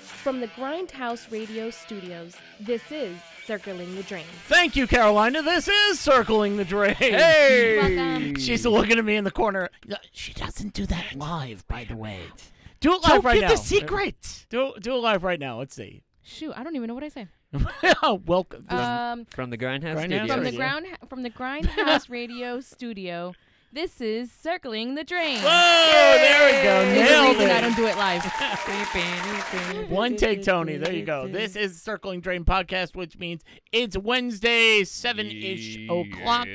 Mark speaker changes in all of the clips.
Speaker 1: From the Grindhouse Radio Studios, this is Circling the Drain.
Speaker 2: Thank you, Carolina. This is circling the drain.
Speaker 1: Welcome.
Speaker 2: She's looking at me in the corner. No, She doesn't do that live, by the way. Do it live
Speaker 3: Don't
Speaker 2: right
Speaker 3: give
Speaker 2: now.
Speaker 3: the secret.
Speaker 2: Do do it live right now. Let's see.
Speaker 1: Shoot, I don't even know what I say.
Speaker 2: Welcome.
Speaker 1: Um,
Speaker 3: From the Grindhouse,
Speaker 2: Grindhouse
Speaker 3: Studios.
Speaker 2: Studios.
Speaker 1: from the ground from the Grindhouse Radio Studio, this is Circling the Drain.
Speaker 2: Whoa! Oh, There
Speaker 1: There's
Speaker 2: we
Speaker 1: a
Speaker 2: go.
Speaker 1: reason I
Speaker 2: Nailed
Speaker 1: don't do it live.
Speaker 2: it. One take, Tony. There you go. This is Circling Drain podcast, which means it's Wednesday, seven-ish o'clock,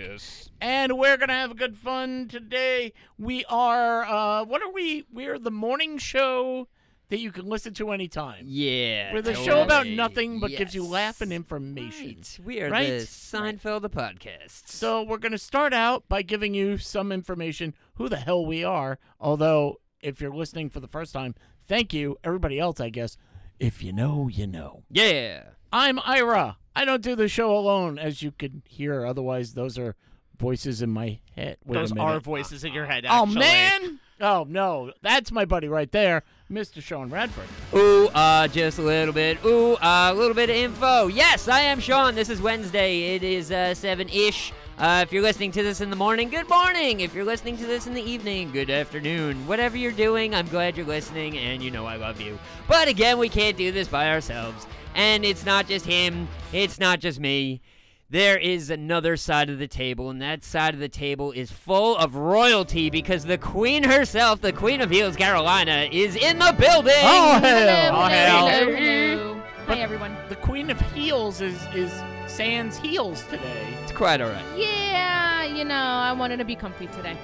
Speaker 2: and we're gonna have good fun today. We are. Uh, what are we? We are the morning show that you can listen to anytime.
Speaker 3: Yeah.
Speaker 2: We're the
Speaker 3: totally.
Speaker 2: show about nothing but gives you
Speaker 3: Yes.
Speaker 2: laugh and information.
Speaker 3: Right. We are
Speaker 2: Right?
Speaker 3: the Seinfeld of podcasts.
Speaker 2: So we're going to start out by giving you some information who the hell we are. Although, if you're listening for the first time, thank you. Everybody else, I guess, if you know, you know.
Speaker 3: yeah.
Speaker 2: I'm Ira. I don't do the show alone, as you could hear. Otherwise, those are voices in my head. Wait
Speaker 4: Those
Speaker 2: a
Speaker 4: are
Speaker 2: minute.
Speaker 4: voices in your head.
Speaker 2: Oh
Speaker 4: actually.
Speaker 2: man! Oh no, that's my buddy right there, Mr. Sean Radford.
Speaker 3: Ooh, uh, just a little bit. Ooh, uh, a little bit of info. Yes, I am Sean. This is Wednesday. It is uh, 7 ish. Uh, if you're listening to this in the morning, good morning. If you're listening to this in the evening, good afternoon. Whatever you're doing, I'm glad you're listening, and you know I love you. But again, we can't do this by ourselves. And it's not just him, it's not just me. There is another side of the table, and that side of the table is full of royalty because the queen herself, the queen of heels, Carolina, is in the building.
Speaker 2: Oh hell!
Speaker 1: Hello,
Speaker 2: Oh
Speaker 1: hello,
Speaker 2: hell!
Speaker 1: hello, hello. Hi everyone.
Speaker 2: The Queen of Heels is is Sans heels today.
Speaker 3: It's quite all right.
Speaker 1: Yeah, you know, I wanted to be comfy today.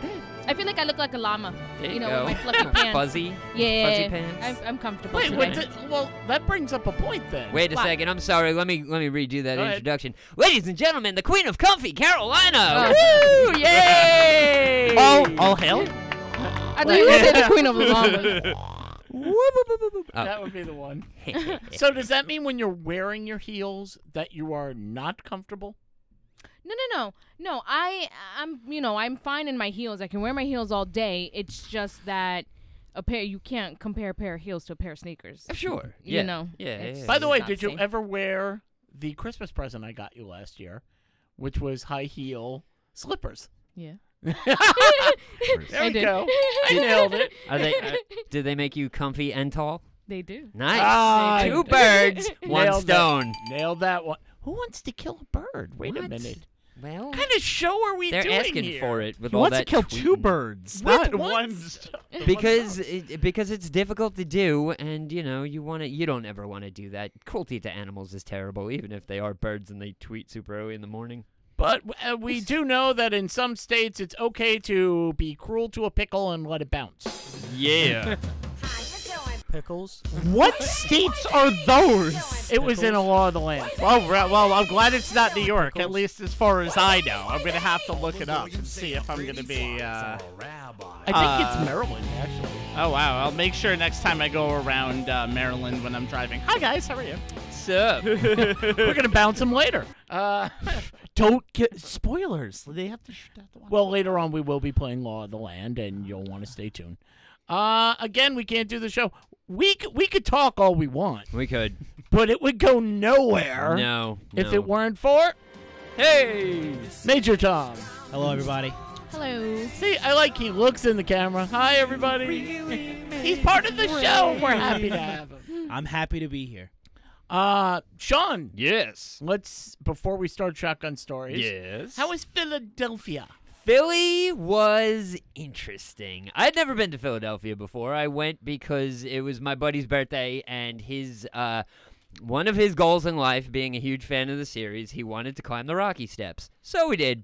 Speaker 1: I feel like I look like a llama.
Speaker 3: There
Speaker 1: you
Speaker 3: you
Speaker 1: know,
Speaker 3: go.
Speaker 1: with my fluffy pants.
Speaker 3: Fuzzy.
Speaker 1: Yeah.
Speaker 3: Fuzzy pants.
Speaker 1: I'm, I'm comfortable.
Speaker 2: Wait,
Speaker 1: today.
Speaker 2: wait, th- well, that brings up a point then.
Speaker 3: Wait a
Speaker 1: What?
Speaker 3: second. I'm sorry. Let me let me redo that
Speaker 2: Go ahead.
Speaker 3: introduction. Ladies and gentlemen, the Queen of Comfy, Carolina.
Speaker 1: Oh.
Speaker 3: Woo! Yay!
Speaker 2: Oh, all hell!
Speaker 1: I thought you were the queen of the llamas.
Speaker 3: Woo, boo, boo, boo, boo.
Speaker 2: That
Speaker 3: Oh.
Speaker 2: would be the one. So does that mean when you're wearing your heels that you are not comfortable?
Speaker 1: No, no, no, no. I, I'm, you know, I'm fine in my heels. I can wear my heels all day. It's just that a pair you can't compare a pair of heels to a pair of sneakers.
Speaker 3: Oh, sure.
Speaker 1: You
Speaker 3: Yeah.
Speaker 1: know,
Speaker 3: Yeah.
Speaker 1: it's-
Speaker 3: yeah,
Speaker 2: By the
Speaker 3: yeah.
Speaker 2: way,
Speaker 1: not
Speaker 2: did you
Speaker 1: safe.
Speaker 2: ever wear the Christmas present I got you last year, which was high heel slippers?
Speaker 1: Yeah.
Speaker 2: There
Speaker 1: I
Speaker 2: we
Speaker 1: did.
Speaker 2: go. I nailed it.
Speaker 3: Are they? uh, did they make you comfy and tall?
Speaker 1: They do.
Speaker 3: Nice.
Speaker 2: They
Speaker 3: Two
Speaker 2: do.
Speaker 3: birds, one
Speaker 2: Ah, Nailed it.
Speaker 3: stone.
Speaker 2: Nailed that one. Who wants to kill a bird? Wait a
Speaker 3: What?
Speaker 2: minute.
Speaker 3: Well,
Speaker 2: What kind of show are we
Speaker 3: they're
Speaker 2: doing
Speaker 3: asking
Speaker 2: here?
Speaker 3: for it with
Speaker 4: He
Speaker 3: all
Speaker 4: wants
Speaker 3: that
Speaker 4: to kill two
Speaker 3: tweeting.
Speaker 4: birds,
Speaker 2: With
Speaker 4: not
Speaker 2: one
Speaker 4: one.
Speaker 2: st-
Speaker 4: st-
Speaker 3: because it, because it's difficult to do and you know you want to you don't ever want to do that cruelty to animals is terrible even if they are birds and they tweet super early in the morning
Speaker 2: But uh, we do know that in some states it's okay to be cruel to a pickle and let it bounce.
Speaker 3: yeah
Speaker 5: Pickles.
Speaker 4: What states are those?
Speaker 2: It was in a law of the land.
Speaker 4: Well, re- well, I'm glad it's not New York, at least as far as I know. I'm gonna have to look it up and see if I'm gonna be. Uh...
Speaker 2: I think
Speaker 4: Uh,
Speaker 2: it's Maryland, actually.
Speaker 4: Oh wow, I'll make sure next time I go around uh, Maryland when I'm driving. Hi guys, how are you?
Speaker 3: so
Speaker 2: We're gonna bounce them later. Uh,
Speaker 4: Don't get spoilers. They have to shoot out the
Speaker 2: well, later on we will be playing law of the land, and you'll want to stay tuned. Uh, again, we can't do the show. We c- we could talk all we want,
Speaker 3: we could
Speaker 2: but it would go nowhere
Speaker 3: no
Speaker 2: Er? if
Speaker 3: no.
Speaker 2: it weren't for
Speaker 3: hey
Speaker 2: Major Tom.
Speaker 5: Hello, everybody.
Speaker 1: Hello.
Speaker 2: See, I like he looks in the camera. Hi, everybody. He's part of the show. We're happy to have him.
Speaker 5: I'm happy to be here.
Speaker 2: Uh, Sean,
Speaker 4: Yes.
Speaker 2: let's before we start shotgun stories.
Speaker 4: Yes.
Speaker 2: How is Philadelphia?
Speaker 3: Philly was interesting. I'd never been to Philadelphia before. I went because it was my buddy's birthday and his uh one of his goals in life being a huge fan of the series, he wanted to climb the Rocky Steps. So we did.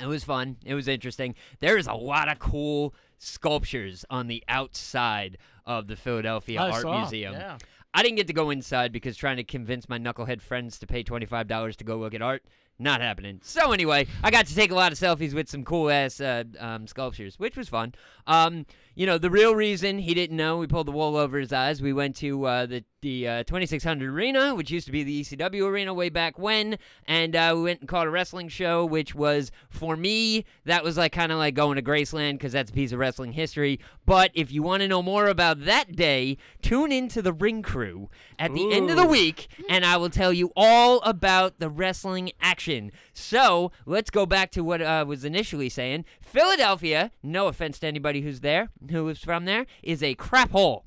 Speaker 3: It was fun. It was interesting. There is a lot of cool sculptures on the outside of the Philadelphia
Speaker 2: I
Speaker 3: Art
Speaker 2: saw,
Speaker 3: Museum.
Speaker 2: yeah.
Speaker 3: I didn't get to go inside because trying to convince my knucklehead friends to pay $25 to go look at art Not happening. So anyway, I got to take a lot of selfies with some cool ass uh, um, sculptures, which was fun. Um, you know, the real reason he didn't know we pulled the wool over his eyes. We went to uh, the the uh, 2600 Arena, which used to be the ECW Arena way back when, and uh, we went and caught a wrestling show, which was for me that was like kind of like going to Graceland because that's a piece of wrestling history. But if you want to know more about that day, tune into the Ring Crew at the end of the
Speaker 2: Ooh.
Speaker 3: week, and I will tell you all about the wrestling action. So let's go back to what I was initially saying. Philadelphia, no offense to anybody who's there, who is from there, is a crap hole.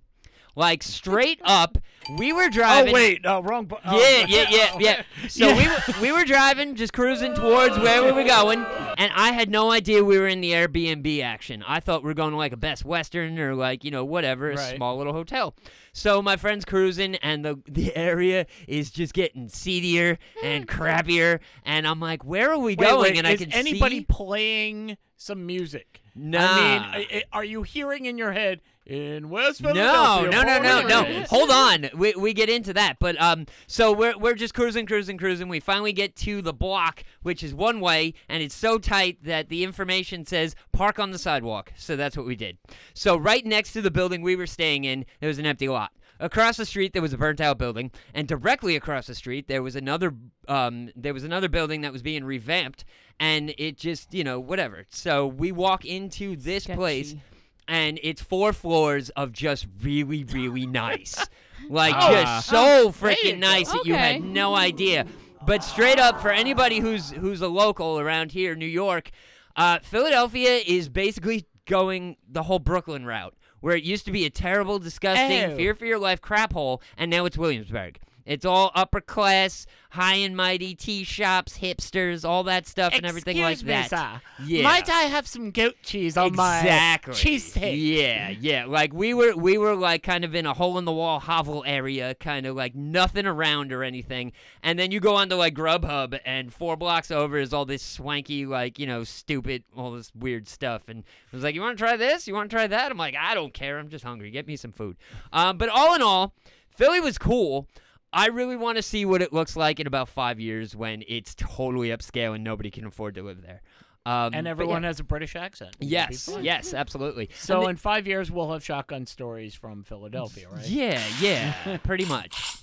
Speaker 3: Like straight up, we were
Speaker 2: Oh
Speaker 3: driving.
Speaker 2: wait, no, wrong. bu- oh.
Speaker 3: Yeah, yeah, yeah, yeah. So we were, we were driving, just cruising towards where we were going, and I had no idea we were in the Airbnb action. I thought we were going to like a Best Western or like you know whatever, a
Speaker 2: Right.
Speaker 3: small little hotel. So my friend's cruising, and the the area is just getting seedier and crappier, and I'm like, where are we
Speaker 2: Wait,
Speaker 3: going?
Speaker 2: wait,
Speaker 3: and I
Speaker 2: is
Speaker 3: can
Speaker 2: anybody
Speaker 3: see.
Speaker 2: playing some music?
Speaker 3: Nah.
Speaker 2: I mean, i- i- are you hearing in your head in West
Speaker 3: No,
Speaker 2: Philadelphia?
Speaker 3: no, no, no,
Speaker 2: born and
Speaker 3: no.
Speaker 2: raised?"
Speaker 3: Hold on. We, we get into that. But um so we're we're just cruising, cruising, cruising. We finally get to the block, which is one way, and it's so tight that the information says park on the sidewalk. So that's what we did. So right next to the building we were staying in, there was an empty lot. Across the street there was a burnt out building, and directly across the street there was another um there was another building that was being revamped and it just, you know, whatever. So we walk into this place
Speaker 1: Sketchy.
Speaker 3: and it's four floors of just really, really nice. Like
Speaker 2: Oh.
Speaker 3: just so
Speaker 2: you
Speaker 3: freaking
Speaker 2: go.
Speaker 3: nice that you had
Speaker 1: Okay.
Speaker 3: no idea. But straight up, for anybody who's who's a local around here, New York, uh, Philadelphia is basically going the whole Brooklyn route, where it used to be a terrible, disgusting,
Speaker 2: Ew.
Speaker 3: fear for your life crap hole, and now it's Williamsburg. It's all upper class, high and mighty tea shops, hipsters, all that stuff, and everything like
Speaker 2: Excuse me,
Speaker 3: that.
Speaker 2: sir.
Speaker 3: Yeah.
Speaker 2: Might I have some goat cheese on
Speaker 3: exactly.
Speaker 2: my cheesesteak?
Speaker 3: Yeah, yeah. Like we were we were like kind of in a hole in the wall hovel area, kind of like nothing around or anything. And then you go onto like Grubhub and four blocks over is all this swanky, like, you know, stupid, all this weird stuff. And it was like, You wanna try this? You wanna try that? I'm like, I don't care, I'm just hungry. Get me some food. Um, but all in all, Philly was cool. I really want to see what it looks like in about five years when it's totally upscale and nobody can afford to live there. Um,
Speaker 2: And
Speaker 3: but
Speaker 2: everyone
Speaker 3: yeah.
Speaker 2: has a British accent. It'd be
Speaker 3: Yes,
Speaker 2: fun.
Speaker 3: yes, absolutely.
Speaker 2: So
Speaker 3: And
Speaker 2: in five years, we'll have shotgun stories from Philadelphia,
Speaker 3: the-
Speaker 2: right?
Speaker 3: yeah, yeah, pretty much.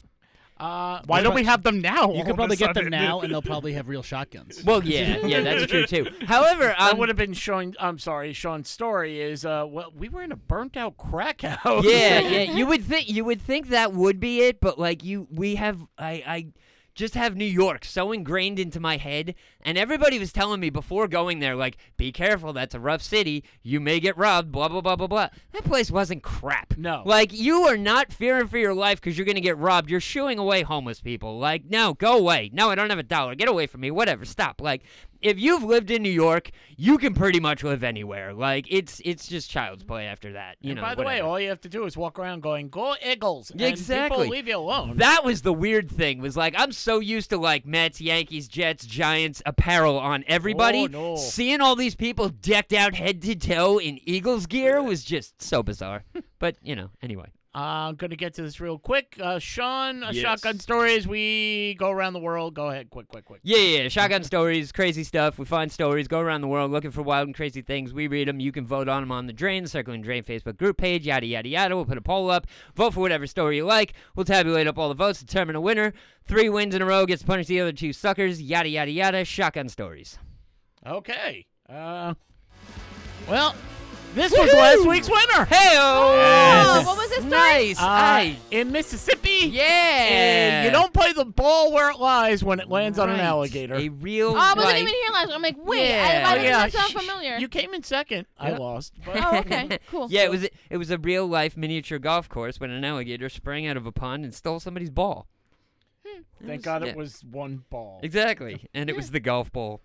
Speaker 2: Uh,
Speaker 4: Why don't we have them now?
Speaker 5: You
Speaker 4: all of
Speaker 5: could
Speaker 4: a
Speaker 5: probably get them
Speaker 4: sudden?
Speaker 5: now, and they'll probably have real shotguns.
Speaker 3: Well, yeah, yeah, that's true too. However,
Speaker 2: That
Speaker 3: um,
Speaker 2: would have been Sean. I'm sorry, Sean's story is uh, well, we were in a burnt out crack house.
Speaker 3: yeah, yeah, you would think you would think that would be it, but like you, we have I I just have New York so ingrained into my head, and everybody was telling me before going there, like, be careful, that's a rough city, you may get robbed, blah blah blah blah blah. That place wasn't crap.
Speaker 2: No.
Speaker 3: like you are not fearing for your life because you're gonna get robbed. You're shooing away homeless people. Like, no, go away. No, I don't have a dollar. Get away from me. Whatever. Stop. Like. If you've lived in New York, you can pretty much live anywhere. Like it's it's just child's play after that. You
Speaker 2: And
Speaker 3: know.
Speaker 2: by the
Speaker 3: whatever.
Speaker 2: way, all you have to do is walk around going, "Go Eagles!" and
Speaker 3: Exactly.
Speaker 2: people leave you alone.
Speaker 3: That was the weird thing was like I'm so used to like Mets, Yankees, Jets, Giants apparel on everybody.
Speaker 2: Oh, no.
Speaker 3: Seeing all these people decked out head to toe in Eagles gear was just so bizarre. but you know, anyway.
Speaker 2: Uh, I'm gonna get to this real quick. Uh, Sean, uh,
Speaker 4: Yes.
Speaker 2: shotgun stories. We go around the world. Go ahead, quick, quick, quick.
Speaker 3: Yeah, yeah, yeah. Shotgun stories, crazy stuff. We find stories, go around the world looking for wild and crazy things. We read them. You can vote on them on the Drain, Circling Drain Facebook group page, yada, yada, yada. We'll put a poll up. Vote for whatever story you like. We'll tabulate up all the votes, determine a winner. Three wins in a row gets punished the other two suckers, yada, yada, yada. Shotgun stories.
Speaker 2: Okay. Uh, well, this was last week's winner.
Speaker 3: Hey!
Speaker 1: Oh, what was this story?
Speaker 3: Nice.
Speaker 2: Uh,
Speaker 3: I,
Speaker 2: in Mississippi.
Speaker 3: yeah.
Speaker 2: And you don't play the ball where it lies when it lands on an
Speaker 3: Right.
Speaker 2: alligator.
Speaker 3: A real.
Speaker 1: Oh, I wasn't
Speaker 3: life-
Speaker 1: even here last. I'm like, wait,
Speaker 3: Yeah.
Speaker 1: I,
Speaker 2: Oh,
Speaker 1: I,
Speaker 2: yeah.
Speaker 1: that sounds
Speaker 2: Sh- sh-
Speaker 1: familiar.
Speaker 2: You came in second. I lost. but-
Speaker 1: oh, okay, cool.
Speaker 3: Yeah, it was it was a real life miniature golf course when an alligator sprang out of a pond and stole somebody's ball.
Speaker 2: Thank God
Speaker 3: yeah.
Speaker 2: it was one ball.
Speaker 3: Exactly, and it was the golf ball.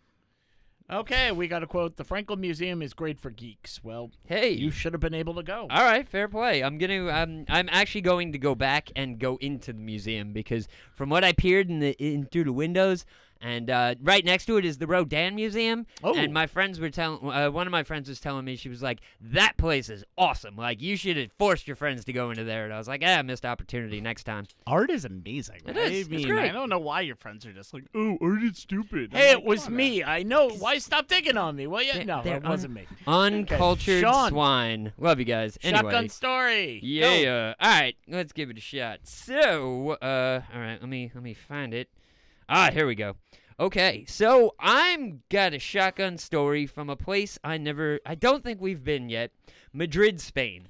Speaker 2: Okay, we got a quote. The Franklin Museum is great for geeks. Well,
Speaker 3: Hey,
Speaker 2: you should have been able to go.
Speaker 3: all right, fair play. I'm gonna um, I'm actually going to go back and go into the museum because from what I peered in the in through the windows And uh, right next to it is the Rodin Museum.
Speaker 2: Oh.
Speaker 3: And my friends were telling, uh, one of my friends was telling me, she was like, that place is awesome. Like, you should have forced your friends to go into there. And I was like, ah, missed opportunity next time.
Speaker 4: Art is amazing.
Speaker 3: It
Speaker 4: I
Speaker 3: is. It's
Speaker 4: mean, I
Speaker 3: great.
Speaker 4: don't know why your friends are just like, oh, art is stupid. I'm
Speaker 2: Hey, it
Speaker 4: like,
Speaker 2: was
Speaker 4: "Come on,
Speaker 2: me. I know. Why stop digging on me? Well, yeah,
Speaker 3: They're-
Speaker 2: no,
Speaker 3: they're
Speaker 2: it wasn't me.
Speaker 3: Uncultured
Speaker 2: Sean.
Speaker 3: swine. Love you guys. Anyway.
Speaker 2: Shotgun story. Go.
Speaker 3: Yeah. All right, let's give it a shot. So, uh, all right, let me let me find it. Ah, here we go. Okay, so I'm got a shotgun story from a place I never, I don't think we've been yet, Madrid, Spain.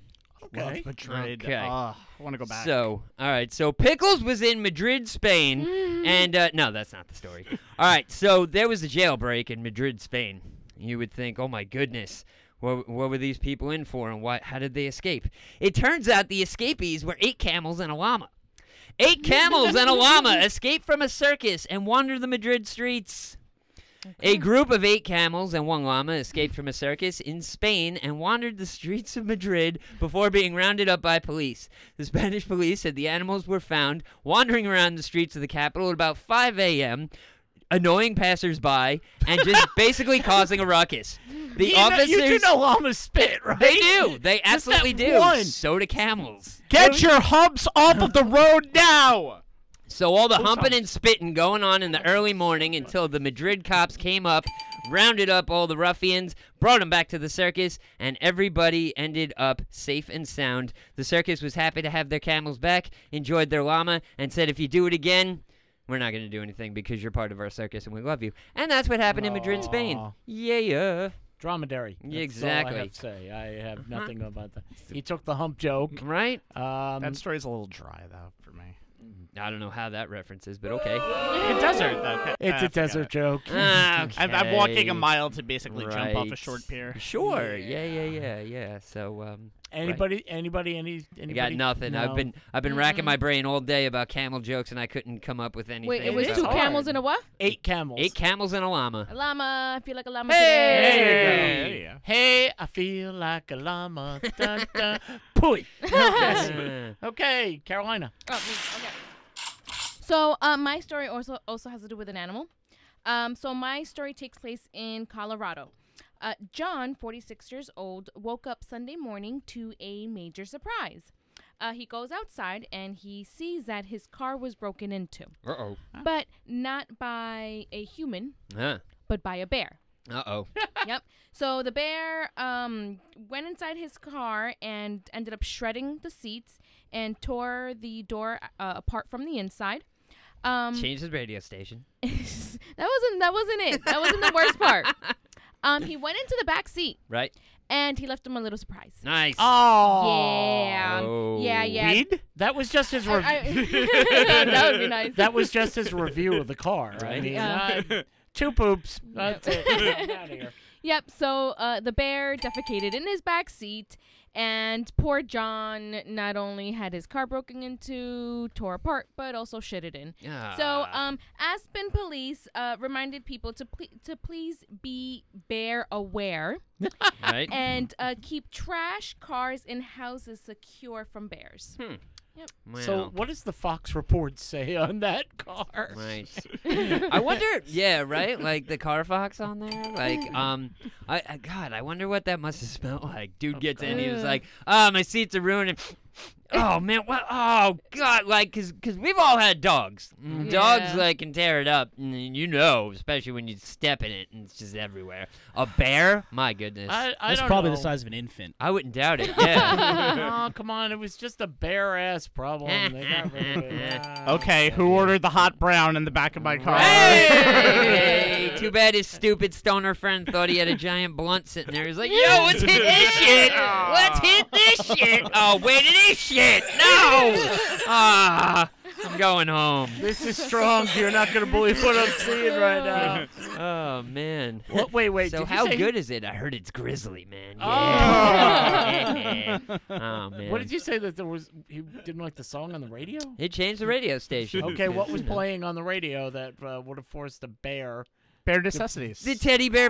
Speaker 4: Love Madrid.
Speaker 3: Okay.
Speaker 4: Ah, I want to go back.
Speaker 3: So, all right. So Pickles was in Madrid, Spain, and uh, no, that's not the story. all right. So there was a jailbreak in Madrid, Spain. You would think, oh my goodness, what, what were these people in for, and why, how did they escape? It turns out the escapees were eight camels and a llama. Eight camels and a llama escaped from a circus and wander the Madrid streets. A group of eight camels and one llama escaped from a circus in Spain and wandered the streets of Madrid before being rounded up by police. The Spanish police said the animals were found wandering around the streets of the capital at about 5 a.m., annoying passersby, and just basically causing a ruckus. The
Speaker 2: You, know,
Speaker 3: officers.
Speaker 2: you do know llamas spit, right?
Speaker 3: they do. They absolutely do.
Speaker 2: one.
Speaker 3: So do camels.
Speaker 2: Get your humps off of the road now.
Speaker 3: So all the humping and spitting going on in the early morning until the Madrid cops came up, rounded up all the ruffians, brought them back to the circus, and everybody ended up safe and sound. The circus was happy to have their camels back, enjoyed their llama, and said, "If you do it again." We're not going to do anything because you're part of our circus and we love you. And that's what happened in Madrid, Spain.
Speaker 2: Aw.
Speaker 3: Yeah, yeah.
Speaker 2: Dromedary. That's all
Speaker 3: Exactly.
Speaker 2: I have to say I
Speaker 4: Uh-huh.
Speaker 2: have nothing about that. He took the hump joke.
Speaker 3: Right?
Speaker 2: Um,
Speaker 4: that story's a little dry though for me.
Speaker 3: I don't know how that reference is, but okay.
Speaker 4: A desert. Okay.
Speaker 2: it's a desert joke.
Speaker 3: Ah, okay.
Speaker 4: I'm, I'm walking a mile to basically jump off a
Speaker 3: Right.
Speaker 4: short pier.
Speaker 3: Sure. Yeah, yeah, yeah, yeah. So, um,
Speaker 2: Anybody? Anybody? Any? Anybody?
Speaker 3: I got nothing. I've
Speaker 2: No.
Speaker 3: been I've been racking my brain all day about camel jokes, and I couldn't come up with anything.
Speaker 1: Wait, it was
Speaker 3: So-
Speaker 2: is
Speaker 1: two
Speaker 2: hard.
Speaker 1: camels and a what?
Speaker 2: eight camels.
Speaker 3: eight camels and a llama.
Speaker 1: A llama. I feel like a llama today.
Speaker 4: There
Speaker 2: Hey,
Speaker 4: you go.
Speaker 2: hey! I feel like a llama. Dun, dun. Pooey.
Speaker 3: Uh,
Speaker 2: Okay, Carolina.
Speaker 1: Oh, me, okay. So uh, my story also also has to do with an animal. Um, so my story takes place in Colorado. Uh, John, 46 years old, woke up Sunday morning to a major surprise. Uh, he goes outside and he sees that his car was broken into,
Speaker 3: Uh-oh.
Speaker 1: but not by a human,
Speaker 3: Huh.
Speaker 1: but by a bear.
Speaker 3: Uh-oh.
Speaker 1: yep. So the bear um, went inside his car and ended up shredding the seats and tore the door uh, apart from the inside. Um,
Speaker 3: Change the radio station.
Speaker 1: that wasn't that wasn't it. That wasn't the worst part. Um, he went into the back seat
Speaker 3: Right?
Speaker 1: and he left him a little surprise.
Speaker 3: Nice.
Speaker 2: Oh.
Speaker 1: Yeah. Yeah.
Speaker 3: Oh.
Speaker 1: Yeah.
Speaker 2: That was just his
Speaker 1: I-
Speaker 2: review.
Speaker 1: I- that, that would be nice.
Speaker 2: that was just his review of the car. I
Speaker 3: Right.
Speaker 2: mean,
Speaker 1: Yeah.
Speaker 2: uh, two poops. That's it. I'm outta here.
Speaker 1: Yep. So uh, the bear defecated in his back seat, and poor John not only had his car broken into, tore apart, but also shitted in. So,
Speaker 3: Ah.
Speaker 1: um, Aspen police uh, reminded people to ple- to please be bear aware
Speaker 3: right?
Speaker 1: and uh, keep trash, cars, and houses secure from bears.
Speaker 3: Wow.
Speaker 2: So, what does the Fox report say on that car?
Speaker 3: Right. I wonder. Yeah, right. Like the car fox on there. Like, um, I, I God, I wonder what that must have smelled like. Dude gets in, he was
Speaker 1: God.
Speaker 3: like, "Oh, my seats are ruined." Oh man, what? Oh God, like, cause, cause we've all had dogs. Mm, Dogs
Speaker 1: Yeah.
Speaker 3: like can tear it up, and you know, especially when you step in it and it's just everywhere. A bear? My goodness, I,
Speaker 2: I, I
Speaker 5: That's
Speaker 2: don't
Speaker 5: probably
Speaker 2: know.
Speaker 5: the size of an infant.
Speaker 3: wouldn't doubt it. Yeah.
Speaker 2: oh, come on. It was just a bare ass problem. They got rid of it. Ah.
Speaker 4: Okay, who
Speaker 3: Oh,
Speaker 4: ordered the hot brown in the back of my car?
Speaker 3: hey! Too bad his stupid stoner friend thought he had a giant blunt sitting there. He's like, yo, let's hit this shit. Let's hit this shit. Oh, wait, it is shit. No. Ah, I'm going home.
Speaker 2: This is strong. You're not going to believe what I'm seeing right now.
Speaker 3: Oh, man.
Speaker 2: What, wait, wait.
Speaker 3: so
Speaker 2: did you
Speaker 3: how
Speaker 2: say-
Speaker 3: good is it? I heard it's grizzly, man. Yeah.
Speaker 2: Oh.
Speaker 3: Oh, man.
Speaker 2: What did you say that there was? He didn't like the song on the radio.
Speaker 3: It changed the radio station.
Speaker 2: Okay, what was playing on the radio that uh, would have forced a bear?
Speaker 4: Bare necessities.
Speaker 3: The teddy bear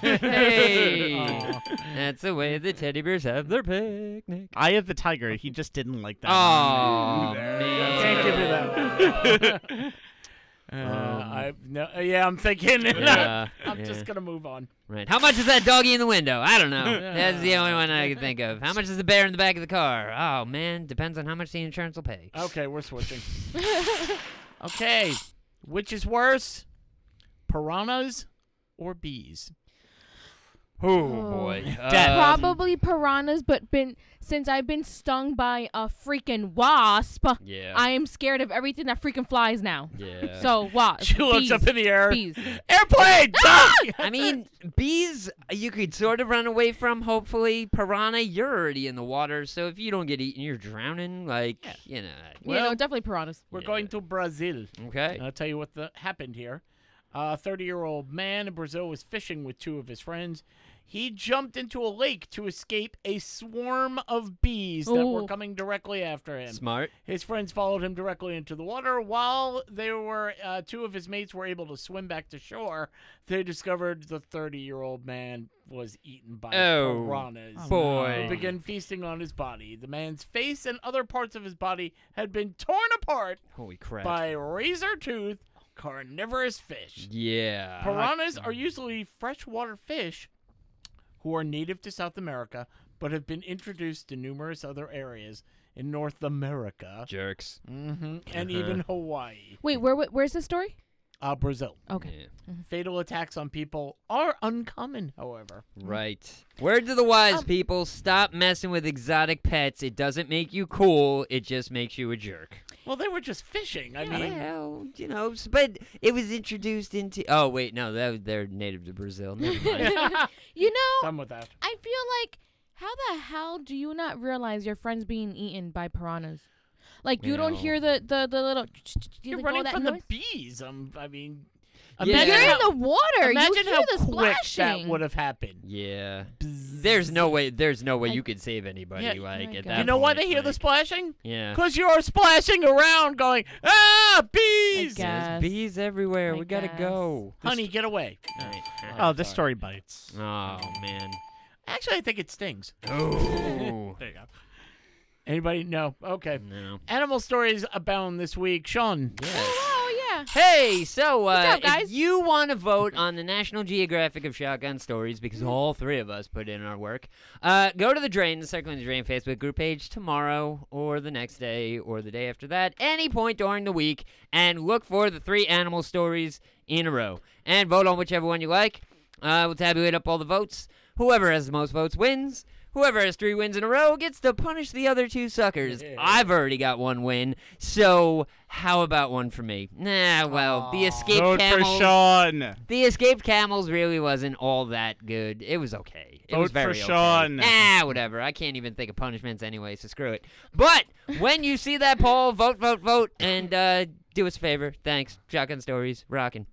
Speaker 3: Hey.
Speaker 2: Aw.
Speaker 3: That's the way the teddy bears have their picnic.
Speaker 4: Eye of the tiger. He just didn't like that.
Speaker 3: Oh, man.
Speaker 2: Can't give you that. one. Uh,
Speaker 3: Um,
Speaker 2: I no, uh, yeah, I'm thinking.
Speaker 3: Yeah,
Speaker 2: I'm
Speaker 3: yeah.
Speaker 2: just gonna move on.
Speaker 3: Right. How much is that doggy in the window? I don't know.
Speaker 2: Yeah.
Speaker 3: That's the only one I can think of. How much is the bear in the back of the car? Oh man, depends on how much the insurance will pay.
Speaker 2: Okay, we're switching. okay, which is worse, piranhas or bees?
Speaker 1: Oh.
Speaker 3: boy.
Speaker 2: Death.
Speaker 3: Um,
Speaker 1: Probably piranhas, but been since I've been stung by a freaking wasp,
Speaker 3: Yeah.
Speaker 1: I am scared of everything that freaking flies now.
Speaker 3: yeah.
Speaker 1: So wasp.
Speaker 2: She looks
Speaker 1: bees,
Speaker 2: up in the air.
Speaker 1: bees.
Speaker 2: Airplane! Ah!
Speaker 3: I mean, bees you could sort of run away from. Hopefully, piranha you're already in the water, so if you don't get eaten, you're drowning. Like you know.
Speaker 1: yeah, no,
Speaker 2: Well-
Speaker 1: definitely piranhas.
Speaker 2: We're
Speaker 3: Yeah.
Speaker 2: going to Brazil.
Speaker 3: Okay.
Speaker 2: And I'll tell you what the, happened here. A 30 year old man in Brazil was fishing with two of his friends. He jumped into a lake to escape a swarm of bees that were
Speaker 1: Ooh.
Speaker 2: coming directly after him.
Speaker 3: Smart.
Speaker 2: His friends followed him directly into the water. While they were, uh, two of his mates were able to swim back to shore. They discovered the 30-year-old man was eaten by
Speaker 3: Oh,
Speaker 2: piranhas.
Speaker 3: boy.
Speaker 2: They Began feasting on his body. The man's face and other parts of his body had been torn apart
Speaker 3: Holy crap.
Speaker 2: by razor tooth carnivorous fish.
Speaker 3: yeah.
Speaker 2: Piranhas are usually freshwater fish who are native to South America but have been introduced to numerous other areas in North America
Speaker 3: Jerks.
Speaker 2: hmm and
Speaker 3: Uh-huh.
Speaker 2: even Hawaii.
Speaker 1: Wait, where wh- where's this story?
Speaker 2: Uh, Brazil.
Speaker 1: Okay.
Speaker 2: Fatal attacks on people are uncommon, however.
Speaker 3: Mm. Right. Word to the wise
Speaker 1: Um,
Speaker 3: people stop messing with exotic pets. It doesn't make you cool, it just makes you a jerk.
Speaker 2: Well, they were just fishing. I mean,
Speaker 3: Well, you know, s- but it was introduced into. Oh, wait, no, that, they're native to Brazil. Never mind.
Speaker 1: You know,
Speaker 2: done with that.
Speaker 1: I feel like how the hell do you not realize your friend's being eaten by piranhas? Like you don't
Speaker 3: Well.
Speaker 1: hear the the, the little
Speaker 2: You're
Speaker 1: like, all
Speaker 2: running
Speaker 1: that
Speaker 2: from
Speaker 1: noise?
Speaker 2: the bees. Um, I mean,
Speaker 3: Yeah.
Speaker 2: imagine
Speaker 1: You're
Speaker 2: how,
Speaker 1: in the water. you
Speaker 2: imagine
Speaker 1: hear
Speaker 2: how
Speaker 1: the
Speaker 2: quick that
Speaker 1: splashing.
Speaker 2: would have happened.
Speaker 3: yeah. There's no way. There's no way
Speaker 1: I-
Speaker 3: you could save anybody.
Speaker 2: Yeah,
Speaker 3: like
Speaker 1: my God.
Speaker 3: at that.
Speaker 2: You know why
Speaker 3: point,
Speaker 2: they hear the
Speaker 3: like-
Speaker 2: splashing?
Speaker 3: Yeah.
Speaker 2: Because you're splashing around going, ah, bees!
Speaker 1: guess.
Speaker 3: There's
Speaker 1: Yes.
Speaker 3: bees
Speaker 2: Oh
Speaker 3: everywhere.
Speaker 1: I
Speaker 3: we gotta
Speaker 1: guess.
Speaker 3: go.
Speaker 2: Honey, get away.
Speaker 3: Alright.
Speaker 4: Oh, this story bites.
Speaker 3: Oh man.
Speaker 2: Actually, I think it stings.
Speaker 3: Oh.
Speaker 4: There you go.
Speaker 2: Anybody? No. Okay.
Speaker 3: no.
Speaker 2: Animal stories abound this week. Sean.
Speaker 3: Yes.
Speaker 1: Oh yeah.
Speaker 3: Hey, so uh,
Speaker 1: job, guys.
Speaker 3: if you want to vote on the National Geographic of Shotgun Stories,
Speaker 1: Mm-hmm.
Speaker 3: because all three of us put in our work, uh, go to the Drain, the Circling the Drain Facebook group page tomorrow or the next day or the day after that, any point during the week, and look for the three animal stories in a row. And vote on whichever one you like. Uh, we'll tabulate up all the votes. Whoever has the most votes wins. Whoever has three wins in a row gets to punish the other two suckers. I've already got one win, so how about one for me? Nah, well, the escaped
Speaker 4: Vote for
Speaker 3: camels.
Speaker 4: Sean.
Speaker 3: The escaped camels really wasn't all that good. It was okay. It was
Speaker 4: Vote for
Speaker 3: very
Speaker 4: Sean.
Speaker 3: Okay. Nah, whatever. I can't even think of punishments anyway, so screw it. But when you see that poll, vote, vote, vote, and uh, do us a favor. Thanks. Shotgun stories, rocking.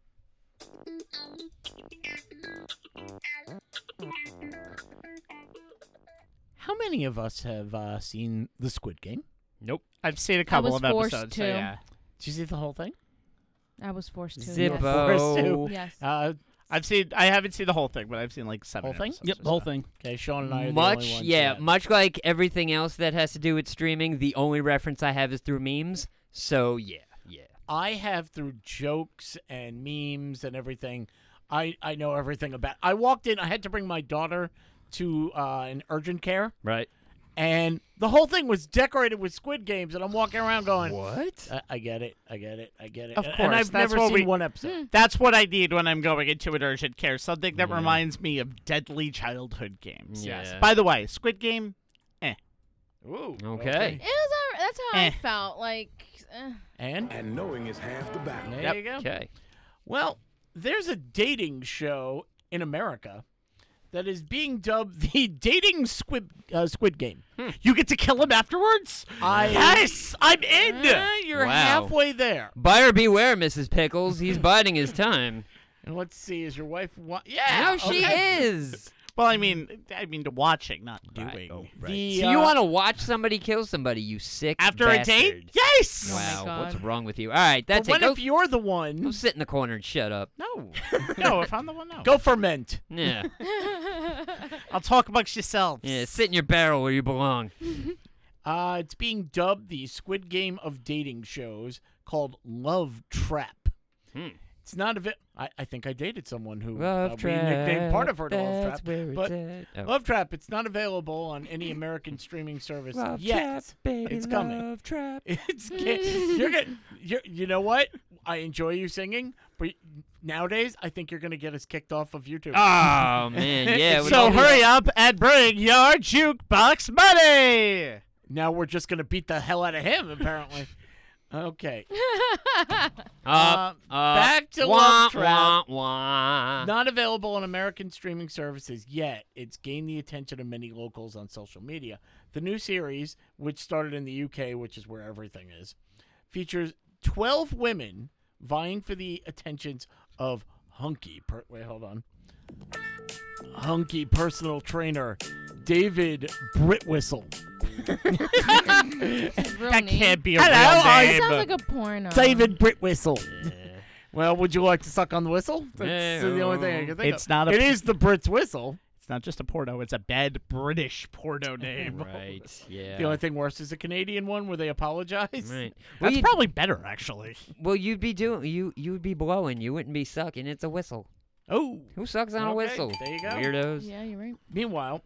Speaker 2: How many of us have uh, seen The Squid Game?
Speaker 3: Nope.
Speaker 4: I've seen a couple
Speaker 1: was
Speaker 4: of
Speaker 1: forced
Speaker 4: episodes.
Speaker 1: to.
Speaker 4: So yeah.
Speaker 2: Did you see the whole thing?
Speaker 1: I was forced to.
Speaker 2: Zip up.
Speaker 3: Zippo.
Speaker 1: Yes. yes.
Speaker 2: Uh,
Speaker 4: I've seen. I haven't seen the whole thing, but I've seen like seven.
Speaker 2: Whole thing?
Speaker 4: episodes
Speaker 5: Yep,
Speaker 4: or
Speaker 5: the whole
Speaker 4: so.
Speaker 5: thing.
Speaker 2: okay, Sean and I are the
Speaker 3: much,
Speaker 2: only ones
Speaker 3: yeah,
Speaker 2: that-
Speaker 3: much like everything else that has to do with streaming. The only reference I have is through memes. So yeah, yeah.
Speaker 2: I have through jokes and memes and everything. I, I know everything about. I walked in. I had to bring my daughter to uh, an urgent care,
Speaker 3: Right.
Speaker 2: and the whole thing was decorated with Squid Games. And I'm walking around going,
Speaker 3: What?
Speaker 2: I, I get it. I get it. I get it.
Speaker 4: Of
Speaker 2: and,
Speaker 4: course,
Speaker 2: And I've
Speaker 4: that's
Speaker 2: never
Speaker 4: what
Speaker 2: seen
Speaker 4: we-
Speaker 2: one episode.
Speaker 4: That's what I need when I'm going into an urgent care. Something that
Speaker 3: Yeah.
Speaker 4: reminds me of deadly childhood games. Yes.
Speaker 3: Yeah.
Speaker 4: By the way, Squid Game.
Speaker 2: Ooh.
Speaker 3: Okay.
Speaker 1: It was. alri- That's how
Speaker 4: Eh.
Speaker 1: I felt. Like. eh.
Speaker 2: And
Speaker 6: And knowing is half the battle.
Speaker 2: there
Speaker 4: Yep.
Speaker 2: you go.
Speaker 3: Okay.
Speaker 2: Well, there's a dating show in America that is being dubbed the Dating Squid uh, Squid Game.
Speaker 4: You get to kill him afterwards.
Speaker 2: I-
Speaker 4: yes, I'm in.
Speaker 2: Eh, you're
Speaker 3: Wow.
Speaker 2: halfway there.
Speaker 3: Buyer beware, Mrs. Pickles. He's biding his time.
Speaker 2: And let's see, is your wife? Wa-
Speaker 3: No,
Speaker 2: yeah,
Speaker 3: she
Speaker 2: okay.
Speaker 3: is.
Speaker 4: Well, I mean, I mean to watching, not doing.
Speaker 3: Oh.
Speaker 2: The,
Speaker 3: So
Speaker 2: uh,
Speaker 3: you want to watch somebody kill somebody? You sick
Speaker 4: After
Speaker 3: bastard.
Speaker 4: a date? Yes.
Speaker 3: Wow,
Speaker 1: God.
Speaker 3: what's wrong with you? All right,
Speaker 2: But
Speaker 3: that's
Speaker 2: what
Speaker 3: it. Go,
Speaker 2: if you're the
Speaker 3: go
Speaker 2: one?
Speaker 3: sit in the corner and shut up.
Speaker 4: No. no, if I'm the one, no.
Speaker 2: Go ferment.
Speaker 3: Yeah,
Speaker 4: I'll talk amongst yourselves.
Speaker 3: yeah, sit in your barrel where you belong.
Speaker 2: Uh, it's being dubbed the Squid Game of dating shows, called Love Trap. It's not a. Vi- I, I think I dated someone who
Speaker 3: Love
Speaker 2: uh,
Speaker 3: trap.
Speaker 2: we nicknamed part of her to Love
Speaker 3: that's
Speaker 2: Trap.
Speaker 3: where it's
Speaker 2: but
Speaker 3: at. Oh.
Speaker 2: Love Trap, it's not available on any American streaming service
Speaker 3: Love
Speaker 2: yet.
Speaker 3: trap, baby,
Speaker 2: it's coming.
Speaker 3: Love trap.
Speaker 2: It's ca- you're gonna you you know what? I enjoy you singing, but nowadays I think you're gonna get us kicked off of YouTube.
Speaker 3: Oh man, yeah. we
Speaker 4: so
Speaker 3: don't do
Speaker 4: hurry up and bring your jukebox money.
Speaker 2: now we're just gonna beat the hell out of him, apparently. okay.
Speaker 3: that. Up,
Speaker 2: Uh,
Speaker 3: up,
Speaker 2: back to
Speaker 3: wah,
Speaker 2: Love Trap.
Speaker 3: Wah,
Speaker 4: Uh-huh.
Speaker 3: wah.
Speaker 2: Not available on American streaming services yet, it's gained the attention of many locals on social media. The new series, which started in the UK, which is where everything is, features 12 women vying for the attentions of hunky. Per- wait, hold on. Hunky personal trainer David Britwhistle.
Speaker 4: Uh-huh. That can't be a
Speaker 2: Hello, I-
Speaker 1: It
Speaker 4: real
Speaker 1: sounds
Speaker 4: name.
Speaker 1: like a porno.
Speaker 2: David Britwhistle. well, would you like to suck on the whistle? That's the only thing I can think
Speaker 4: uh-huh. It's
Speaker 2: of.
Speaker 4: not a-
Speaker 2: It is the Brit's whistle.
Speaker 4: it's not just a porno. It's a bad British porno name.
Speaker 3: Right. Yeah.
Speaker 2: The only thing worse is the Canadian one where they apologize.
Speaker 3: Right. Well,
Speaker 4: That's
Speaker 3: you'd,
Speaker 4: probably better, actually.
Speaker 3: well, you'd be doing you you would be blowing. You wouldn't be sucking. It's a whistle.
Speaker 2: Oh.
Speaker 3: Who sucks on a
Speaker 2: Okay,
Speaker 3: whistle?
Speaker 2: there you go.
Speaker 3: Weirdos.
Speaker 1: Yeah, you're right.
Speaker 2: Meanwhile,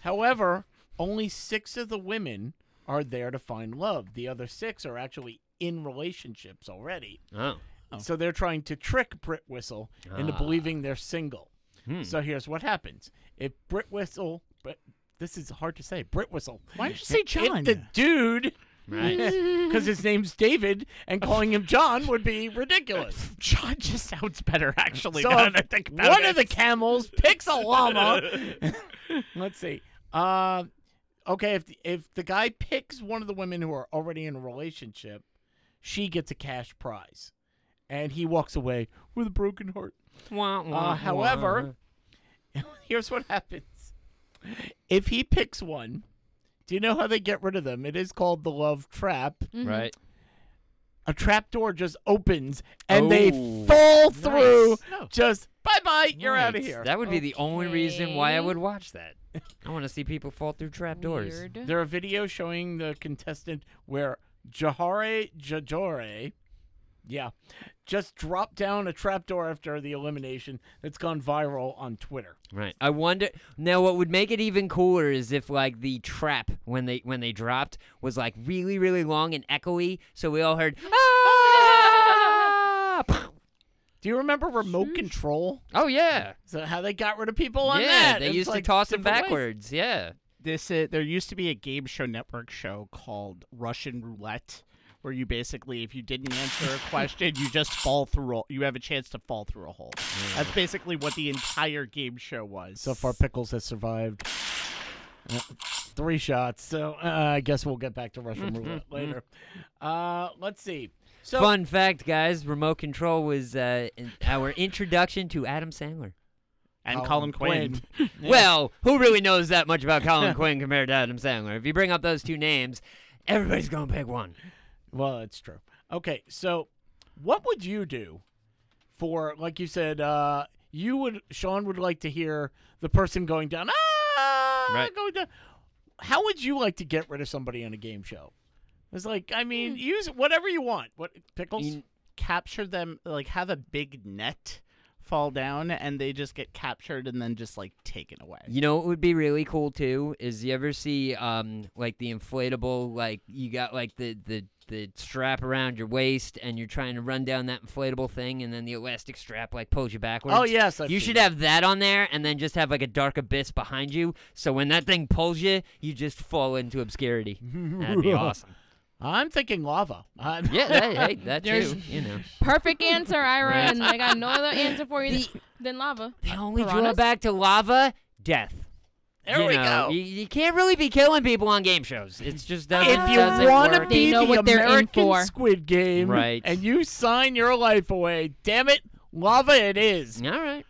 Speaker 2: however, only six of the women are there to find love. The other six are actually in relationships already.
Speaker 3: Oh.
Speaker 2: So they're trying to trick Brit Whistle into
Speaker 3: Ah.
Speaker 2: believing they're single.
Speaker 3: Hmm.
Speaker 2: So here's what happens. If Brit Whistle, but this is hard to say, Brit Whistle.
Speaker 4: Why don't you say John?
Speaker 2: If the dude,
Speaker 3: Right.
Speaker 2: because his name's David, and calling him John would be ridiculous.
Speaker 4: John just sounds better, actually.
Speaker 2: So
Speaker 4: now
Speaker 2: if
Speaker 4: that I think about
Speaker 2: one
Speaker 4: it.
Speaker 2: of the camels picks a llama. Let's see. Uh, okay, if if the guy picks one of the women who are already in a relationship, she gets a cash prize, and he walks away with a broken heart.
Speaker 3: Wah,
Speaker 2: Uh,
Speaker 4: Oh,
Speaker 3: wah,
Speaker 2: however, here's what happens: if he picks one, do you know how they get rid of them? It is called the love trap.
Speaker 3: wah. right.
Speaker 2: A trap door just opens, and they
Speaker 3: Oh.
Speaker 2: fall through.
Speaker 4: No.
Speaker 2: Just bye bye, you're out of
Speaker 3: Nice.
Speaker 2: here.
Speaker 3: That would be the only reason why I
Speaker 1: Okay.
Speaker 3: would watch that. I want to see people fall through trapdoors.
Speaker 1: Weird.
Speaker 2: There are videos showing the contestant where Jahare Jajore, yeah, just dropped down a trapdoor after the elimination that's gone viral on Twitter.
Speaker 3: Right. I wonder now what would make it even cooler is if like the trap when they when they dropped was like really really long and echoey so we all heard ah!
Speaker 2: Do you remember remote control?
Speaker 3: Oh yeah.
Speaker 2: So how they got rid of people on
Speaker 3: yeah,
Speaker 2: that?
Speaker 3: they
Speaker 2: It's
Speaker 3: used
Speaker 2: like
Speaker 3: to toss them
Speaker 2: different ways.
Speaker 3: backwards. Yeah.
Speaker 4: this uh, there used to be a game show network show called Russian Roulette where you basically if you didn't answer a question you just fall through a, you have a chance to fall through a hole. That's basically what the entire game show was.
Speaker 2: So far, Pickles has survived uh, three shots. So uh, I guess we'll get back to Russian roulette later. Uh, let's see. So
Speaker 3: Mm-hmm, Fun fact, guys, remote control was uh, in- our introduction to Adam Sandler.
Speaker 4: and Colin Quinn.
Speaker 2: Yeah.
Speaker 3: Well, who really knows that much about Colin Quinn compared to Adam Sandler? If you bring up those two names, everybody's gonna pick one.
Speaker 2: Well, that's true. Okay, so what would you do for, like you said, uh, you would, Sean would like to hear the person going down, ah,
Speaker 3: Right.
Speaker 2: going down. How would you like to get rid of somebody on a game show? It's like, I mean, use whatever you want. What pickles?
Speaker 3: You-
Speaker 4: Capture them like have a big net fall down and they just get captured and then just like taken away.
Speaker 3: You know what would be really cool too is you ever see um like the inflatable like you got like the the the strap around your waist and you're trying to run down that inflatable thing and then the elastic strap like pulls you backwards.
Speaker 2: oh yes, I've
Speaker 3: You
Speaker 2: seen
Speaker 3: should
Speaker 2: that.
Speaker 3: have that on there and then just have like a dark abyss behind you so when that thing pulls you you just fall into obscurity. That'd be awesome.
Speaker 2: I'm thinking lava. I'm,
Speaker 3: Yeah, that, hey, that
Speaker 2: There's-
Speaker 3: too, you know.
Speaker 1: Perfect answer, Ira.
Speaker 3: Right.
Speaker 1: And I got no other answer for you than, than lava.
Speaker 3: The only
Speaker 1: piranhas?
Speaker 3: drawback to lava, death.
Speaker 2: There
Speaker 3: You
Speaker 2: we
Speaker 3: know,
Speaker 2: go.
Speaker 3: You, you can't really be killing people on game shows. It's just doesn't.
Speaker 2: if
Speaker 3: doesn't
Speaker 2: you want to
Speaker 3: work.
Speaker 2: be
Speaker 1: They know
Speaker 2: the
Speaker 1: what they're in
Speaker 2: American
Speaker 1: for.
Speaker 2: Squid Game,
Speaker 3: Right.
Speaker 2: and you sign your life away, damn it, lava it is.
Speaker 3: All right.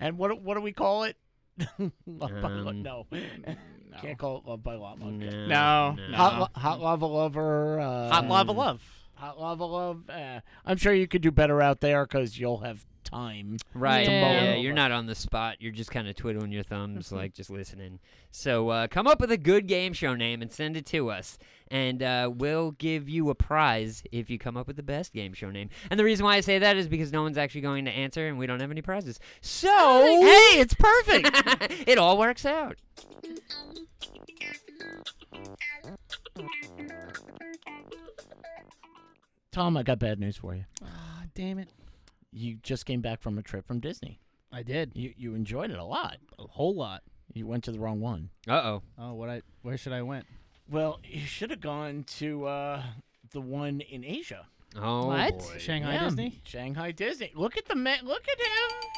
Speaker 2: And what what do we call it? love by lo-
Speaker 3: Um,
Speaker 2: Oh, no.
Speaker 4: Mm,
Speaker 2: can't call it love by llama.
Speaker 3: Mm,
Speaker 2: Okay.
Speaker 4: No, no.
Speaker 2: Hot, lo- hot lava lover. Uh,
Speaker 4: Hot lava love.
Speaker 2: hot lava love. Uh, I'm sure you could do better out there because you'll have time.
Speaker 3: Right.
Speaker 1: to mull it
Speaker 3: Yeah,
Speaker 2: over.
Speaker 3: you're not on the spot. You're just kind of twiddling your thumbs, like just listening. So uh, come up with a good game show name and send it to us. And uh, we'll give you a prize if you come up with the best game show name. And the reason why I say that is because no one's actually going to answer and we don't have any prizes. So
Speaker 2: Hey, it's perfect.
Speaker 3: it all works out.
Speaker 2: Tom, I got bad news for you.
Speaker 5: Ah, damn it.
Speaker 2: You just came back from a trip from Disney.
Speaker 5: I did
Speaker 2: You you enjoyed it a lot.
Speaker 5: a whole lot.
Speaker 2: You went to the wrong one.
Speaker 3: Uh oh.
Speaker 5: Oh, what I where should I went?
Speaker 2: Well, you should have gone to uh, the one in Asia.
Speaker 3: Oh.
Speaker 1: What?
Speaker 3: boy.
Speaker 5: Shanghai
Speaker 2: Yeah,
Speaker 5: Disney.
Speaker 2: Shanghai Disney. Look at the man. Look at him.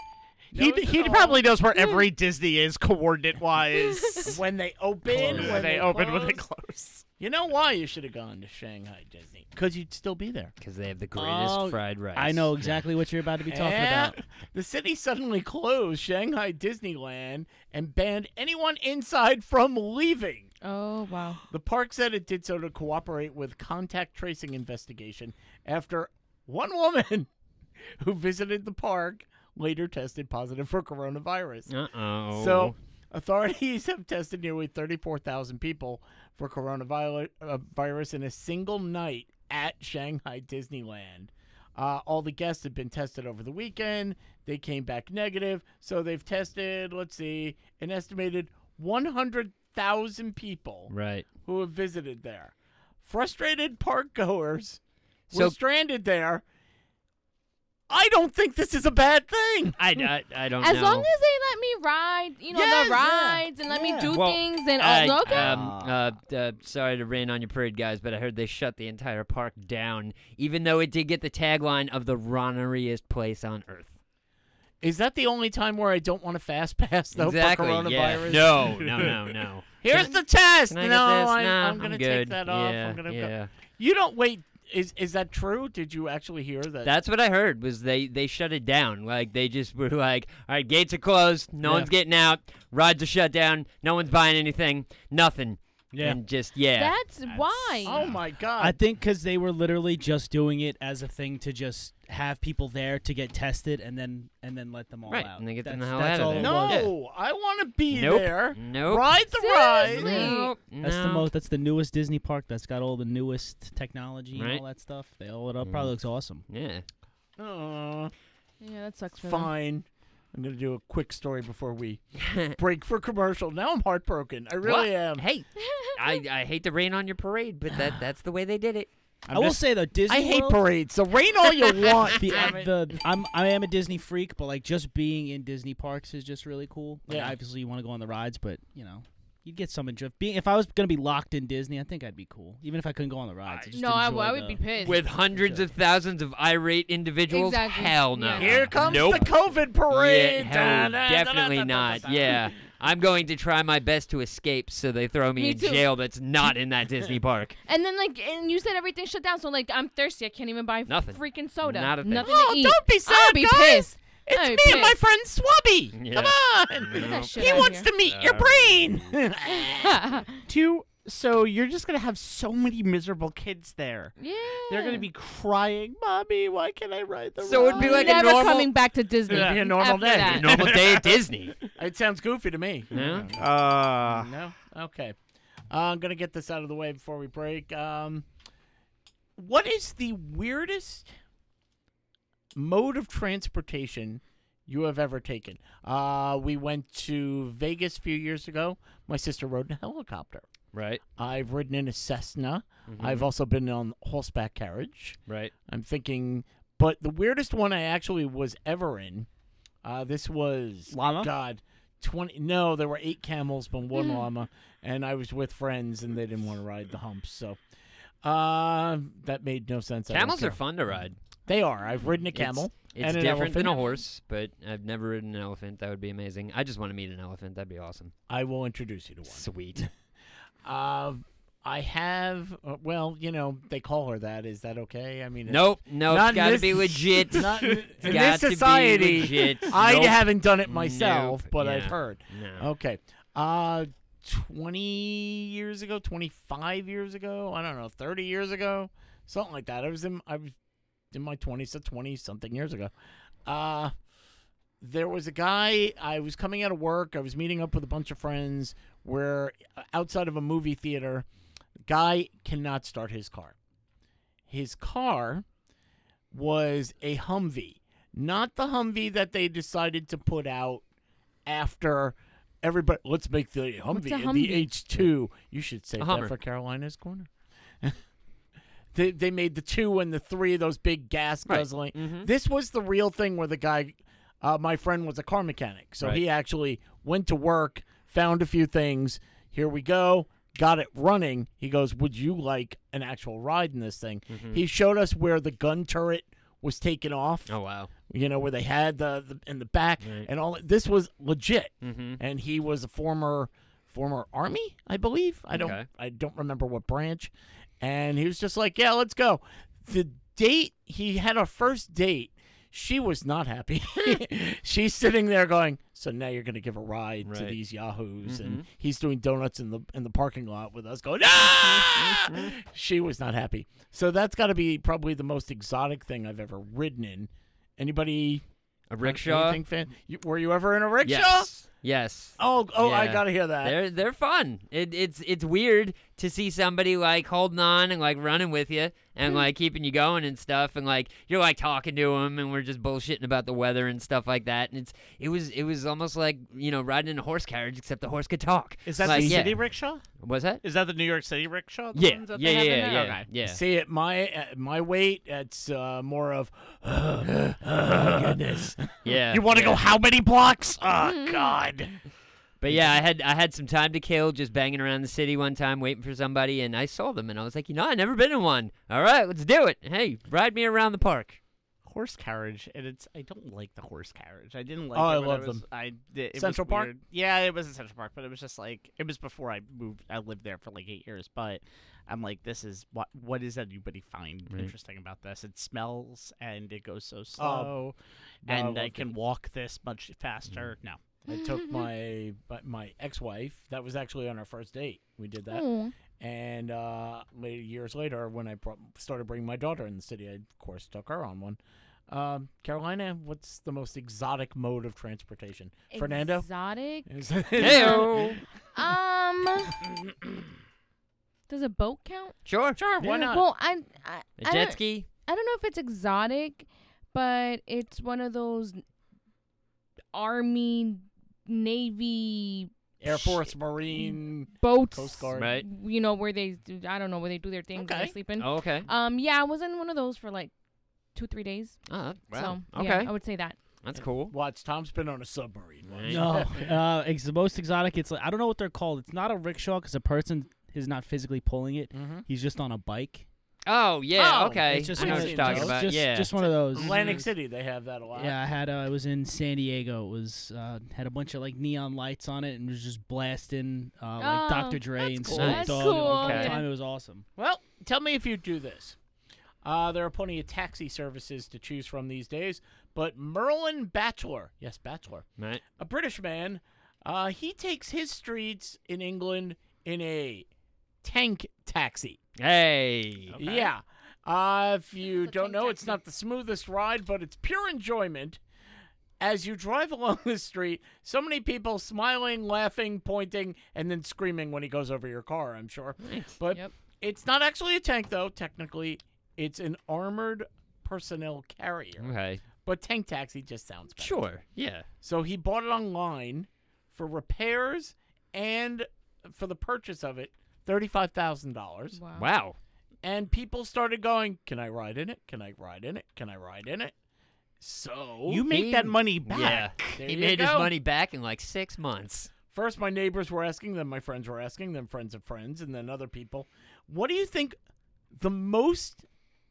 Speaker 4: He,
Speaker 2: Knows it
Speaker 4: he
Speaker 2: all.
Speaker 4: probably knows where every Disney is coordinate wise.
Speaker 2: when they open,
Speaker 4: Close.
Speaker 2: when they,
Speaker 4: open, when they
Speaker 2: close.
Speaker 4: close.
Speaker 2: You know why you should have gone to Shanghai Disney? Because you'd still be there.
Speaker 3: Because they have the greatest
Speaker 5: Oh,
Speaker 3: fried rice.
Speaker 5: I know exactly what you're about to be talking
Speaker 2: Yeah.
Speaker 5: about.
Speaker 2: The city suddenly closed Shanghai Disneyland and banned anyone inside from leaving.
Speaker 1: Oh wow.
Speaker 2: The park said it did so to cooperate with contact tracing investigation after one woman who visited the park later tested positive for coronavirus.
Speaker 3: Uh oh.
Speaker 2: So authorities have tested nearly 34,000 people for coronavirus uh, virus in a single night at Shanghai Disneyland. Uh, all the guests have been tested over the weekend. They came back negative. So they've tested, let's see, an estimated 100,000 people
Speaker 3: Right.
Speaker 2: who have visited there. Frustrated park goers
Speaker 3: So-
Speaker 2: were stranded there. I don't think this is a bad thing.
Speaker 3: I, I, I don't
Speaker 1: As
Speaker 3: know.
Speaker 1: long as they let me ride, you know,
Speaker 2: Yes,
Speaker 1: the
Speaker 2: yeah,
Speaker 1: rides and let
Speaker 2: yeah.
Speaker 1: me do
Speaker 3: Well,
Speaker 1: things and
Speaker 3: I, uh,
Speaker 1: all. Okay.
Speaker 3: um, uh, uh, sorry to rain on your parade, guys, but I heard they shut the entire park down, even though it did get the tagline of the roneriest place on earth.
Speaker 2: Is that the only time where I don't want to fast pass though
Speaker 3: exactly.
Speaker 2: for coronavirus?
Speaker 3: Yeah. No, no, no, no.
Speaker 2: Here's
Speaker 3: Can
Speaker 2: the test.
Speaker 3: Can
Speaker 2: no,
Speaker 3: I get this?
Speaker 2: I,
Speaker 3: Nah,
Speaker 2: am gonna take
Speaker 3: good.
Speaker 2: that off.
Speaker 3: Yeah,
Speaker 2: I'm gonna go-
Speaker 3: yeah.
Speaker 2: You don't wait. Is is that true? Did you actually hear that?
Speaker 3: That's what I heard. Was they they shut it down? Like they just were like, all right, gates are closed. No
Speaker 2: Yeah.
Speaker 3: one's getting out. Rides are shut down. No one's buying anything. Nothing.
Speaker 5: Yeah.
Speaker 3: And just yeah.
Speaker 1: That's why.
Speaker 2: oh my god.
Speaker 5: I think because they were literally just doing it as a thing to just have people there to get tested and then and then let them all
Speaker 3: Right,
Speaker 5: out.
Speaker 3: and they get them
Speaker 5: that's,
Speaker 3: the hell
Speaker 5: that's
Speaker 3: out of
Speaker 5: all
Speaker 3: there.
Speaker 5: it was.
Speaker 2: no, I want to be
Speaker 3: Nope.
Speaker 2: there.
Speaker 3: Nope.
Speaker 2: Ride the
Speaker 1: Seriously?
Speaker 2: ride.
Speaker 3: Nope.
Speaker 5: That's the
Speaker 3: no.
Speaker 5: most. That's the newest Disney park. That's got all the newest technology
Speaker 3: Right.
Speaker 5: and all that stuff. They all it up.
Speaker 3: Mm.
Speaker 5: Probably looks awesome.
Speaker 3: Yeah.
Speaker 2: Uh,
Speaker 1: Yeah, that sucks for them.
Speaker 2: fine. I'm gonna do a quick story before we break for commercial. Now I'm heartbroken. I really
Speaker 3: What?
Speaker 1: Um,
Speaker 2: am.
Speaker 3: Hey, I, I hate to rain on your parade, but that that's the way they did it.
Speaker 5: i will say though, Disney.
Speaker 2: I hate
Speaker 5: World,
Speaker 2: parades. So rain all you want.
Speaker 5: the,
Speaker 2: damn it.
Speaker 5: the I'm I am a Disney freak, but like just being in Disney parks is just really cool. Like,
Speaker 2: Yeah.
Speaker 5: obviously you want to go on the rides, but you know, you'd get some enjoy. Being if I was gonna be locked in Disney, I think I'd be cool, even if I couldn't go on the rides. I just
Speaker 1: No, I,
Speaker 5: enjoy
Speaker 1: I would
Speaker 5: the-
Speaker 1: be pissed.
Speaker 3: With hundreds of thousands of irate individuals,
Speaker 1: Exactly.
Speaker 3: hell no.
Speaker 1: Yeah.
Speaker 2: Here comes
Speaker 3: Nope.
Speaker 2: the COVID
Speaker 3: Yeah,
Speaker 2: parade.
Speaker 3: hell,
Speaker 2: Da, da, da,
Speaker 3: definitely
Speaker 2: da, da, da,
Speaker 3: not.
Speaker 2: da.
Speaker 3: Yeah, I'm going to try my best to escape, so they throw me,
Speaker 1: Me
Speaker 3: in
Speaker 1: too.
Speaker 3: jail. That's not in that Disney park.
Speaker 1: and then like, and you said everything shut down, so like, I'm thirsty. I can't even buy
Speaker 3: Nothing.
Speaker 1: freaking soda.
Speaker 3: Not a thing.
Speaker 1: Nothing
Speaker 2: Oh,
Speaker 1: to eat.
Speaker 2: don't be sad,
Speaker 1: I'll be
Speaker 2: guys.
Speaker 1: pissed.
Speaker 2: It's
Speaker 1: I'll
Speaker 2: me
Speaker 1: be
Speaker 2: and my
Speaker 1: pissed.
Speaker 2: friend Swabby.
Speaker 3: Yeah.
Speaker 2: Come
Speaker 3: Nope.
Speaker 2: on.
Speaker 1: Get that shit
Speaker 2: He
Speaker 1: outta
Speaker 2: wants
Speaker 1: here.
Speaker 2: to meet your brain.
Speaker 4: Two. So you're just gonna have so many miserable kids there.
Speaker 1: yeah.
Speaker 4: They're
Speaker 1: Hmm.
Speaker 4: gonna be crying, "Mommy, why can't I ride the?"
Speaker 3: So it'd be like
Speaker 4: ride?"
Speaker 3: a
Speaker 1: never
Speaker 3: normal-
Speaker 1: coming back to Disney.
Speaker 2: It'd be a
Speaker 1: after
Speaker 2: normal day.
Speaker 1: that.
Speaker 3: Normal day at Disney.
Speaker 2: it sounds goofy to me.
Speaker 3: Yeah.
Speaker 4: Uh,
Speaker 2: No? Okay. Uh, I'm going to get this out of the way before we break. Um, what is the weirdest mode of transportation you have ever taken? Uh, we went to Vegas a few years ago. My sister rode in a helicopter.
Speaker 3: Right.
Speaker 2: I've ridden in a Cessna.
Speaker 3: Mm-hmm.
Speaker 2: I've also been on horseback carriage.
Speaker 3: Right.
Speaker 2: I'm thinking, but the weirdest one I actually was ever in. Uh, this was
Speaker 4: Llama?
Speaker 2: God, twenty. No, there were eight camels, but one llama, and I was with friends, and they didn't want to ride the humps, so. Uh, that made no sense. I don't
Speaker 3: Camels are
Speaker 2: care.
Speaker 3: fun to ride.
Speaker 2: They are. I've ridden a
Speaker 3: It's-
Speaker 2: camel.
Speaker 3: It's
Speaker 2: and an
Speaker 3: different than a
Speaker 2: elephant.
Speaker 3: horse, but I've never ridden an elephant. That would be amazing. I just want to meet an elephant. That'd be awesome.
Speaker 2: I will introduce you to one.
Speaker 3: Sweet.
Speaker 2: Uh, I have. Uh, well, you know, they call her that. Is that okay? I mean,
Speaker 3: Nope. Nope.
Speaker 2: Not
Speaker 3: It's
Speaker 2: in
Speaker 3: got to
Speaker 2: this-
Speaker 3: be legit.
Speaker 2: Not in, in
Speaker 3: Got
Speaker 2: this
Speaker 3: to be
Speaker 2: society.
Speaker 3: legit.
Speaker 2: I
Speaker 3: Nope.
Speaker 2: haven't done it myself,
Speaker 3: Nope.
Speaker 2: but I've
Speaker 3: Yeah.
Speaker 2: heard.
Speaker 3: No.
Speaker 2: Okay. Uh 20 years ago, 25 years ago, I don't know, 30 years ago, something like that. I was in I was in my 20s to 20 something years ago. Uh there was a guy I was coming out of work. I was meeting up with a bunch of friends. We're uh, outside of a movie theater. Guy cannot start his car. His car was a Humvee, not the Humvee that they decided to put out after everybody. Let's make the Humvee,
Speaker 1: a
Speaker 2: the
Speaker 1: Humvee?
Speaker 2: H two. You should save
Speaker 3: A
Speaker 2: that
Speaker 3: Hummer.
Speaker 2: for Carolina's corner. They, they made the two and the three of those big gas
Speaker 3: Right.
Speaker 2: guzzling.
Speaker 3: Mhm.
Speaker 2: Mm-hmm. This was the real thing where the guy, uh, my friend, was a car mechanic. So
Speaker 3: Right.
Speaker 2: he actually went to work, found a few things. Here we go. Got it running. He goes, Would you like an actual ride in this thing?
Speaker 3: Mm-hmm.
Speaker 2: He showed us where the gun turret was taken off,
Speaker 3: Oh wow.
Speaker 2: you know, where they had the, the in the back
Speaker 3: Right.
Speaker 2: and all that. This was legit.
Speaker 3: Mm-hmm.
Speaker 2: And he was a former former army, I believe. I don't
Speaker 3: Okay.
Speaker 2: I don't remember what branch. And he was just like, "Yeah, let's go." The date he had our first date, she was not happy. She's sitting there going, "So now you're going to give a ride to
Speaker 3: Right. Mm-hmm.
Speaker 2: these yahoos?" And he's doing donuts in the in the parking lot with us, going, "Ah!" she was not happy. So that's got to be probably the most exotic thing I've ever ridden in. Anybody
Speaker 3: A rickshaw.
Speaker 2: anything fan? You, were you ever in a rickshaw?
Speaker 3: Yes. Yes.
Speaker 2: Oh, oh, I
Speaker 3: Yeah.
Speaker 2: gotta hear that.
Speaker 3: They're they're fun. It, it's it's weird to see somebody like holding on and like running with you and
Speaker 2: Hmm.
Speaker 3: like keeping you going and stuff and like you're like talking to them and we're just bullshitting about the weather and stuff like that and it's it was it was almost like you know riding in a horse carriage except the horse could talk.
Speaker 4: Is that
Speaker 3: like,
Speaker 4: the
Speaker 3: yeah.
Speaker 4: city rickshaw?
Speaker 3: Was that?
Speaker 4: Is that the New York City rickshaw? the
Speaker 3: Yeah,
Speaker 4: ones that
Speaker 3: yeah,
Speaker 4: they
Speaker 3: yeah,
Speaker 4: have in
Speaker 3: yeah,
Speaker 4: there?
Speaker 3: yeah.
Speaker 4: Okay.
Speaker 3: yeah.
Speaker 2: See, at my at my weight, it's uh, more of oh, goodness.
Speaker 3: Yeah.
Speaker 4: You want to
Speaker 3: yeah.
Speaker 4: go how many blocks?
Speaker 1: Hmm.
Speaker 4: Oh God!
Speaker 3: But yeah, I had I had some time to kill just banging around the city one time waiting for somebody and I saw them and I was like, you know, I never been in one. All right, let's do it. Hey, ride me around the park.
Speaker 4: Horse carriage, and it's I don't like the horse carriage. I didn't like.
Speaker 2: Oh,
Speaker 4: it
Speaker 2: I
Speaker 4: when
Speaker 2: love
Speaker 4: was-
Speaker 2: them.
Speaker 4: I it was
Speaker 2: Central Park?
Speaker 4: weird. Yeah, it was in Central Park, but it was just like it was before I moved. I lived there for like eight years, but I'm like, this is what what does anybody find
Speaker 3: Right.
Speaker 4: interesting about this? It smells and it goes so slow,
Speaker 2: Oh, no, I
Speaker 4: and I,
Speaker 2: love Mm.
Speaker 4: can walk this much faster. No,
Speaker 2: I took my my- my ex wife. That was actually on our first date. We did that,
Speaker 1: Oh.
Speaker 2: and uh, later, years later, when I brought, started bringing my daughter in the city, I of course took her on one. Um, Carolina, what's the most exotic mode of transportation? Fernando.
Speaker 1: Exotic.
Speaker 2: Is-
Speaker 3: Heyo.
Speaker 1: Um. does a boat count?
Speaker 3: Sure.
Speaker 2: sure, why not?
Speaker 1: Well, I I,
Speaker 3: A
Speaker 1: I,
Speaker 3: jet
Speaker 1: don't,
Speaker 3: ski.
Speaker 1: I don't know if it's exotic, but it's one of those army, navy
Speaker 2: Air Force, Marine,
Speaker 1: boats.
Speaker 2: Coast Guard.
Speaker 3: Right.
Speaker 1: You know where they do, I don't know where they do their things when
Speaker 2: Okay.
Speaker 1: they're sleeping.
Speaker 3: Oh, okay.
Speaker 1: Um. Yeah, I was in one of those for like two three days.
Speaker 3: Oh, wow.
Speaker 1: So
Speaker 3: okay.
Speaker 1: yeah, I would say that.
Speaker 3: That's cool.
Speaker 2: Watch, Tom's been on a submarine. once.
Speaker 5: No, uh, it's the most exotic. It's like I don't know what they're called. It's not a rickshaw because a person is not physically pulling it.
Speaker 2: Mhm.
Speaker 5: He's just on a bike.
Speaker 3: Oh yeah.
Speaker 2: Oh,
Speaker 3: okay.
Speaker 5: It's just
Speaker 3: I know
Speaker 5: one
Speaker 3: what
Speaker 5: of
Speaker 3: you're
Speaker 2: those-
Speaker 3: talking
Speaker 5: It's
Speaker 3: about.
Speaker 5: Just,
Speaker 3: yeah.
Speaker 5: just one of those.
Speaker 2: Atlantic City, they have that a lot.
Speaker 5: Yeah, I had. Uh, I was in San Diego. It was uh, had a bunch of like neon lights on it and it was just blasting uh, like
Speaker 1: Oh,
Speaker 5: Dr. Dre
Speaker 1: that's
Speaker 5: and
Speaker 1: cool.
Speaker 5: Snoop
Speaker 3: That's
Speaker 5: Dogg.
Speaker 1: cool,
Speaker 5: All the
Speaker 3: Okay.
Speaker 5: time it was awesome.
Speaker 2: Well, tell me if you do this. Uh, there are plenty of taxi services to choose from these days, but Merlin Batchelor, yes, Batchelor,
Speaker 3: right.
Speaker 2: a British man, uh, he takes his streets in England in a tank taxi.
Speaker 3: Hey.
Speaker 2: Yeah. Uh, if you
Speaker 1: What's a
Speaker 2: don't
Speaker 1: tank
Speaker 2: know, it's
Speaker 1: taxi?
Speaker 2: not the smoothest ride, but it's pure enjoyment. As you drive along the street, so many people smiling, laughing, pointing, and then screaming when he goes over your car, I'm sure. But
Speaker 1: Yep.
Speaker 2: it's not actually a tank, though, technically. It's an armored personnel carrier.
Speaker 3: Okay.
Speaker 2: But tank taxi just sounds better.
Speaker 3: Mm. Sure. Yeah.
Speaker 2: So he bought it online for repairs and for the purchase of it, $35,000.
Speaker 1: Wow.
Speaker 3: Wow.
Speaker 2: And people started going, Can I ride in it? Can I ride in it? Can I ride in it? So
Speaker 4: you make
Speaker 2: he-
Speaker 4: that money
Speaker 3: Yeah.
Speaker 4: back.
Speaker 2: There
Speaker 3: he
Speaker 2: you
Speaker 3: made his
Speaker 2: go.
Speaker 3: money back in like six months.
Speaker 2: First, my neighbors were asking, then my friends were asking, then friends of friends, and then other people. What do you think the most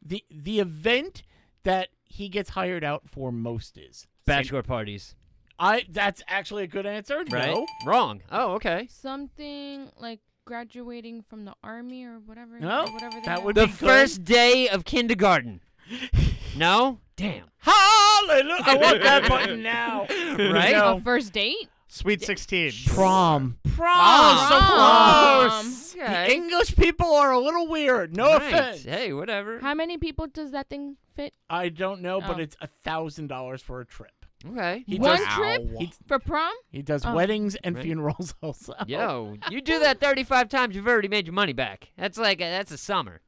Speaker 2: the the event that he gets hired out for most is?
Speaker 3: Bachelor parties.
Speaker 2: I that's actually a good answer.
Speaker 3: Right.
Speaker 2: No.
Speaker 3: Wrong. Oh, okay.
Speaker 1: Something like graduating from the army or whatever.
Speaker 2: No,
Speaker 1: or whatever they
Speaker 2: that
Speaker 1: have.
Speaker 2: would
Speaker 3: The
Speaker 2: be good.
Speaker 3: first day of kindergarten. no. Damn.
Speaker 2: Hallelujah. I want that button now.
Speaker 3: Right.
Speaker 1: A first date?
Speaker 4: Sweet sixteen.
Speaker 2: Prom. Prom.
Speaker 1: Oh, so Prom. close.
Speaker 2: The
Speaker 3: Okay.
Speaker 2: English people are a little weird. No
Speaker 3: Right.
Speaker 2: offense.
Speaker 3: Hey, whatever.
Speaker 1: How many people does that thing fit?
Speaker 2: I don't know, but
Speaker 1: Oh.
Speaker 2: it's a thousand dollars for a trip.
Speaker 3: Okay.
Speaker 2: He
Speaker 1: One
Speaker 2: does,
Speaker 1: trip
Speaker 2: He,
Speaker 1: for prom?
Speaker 2: he does
Speaker 1: Oh.
Speaker 2: weddings and
Speaker 3: Right.
Speaker 2: funerals also.
Speaker 3: Yo, you do that 35 times, you've already made your money back. That's like a, that's a summer.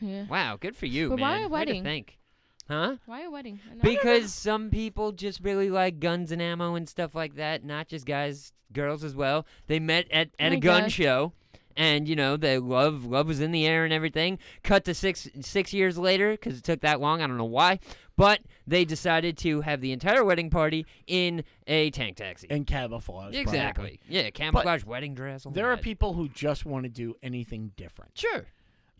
Speaker 1: Yeah.
Speaker 3: Wow, good for you,
Speaker 1: But why
Speaker 3: man.
Speaker 1: a
Speaker 3: Way to
Speaker 1: wedding?
Speaker 3: think. Huh?
Speaker 1: Why a wedding? I know.
Speaker 3: Because some people just really like guns and ammo and stuff like that. Not just guys, girls as well. They met at, at
Speaker 1: I
Speaker 3: a gun
Speaker 1: guess.
Speaker 3: show, and you know, they love love was in the air and everything. Cut to six six years later because it took that long. I don't know why, but they decided to have the entire wedding party in a tank taxi.
Speaker 2: And camouflage. probably.
Speaker 3: exactly. Oh Yeah, camouflage wedding dress. all
Speaker 2: There are
Speaker 3: that.
Speaker 2: people who just want to do anything different.
Speaker 3: Sure.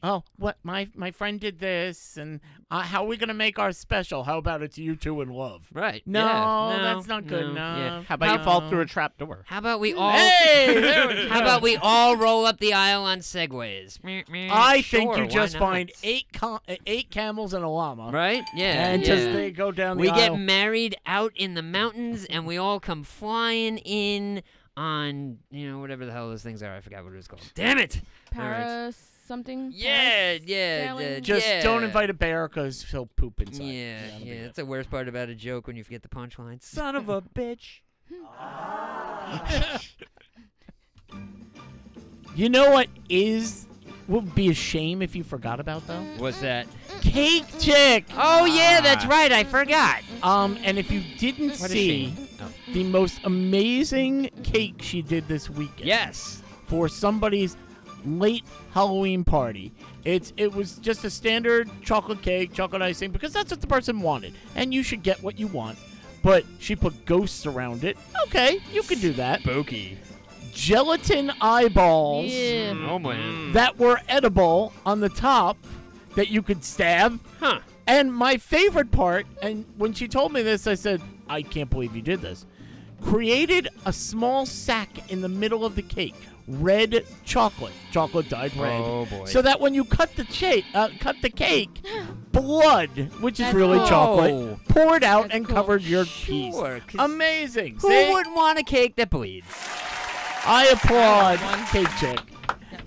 Speaker 2: Oh, what my my friend did this, and uh, how are we gonna make ours special? How about it's you two in love?
Speaker 3: Right.
Speaker 2: No,
Speaker 3: yeah, no,
Speaker 2: that's not good
Speaker 3: no, yeah.
Speaker 2: enough.
Speaker 4: How about you fall through a trap door?
Speaker 3: How about we all?
Speaker 2: Hey, there we
Speaker 3: How
Speaker 2: go.
Speaker 3: about Mm. we all roll up the aisle on segways? Meh, meh.
Speaker 2: I think
Speaker 3: Eh, Sure,
Speaker 2: you
Speaker 3: why
Speaker 2: just
Speaker 3: not?
Speaker 2: find eight com- uh, eight camels and a llama,
Speaker 3: Right? Yeah.
Speaker 2: and
Speaker 3: yeah.
Speaker 2: just they go down the
Speaker 3: we
Speaker 2: aisle.
Speaker 3: get married out in the mountains, and we all come flying in on you know whatever the hell those things are. I forgot what it was called. Damn it!
Speaker 1: Para something?
Speaker 3: Yeah,
Speaker 1: Paris?
Speaker 3: yeah.
Speaker 1: Sailing?
Speaker 3: the-
Speaker 2: just don't
Speaker 3: yeah.
Speaker 2: invite a bear because he'll poop inside.
Speaker 3: Yeah,
Speaker 2: that'll be
Speaker 3: yeah.
Speaker 2: it.
Speaker 3: That's the worst part about a joke when you forget the punchline. Son of a bitch.
Speaker 2: You know what is would be a shame if you forgot about though?
Speaker 3: What's that?
Speaker 2: Cake chick.
Speaker 3: Oh yeah, that's right. I forgot.
Speaker 2: Um, and if you didn't
Speaker 3: What a
Speaker 2: see
Speaker 3: shame. Oh.
Speaker 2: the most amazing cake she did this weekend
Speaker 3: Yes.
Speaker 2: for somebody's late Halloween party, it's it was just a standard chocolate cake, chocolate icing because that's what the person wanted, and you should get what you want. But she put ghosts around it. Okay, you could do that.
Speaker 3: Spooky.
Speaker 2: Gelatin eyeballs.
Speaker 1: Yeah.
Speaker 3: Oh man.
Speaker 2: that were edible on the top that you could stab.
Speaker 3: Huh.
Speaker 2: And my favorite part, and when she told me this, I said, I can't believe you did this. Created a small sack in the middle of the cake, red chocolate, chocolate dyed red.
Speaker 3: Oh, boy.
Speaker 2: So that when you cut the cha- uh, cut the cake, blood, which is
Speaker 1: That's
Speaker 2: really
Speaker 1: cool.
Speaker 3: Whoa.
Speaker 2: chocolate, poured out
Speaker 1: That's
Speaker 2: and
Speaker 1: cool.
Speaker 2: covered your piece.
Speaker 3: Sure. 'cause
Speaker 2: Amazing.
Speaker 3: Who
Speaker 2: See?
Speaker 3: wouldn't want a cake that bleeds?
Speaker 2: I applaud
Speaker 1: I want
Speaker 2: Cake Chick.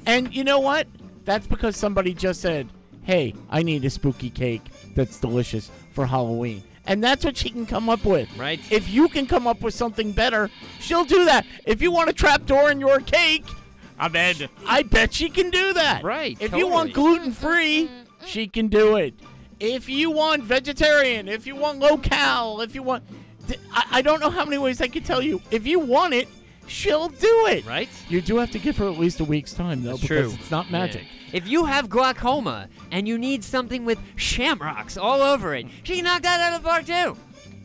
Speaker 2: And you know what? That's because somebody just said, hey, I need a spooky cake that's delicious for Halloween. And that's what she can come up with.
Speaker 3: Right.
Speaker 2: If you can come up with something better, she'll do that. If you want a trapdoor in your cake,
Speaker 4: I'm in.
Speaker 2: I bet she can do that.
Speaker 3: Right,
Speaker 2: If you want
Speaker 3: totally.
Speaker 2: gluten free, she can do it. If you want vegetarian, if you want low cal, if you want. th- I, I don't know how many ways I could tell you. If you want it, she'll do it.
Speaker 3: Right?
Speaker 2: You do have to give her at least a week's time, though,
Speaker 3: That's
Speaker 2: because
Speaker 3: true.
Speaker 2: it's not magic.
Speaker 3: If you have glaucoma and you need something with shamrocks all over it, she can knock that out of the park too.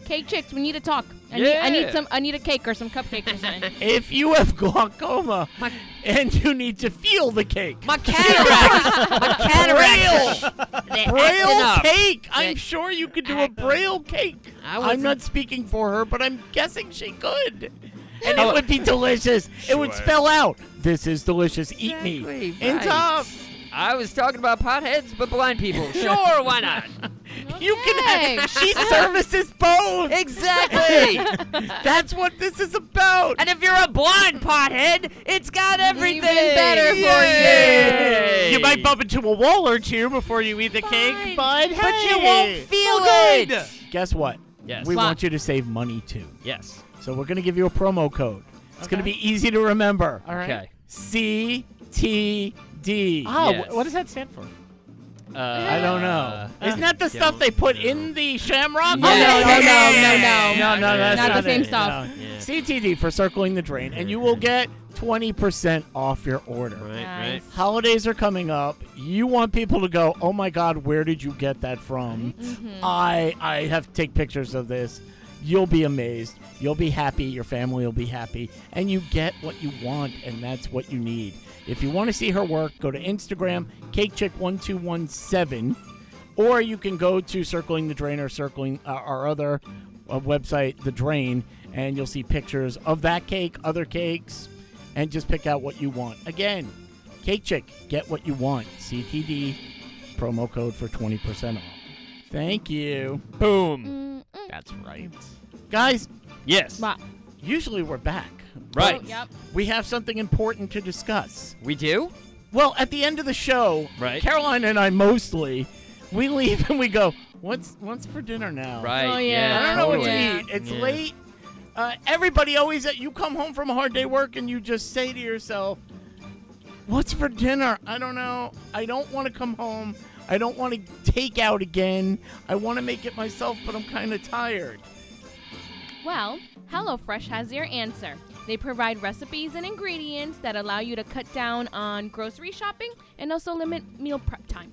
Speaker 1: Cake chicks, we need to talk. I, need, I
Speaker 3: Yeah.
Speaker 1: need some. I need a cake or some cupcakes or something.
Speaker 2: If you have glaucoma
Speaker 3: My-
Speaker 2: and you need to feel the cake,
Speaker 3: My cataracts, my cataracts, are- they're acting
Speaker 2: braille
Speaker 3: up.
Speaker 2: cake. I'm
Speaker 3: Yeah.
Speaker 2: sure you could do a braille cake.
Speaker 3: I
Speaker 2: I'm
Speaker 3: wasn't-
Speaker 2: not speaking for her, but I'm guessing she could. And
Speaker 3: Oh.
Speaker 2: it would be delicious. It would spell out, "This is delicious. Eat me."
Speaker 3: Exactly,
Speaker 2: In
Speaker 3: right.
Speaker 2: top,
Speaker 3: I was talking about potheads, but blind people. Sure, why not?
Speaker 2: you can.
Speaker 1: Okay.
Speaker 2: Have, she services both.
Speaker 3: exactly.
Speaker 2: That's what this is about.
Speaker 3: And if you're a blind pothead, it's got everything
Speaker 1: better for you.
Speaker 3: Yay.
Speaker 4: You might bump into a wall or two before you eat the
Speaker 1: Fine.
Speaker 4: cake, but hey,
Speaker 3: but you won't feel good.
Speaker 2: Guess what?
Speaker 3: Yes.
Speaker 2: We
Speaker 3: What?
Speaker 2: want you to save money too.
Speaker 3: Yes.
Speaker 2: So we're gonna give you a promo code. It's gonna be easy to remember.
Speaker 4: All right.
Speaker 3: Okay.
Speaker 2: C T D.
Speaker 4: Oh,
Speaker 3: Yes.
Speaker 4: wh- what does that stand for?
Speaker 3: Uh,
Speaker 2: I don't know.
Speaker 1: Uh,
Speaker 2: Isn't that the stuff they put in the shamrock?
Speaker 3: Yeah.
Speaker 1: Oh,
Speaker 2: no, no, no, no, no, no, that's
Speaker 1: Not the same
Speaker 2: it.
Speaker 1: stuff.
Speaker 2: No. CTD for circling the drain, and you will get 20% off your order.
Speaker 1: Nice.
Speaker 2: Holidays are coming up. You want people to go, oh my God, where did you get that from? I I have to take pictures of this. You'll be amazed. You'll be happy. Your family will be happy. And you get what you want, and that's what you need. If you want to see her work, go to Instagram, cakechick1217, or you can go to Circling the Drain or Circling uh, our other uh, website, The Drain, and you'll see pictures of that cake, other cakes, and just pick out what you want. Again, Cake Chick, get what you want. CTD, promo code for 20% off. Thank you.
Speaker 3: Boom.
Speaker 1: Mm, mm.
Speaker 4: That's right.
Speaker 2: Guys,
Speaker 3: Yes.
Speaker 1: Wow.
Speaker 2: usually we're back.
Speaker 3: Right.
Speaker 1: Oh, yep.
Speaker 2: We have something important to discuss.
Speaker 3: We do?
Speaker 2: Well, at the end of the show,
Speaker 3: Right.
Speaker 2: Caroline and I mostly we leave and we go. What's what's for dinner now?
Speaker 3: Right.
Speaker 1: Oh,
Speaker 3: yeah.
Speaker 1: yeah.
Speaker 2: I don't know what
Speaker 3: totally.
Speaker 1: Yeah.
Speaker 2: you eat. It's
Speaker 3: Yeah.
Speaker 2: late. Uh, everybody always you come home from a hard day work and you just say to yourself, "What's for dinner? I don't know. I don't want to come home. I don't want to take out again. I want to make it myself, but I'm kind of tired."
Speaker 1: Well, HelloFresh has your answer. They provide recipes and ingredients that allow you to cut down on grocery shopping and also limit meal prep time.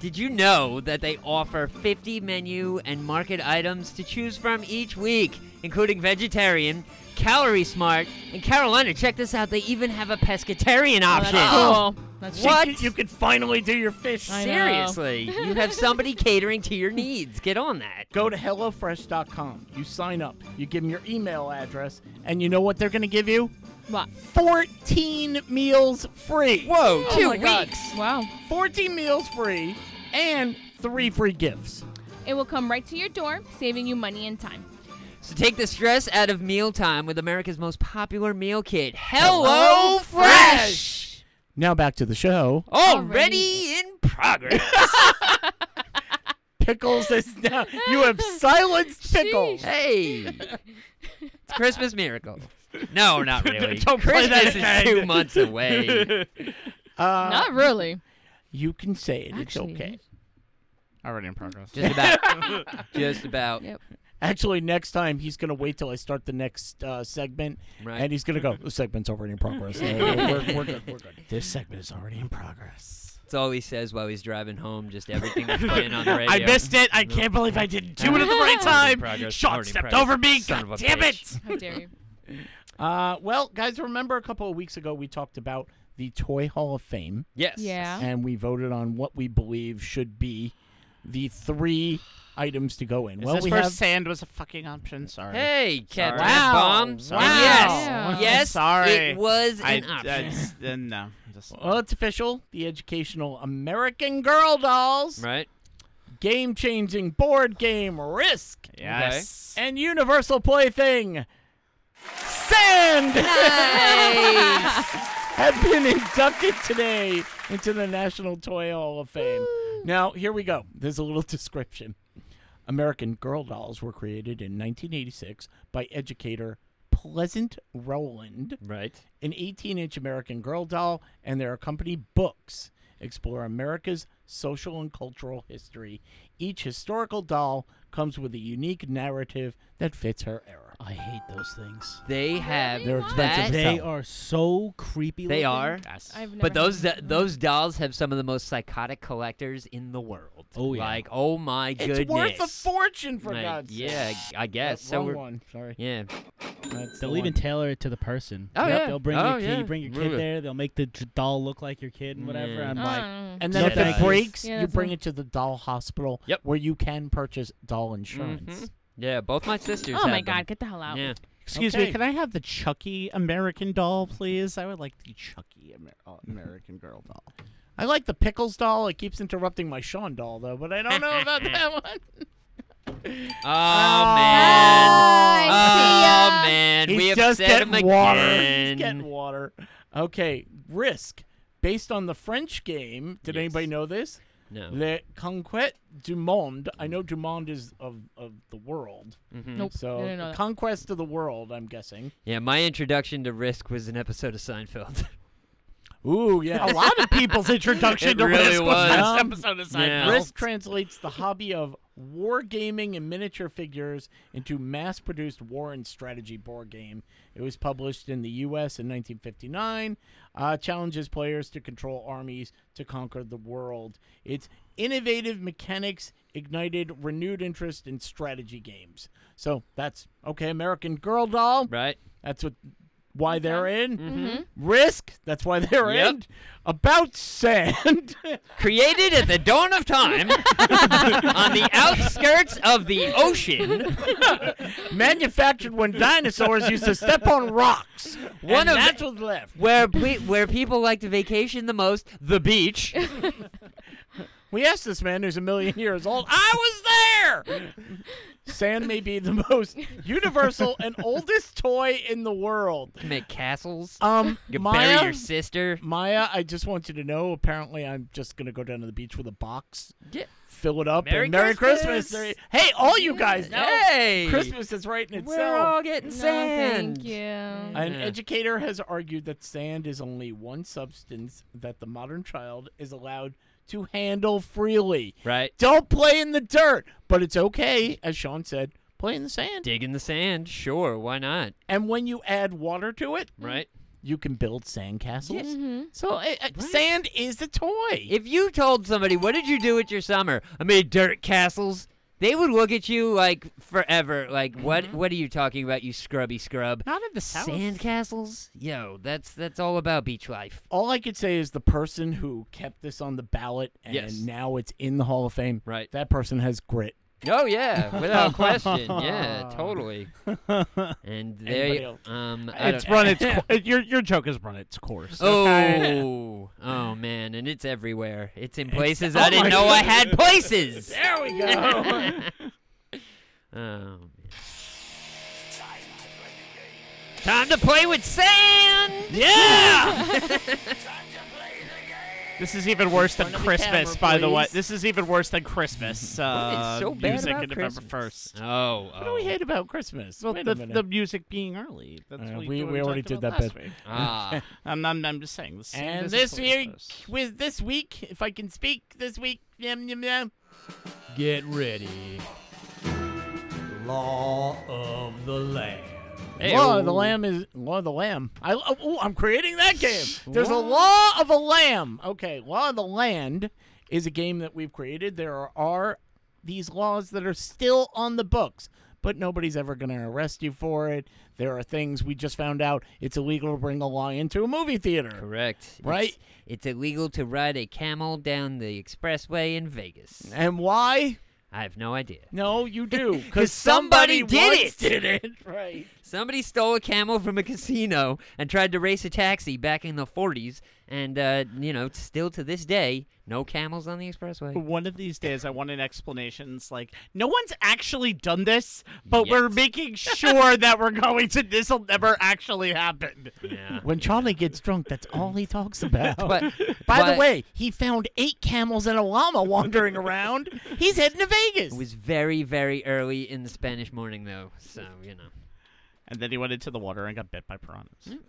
Speaker 3: Did you know that they offer 50 menu and market items to choose from each week, including vegetarian, calorie smart, and Carolina, check this out, they even have a pescatarian option.
Speaker 1: Oh, that's
Speaker 3: What?
Speaker 2: You, you could finally do your fish.
Speaker 1: I know.
Speaker 3: Seriously, you have somebody catering to your needs. Get on that.
Speaker 2: Go to hellofresh.com. You sign up. You give them your email address, and you know what they're going to give you?
Speaker 1: What?
Speaker 2: 14 meals free.
Speaker 3: Whoa,
Speaker 1: Oh
Speaker 3: two
Speaker 1: my God.
Speaker 3: weeks.
Speaker 1: Wow.
Speaker 2: 14 meals free and three free gifts.
Speaker 1: It will come right to your door, saving you money and time.
Speaker 3: So take the stress out of mealtime with America's most popular meal kit, Hello Fresh.
Speaker 2: Now back to the show.
Speaker 3: Already in progress.
Speaker 2: Pickles is now. You have silenced pickles.
Speaker 3: Hey, it's Christmas miracle. No, not really.
Speaker 2: Don't play that
Speaker 3: Christmas is
Speaker 2: again.
Speaker 3: two months away.
Speaker 2: Uh,
Speaker 1: Not really.
Speaker 2: You can say it.
Speaker 1: Actually,
Speaker 2: it's okay.
Speaker 4: Already in progress.
Speaker 3: Just about. Just about.
Speaker 1: Yep.
Speaker 2: Actually, next time he's gonna wait till I start the next uh, segment,
Speaker 3: Right.
Speaker 2: and he's gonna go. The segment's already in progress. Uh, we're- we're good. We're good.
Speaker 4: This segment is already in progress.
Speaker 3: That's all he says while he's driving home. Just everything that's playing on the radio.
Speaker 4: I missed it. I can't believe I didn't do it at the right
Speaker 3: Already in
Speaker 4: time.
Speaker 3: progress,
Speaker 4: Sean
Speaker 3: already in
Speaker 4: stepped
Speaker 3: progress,
Speaker 4: over me.
Speaker 3: son
Speaker 4: God
Speaker 3: of a
Speaker 4: damn
Speaker 3: bitch.
Speaker 4: it.
Speaker 1: How dare you?
Speaker 2: Uh, well, guys, remember a couple of weeks ago we talked about the Toy Hall of Fame,
Speaker 3: Yes.
Speaker 1: Yeah.
Speaker 2: and we voted on what we believe should be the three items to go in.
Speaker 4: Is
Speaker 2: well,
Speaker 4: this
Speaker 2: we
Speaker 4: where
Speaker 2: have
Speaker 4: sand was a fucking option? Sorry.
Speaker 3: Hey, Captain
Speaker 4: Wow.
Speaker 3: Bomb.
Speaker 4: Sorry.
Speaker 3: And yes,
Speaker 1: Wow.
Speaker 3: yes,
Speaker 4: Sorry.
Speaker 3: it was
Speaker 4: I,
Speaker 3: an option.
Speaker 4: I, uh, no. Just,
Speaker 2: well, it's official: the educational American Girl dolls,
Speaker 3: right.
Speaker 2: game-changing board game Risk,
Speaker 4: yes.
Speaker 2: and Universal plaything Sand. have been inducted today into the National Toy Hall of Fame. Now, here we go. There's a little description. American Girl dolls were created in 1986 by educator Pleasant Rowland.
Speaker 3: right.
Speaker 2: An 18 inch American Girl doll and their accompanying books explore America's social and cultural history. Each historical doll comes with a unique narrative that fits her era.
Speaker 5: I hate those things.
Speaker 3: They have
Speaker 2: They're
Speaker 3: that.
Speaker 2: expensive.
Speaker 5: They
Speaker 2: Sell.
Speaker 5: are so creepy.
Speaker 3: They
Speaker 5: looking.
Speaker 3: are.
Speaker 4: Yes.
Speaker 1: I've never
Speaker 3: But those
Speaker 1: had-
Speaker 3: those dolls have some of the most psychotic collectors in the world.
Speaker 5: Oh, yeah.
Speaker 3: Like, oh my goodness.
Speaker 2: It's worth a fortune, for
Speaker 3: Like,
Speaker 2: God's sake.
Speaker 3: Yeah, I guess.
Speaker 2: Wrong
Speaker 3: So we're
Speaker 2: one. Sorry.
Speaker 3: yeah.
Speaker 2: That's
Speaker 5: They'll
Speaker 2: the
Speaker 5: even
Speaker 2: one.
Speaker 5: tailor it to the person.
Speaker 3: Oh, yeah.
Speaker 5: They'll bring
Speaker 3: Oh,
Speaker 5: your kid.
Speaker 3: yeah.
Speaker 5: You bring your kid
Speaker 3: Really.
Speaker 5: there. They'll make the d- doll look like your kid and whatever.
Speaker 3: Yeah.
Speaker 5: I'm
Speaker 1: I
Speaker 5: like,
Speaker 1: don't know.
Speaker 2: And then
Speaker 5: No
Speaker 2: if it
Speaker 5: thanks.
Speaker 2: breaks,
Speaker 1: Yeah,
Speaker 2: you
Speaker 1: that's
Speaker 2: bring
Speaker 1: fine.
Speaker 2: it to the doll hospital
Speaker 3: Yep.
Speaker 2: where you can purchase doll insurance.
Speaker 3: Mhm. Yeah, both my sisters.
Speaker 1: oh
Speaker 3: have
Speaker 1: my
Speaker 3: them.
Speaker 1: god, get the hell out.
Speaker 3: Yeah.
Speaker 4: Excuse
Speaker 2: Okay.
Speaker 4: me, can I have the Chucky American doll, please? I would like the Chucky Amer- uh, American Girl doll.
Speaker 2: I like the pickles doll. It keeps interrupting my Sean doll though, but I don't know about that one.
Speaker 3: Oh man.
Speaker 1: Oh, I
Speaker 3: Oh
Speaker 1: see ya.
Speaker 3: man.
Speaker 2: He's
Speaker 3: we
Speaker 2: just
Speaker 3: upset
Speaker 2: getting
Speaker 3: him
Speaker 2: water. He's
Speaker 3: again.
Speaker 2: getting water. Okay, Risk, based on the French game. Did
Speaker 3: Yes.
Speaker 2: anybody know this?
Speaker 3: no.
Speaker 2: Le Conquête du Monde. I know du Monde is of, of the world,
Speaker 3: Mhm.
Speaker 1: Nope.
Speaker 2: so
Speaker 1: didn't know that.
Speaker 2: Conquest of the World. I'm guessing.
Speaker 3: Yeah, my introduction to Risk was an episode of Seinfeld.
Speaker 2: Ooh, Um, yeah.
Speaker 4: A lot of people's introduction
Speaker 3: It
Speaker 4: to
Speaker 3: really
Speaker 4: Risk
Speaker 3: was.
Speaker 4: was last episode of
Speaker 3: Yeah.
Speaker 4: Seinfeld.
Speaker 2: Risk translates the hobby of wargaming and miniature figures into mass produced war and strategy board game. It was published in the U.S. in 1959, uh, challenges players to control armies to conquer the world. Its innovative mechanics ignited renewed interest in strategy games. So that's okay, American Girl Doll.
Speaker 3: right?
Speaker 2: That's what. Why they're in
Speaker 1: Mhm.
Speaker 2: risk? That's why they're
Speaker 3: Yep.
Speaker 2: in about sand.
Speaker 3: Created at the dawn of time on the outskirts of the ocean.
Speaker 2: manufactured when dinosaurs used to step on rocks.
Speaker 3: One
Speaker 2: One
Speaker 3: of
Speaker 2: of that's what's left.
Speaker 3: Where pe- where people like to vacation the most, the beach.
Speaker 2: We asked this man who's a million years old. I was there. Sand may be the most universal and oldest toy in the world.
Speaker 3: Make castles.
Speaker 2: Um,
Speaker 3: You bury
Speaker 2: Maya,
Speaker 3: your sister.
Speaker 2: Maya, I just want you to know. Apparently, I'm just gonna go down to the beach with a box
Speaker 3: Yeah.
Speaker 2: fill it up.
Speaker 3: Merry
Speaker 2: and Merry Christmas.
Speaker 3: Christmas.
Speaker 2: Hey, all you guys. Now
Speaker 3: Hey,
Speaker 2: Christmas is right in itself.
Speaker 3: we're all getting
Speaker 1: No,
Speaker 3: sand.
Speaker 1: thank you.
Speaker 2: An
Speaker 3: Yeah.
Speaker 2: educator has argued that sand is only one substance that the modern child is allowed to handle freely.
Speaker 3: Right,
Speaker 2: Don't play in the dirt, but it's okay, as Sean said, play in the sand.
Speaker 3: dig in the sand. Sure, why not?
Speaker 2: And when you add water to it,
Speaker 3: Right.
Speaker 2: you can build sand castles.
Speaker 1: Mhm.
Speaker 2: So uh, uh, sand is a toy.
Speaker 3: If you told somebody, what did you do with your summer? I made dirt castles. They would look at you like forever. Like, what? What are you talking about, you scrubby scrub?
Speaker 4: Mm-hmm. Not in the south.
Speaker 3: Sand castles? Yo, that's that's all about beach life.
Speaker 2: All I could say is the person who kept this on the ballot and
Speaker 3: Yes.
Speaker 2: now it's in the Hall of Fame.
Speaker 3: Right.
Speaker 2: That person has grit.
Speaker 3: Oh yeah, without question. Yeah, totally. And
Speaker 2: Anybody
Speaker 3: there,
Speaker 2: else?
Speaker 3: um, I
Speaker 4: It's
Speaker 3: don't-
Speaker 4: run its co- your your joke has run its course. okay?
Speaker 3: Oh, oh man, and it's everywhere. It's in places I
Speaker 2: oh my
Speaker 3: didn't know I had places.
Speaker 2: There we go.
Speaker 3: Oh, man. Time to play with sand.
Speaker 4: yeah. This is even worse than
Speaker 2: front of the
Speaker 4: Christmas,
Speaker 2: camera,
Speaker 4: by the way.
Speaker 2: please.
Speaker 4: This is even worse than Christmas. Uh,
Speaker 3: so bad
Speaker 4: music
Speaker 3: about
Speaker 4: in November
Speaker 3: Christmas?
Speaker 4: first.
Speaker 3: Oh,
Speaker 2: What do we
Speaker 3: oh.
Speaker 2: hate about Christmas?
Speaker 4: Well,
Speaker 2: Wait
Speaker 4: the,
Speaker 2: a minute.
Speaker 4: the music being early. That's
Speaker 2: Uh,
Speaker 4: what
Speaker 2: we-
Speaker 4: what
Speaker 2: we already
Speaker 4: talked
Speaker 2: did
Speaker 4: about
Speaker 2: that
Speaker 4: last
Speaker 2: bit.
Speaker 4: week.
Speaker 3: ah.
Speaker 4: I'm, I'm, I'm just saying. This
Speaker 2: And
Speaker 4: this
Speaker 2: this
Speaker 4: is
Speaker 2: year,
Speaker 4: Christmas.
Speaker 2: with this week, if I can speak this week, yum, yum, yum.
Speaker 6: Get ready. Law of the land.
Speaker 2: Law of the Lamb is Law of the Lamb. I oh, ooh, I'm creating that game. There's a Law of a Lamb. Okay, Law of the Land is a game that we've created. There are, are these laws that are still on the books, but nobody's ever going to arrest you for it. There are things we just found out it's illegal to bring a lion to a movie theater.
Speaker 3: Correct.
Speaker 2: Right?
Speaker 3: It's, it's illegal to ride a camel down the expressway in Vegas.
Speaker 2: And why?
Speaker 3: I have no idea.
Speaker 4: Oh,
Speaker 2: No, you do. Because
Speaker 3: 'Cause somebody did
Speaker 2: once
Speaker 3: it.
Speaker 2: Did it right?
Speaker 3: Somebody stole a camel from a casino and tried to race a taxi back in the 40s, and uh, you know, still to this day, no camels on the expressway.
Speaker 4: One of these days, I want an explanation. It's like no one's actually done this, but
Speaker 3: Yet.
Speaker 4: we're making sure that we're going to. This will never actually happen.
Speaker 3: Yeah.
Speaker 2: When Charlie gets drunk, that's all he talks about.
Speaker 3: But
Speaker 2: By
Speaker 3: but
Speaker 2: the way, he found eight camels and a llama wandering around. He's heading to Vegas.
Speaker 3: it was very very early in the Spanish morning though, so you know,
Speaker 4: And then he went into the water and got bit by
Speaker 3: Hmm.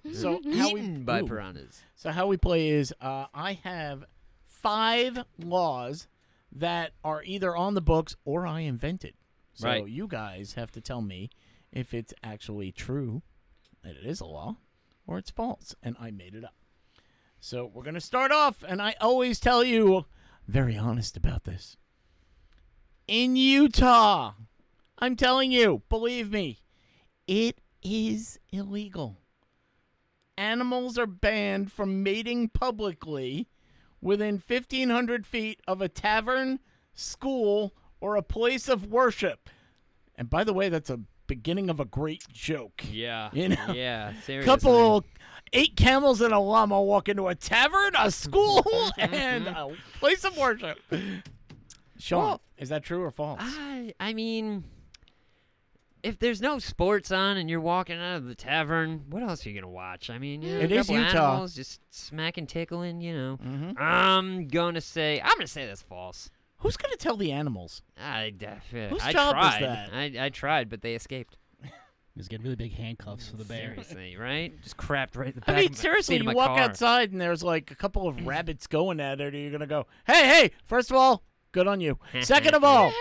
Speaker 4: piranhas.
Speaker 2: so how we,
Speaker 3: eaten by
Speaker 2: ooh.
Speaker 3: piranhas.
Speaker 2: So how we play is uh, I have five laws that are either on the books or I invented. So
Speaker 3: Right.
Speaker 2: you guys have to tell me if it's actually true that it is a law or it's false and I made it up. So we're going to start off and I always tell you very honest about this. In Utah, I'm telling you, believe me, it is illegal. Animals are banned from mating publicly within 1,500 feet of a tavern, school, or a place of worship. And by the way, that's a beginning of a great joke.
Speaker 3: Yeah.
Speaker 2: You know,
Speaker 3: Yeah, seriously.
Speaker 2: Couple, eight camels and a llama walk into a tavern, a school, and a place of worship. mm-hmm. uh, Sean,
Speaker 3: Well,
Speaker 2: is that true or false?
Speaker 3: I I mean if there's no sports on and you're walking out of the tavern, what else are you gonna watch? I mean, you know,
Speaker 2: It
Speaker 3: a
Speaker 2: is
Speaker 3: couple
Speaker 2: Utah. Mm-hmm.
Speaker 3: animals just smacking, tickling, you know. I'm gonna say I'm gonna say that's false.
Speaker 2: Whose gonna tell the animals?
Speaker 3: I, d- uh,
Speaker 2: Whose
Speaker 3: I
Speaker 2: job is
Speaker 3: tried.
Speaker 2: that?
Speaker 3: I, I tried, but they escaped.
Speaker 5: He's got really big handcuffs for the bear.
Speaker 3: Seriously, right? Just crapped right in the back.
Speaker 2: I mean,
Speaker 3: of my,
Speaker 2: seriously,
Speaker 3: seat of
Speaker 2: you
Speaker 3: my
Speaker 2: walk
Speaker 3: car.
Speaker 2: outside and there's like a couple of rabbits going at it, and you're gonna go, "Hey, hey! First of all, good on you. Second of all,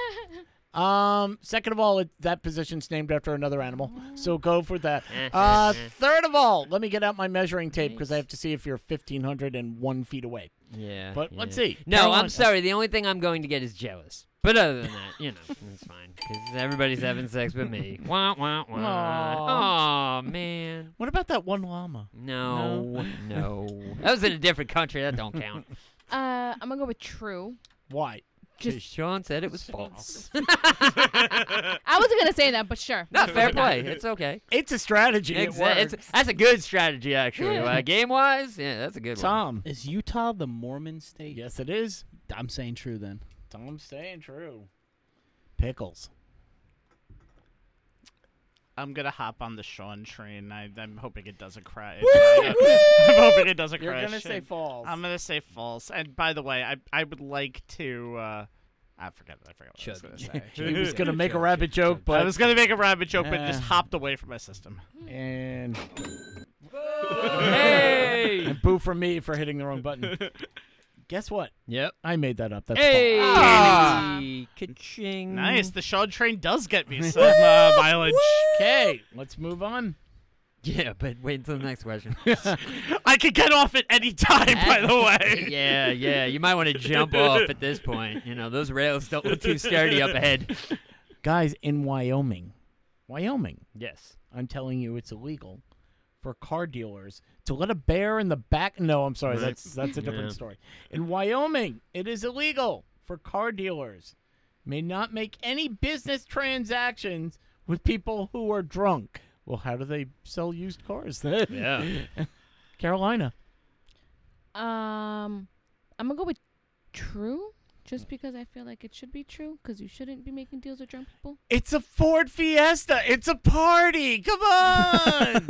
Speaker 2: um, second of all, it, that position's named after another animal, so go for that. Uh, third of all, let me get out my measuring tape because I have to see if you're 1,501 feet away.
Speaker 3: Yeah.
Speaker 2: But
Speaker 3: yeah.
Speaker 2: let's see.
Speaker 3: No,
Speaker 2: Carolina-
Speaker 3: I'm sorry. The only thing I'm going to get is jealous. But other than that, you know, it's fine because everybody's having sex with me. Wah wah wah. Oh man.
Speaker 2: What about that one llama?
Speaker 3: No, no. That was in a different country. That don't count.
Speaker 1: Uh, I'm gonna go with true.
Speaker 2: Why?
Speaker 3: Just Sean said it was false.
Speaker 1: I wasn't gonna say that, but sure.
Speaker 3: Not fair play. It's okay.
Speaker 2: It's a strategy. It
Speaker 3: Exa-
Speaker 2: works.
Speaker 3: it's, that's a good strategy, actually.
Speaker 1: Yeah.
Speaker 3: Uh, game wise, yeah, that's a good one.
Speaker 2: Tom.
Speaker 5: Is Utah the Mormon state?
Speaker 2: Yes, it is.
Speaker 5: I'm saying true then.
Speaker 2: Tom's staying true. Pickles.
Speaker 4: I'm gonna hop on the Sean train. I, I'm hoping it doesn't cry. I'm hoping it doesn't
Speaker 2: You're
Speaker 4: crash.
Speaker 2: gonna say
Speaker 4: and-
Speaker 2: false.
Speaker 4: I'm gonna say false. And by the way, I I would like to uh, I forgot. I forgot what I was
Speaker 3: Chug.
Speaker 4: going to say.
Speaker 2: He was gonna make a rabbit joke,
Speaker 4: I
Speaker 2: but
Speaker 4: was gonna make a rabbit joke, but it just
Speaker 3: Ah.
Speaker 2: Uh.
Speaker 4: hopped away from my system.
Speaker 2: and
Speaker 3: Hey.
Speaker 2: and boo for me for hitting the wrong button. Guess what?
Speaker 3: Yep.
Speaker 2: I made that up. That's
Speaker 3: Hey.
Speaker 2: false. Ah!
Speaker 3: Ka-ching.
Speaker 4: Nice. The Sean train does get me some uh, mileage.
Speaker 2: Okay, let's move on.
Speaker 3: Yeah, but wait until the next question.
Speaker 4: I could get off at any time, by the way.
Speaker 3: yeah, yeah. You might want to jump off at this point. You know, those rails don't look too sturdy up ahead.
Speaker 2: Guys in Wyoming, Wyoming,
Speaker 3: Yes.
Speaker 2: I'm telling you, it's illegal for car dealers to let a bear in the back. No, I'm sorry, that's that's a different
Speaker 3: Yeah.
Speaker 2: story. In Wyoming, it is illegal for car dealers may not make any business transactions with people who are drunk. Well, how do they sell used cars then?
Speaker 3: Yeah.
Speaker 2: Carolina.
Speaker 1: Um, I'm gonna go with true, just because I feel like it should be true. Because you shouldn't be making deals with drunk people.
Speaker 2: It's a Ford Fiesta. It's a party. Come on.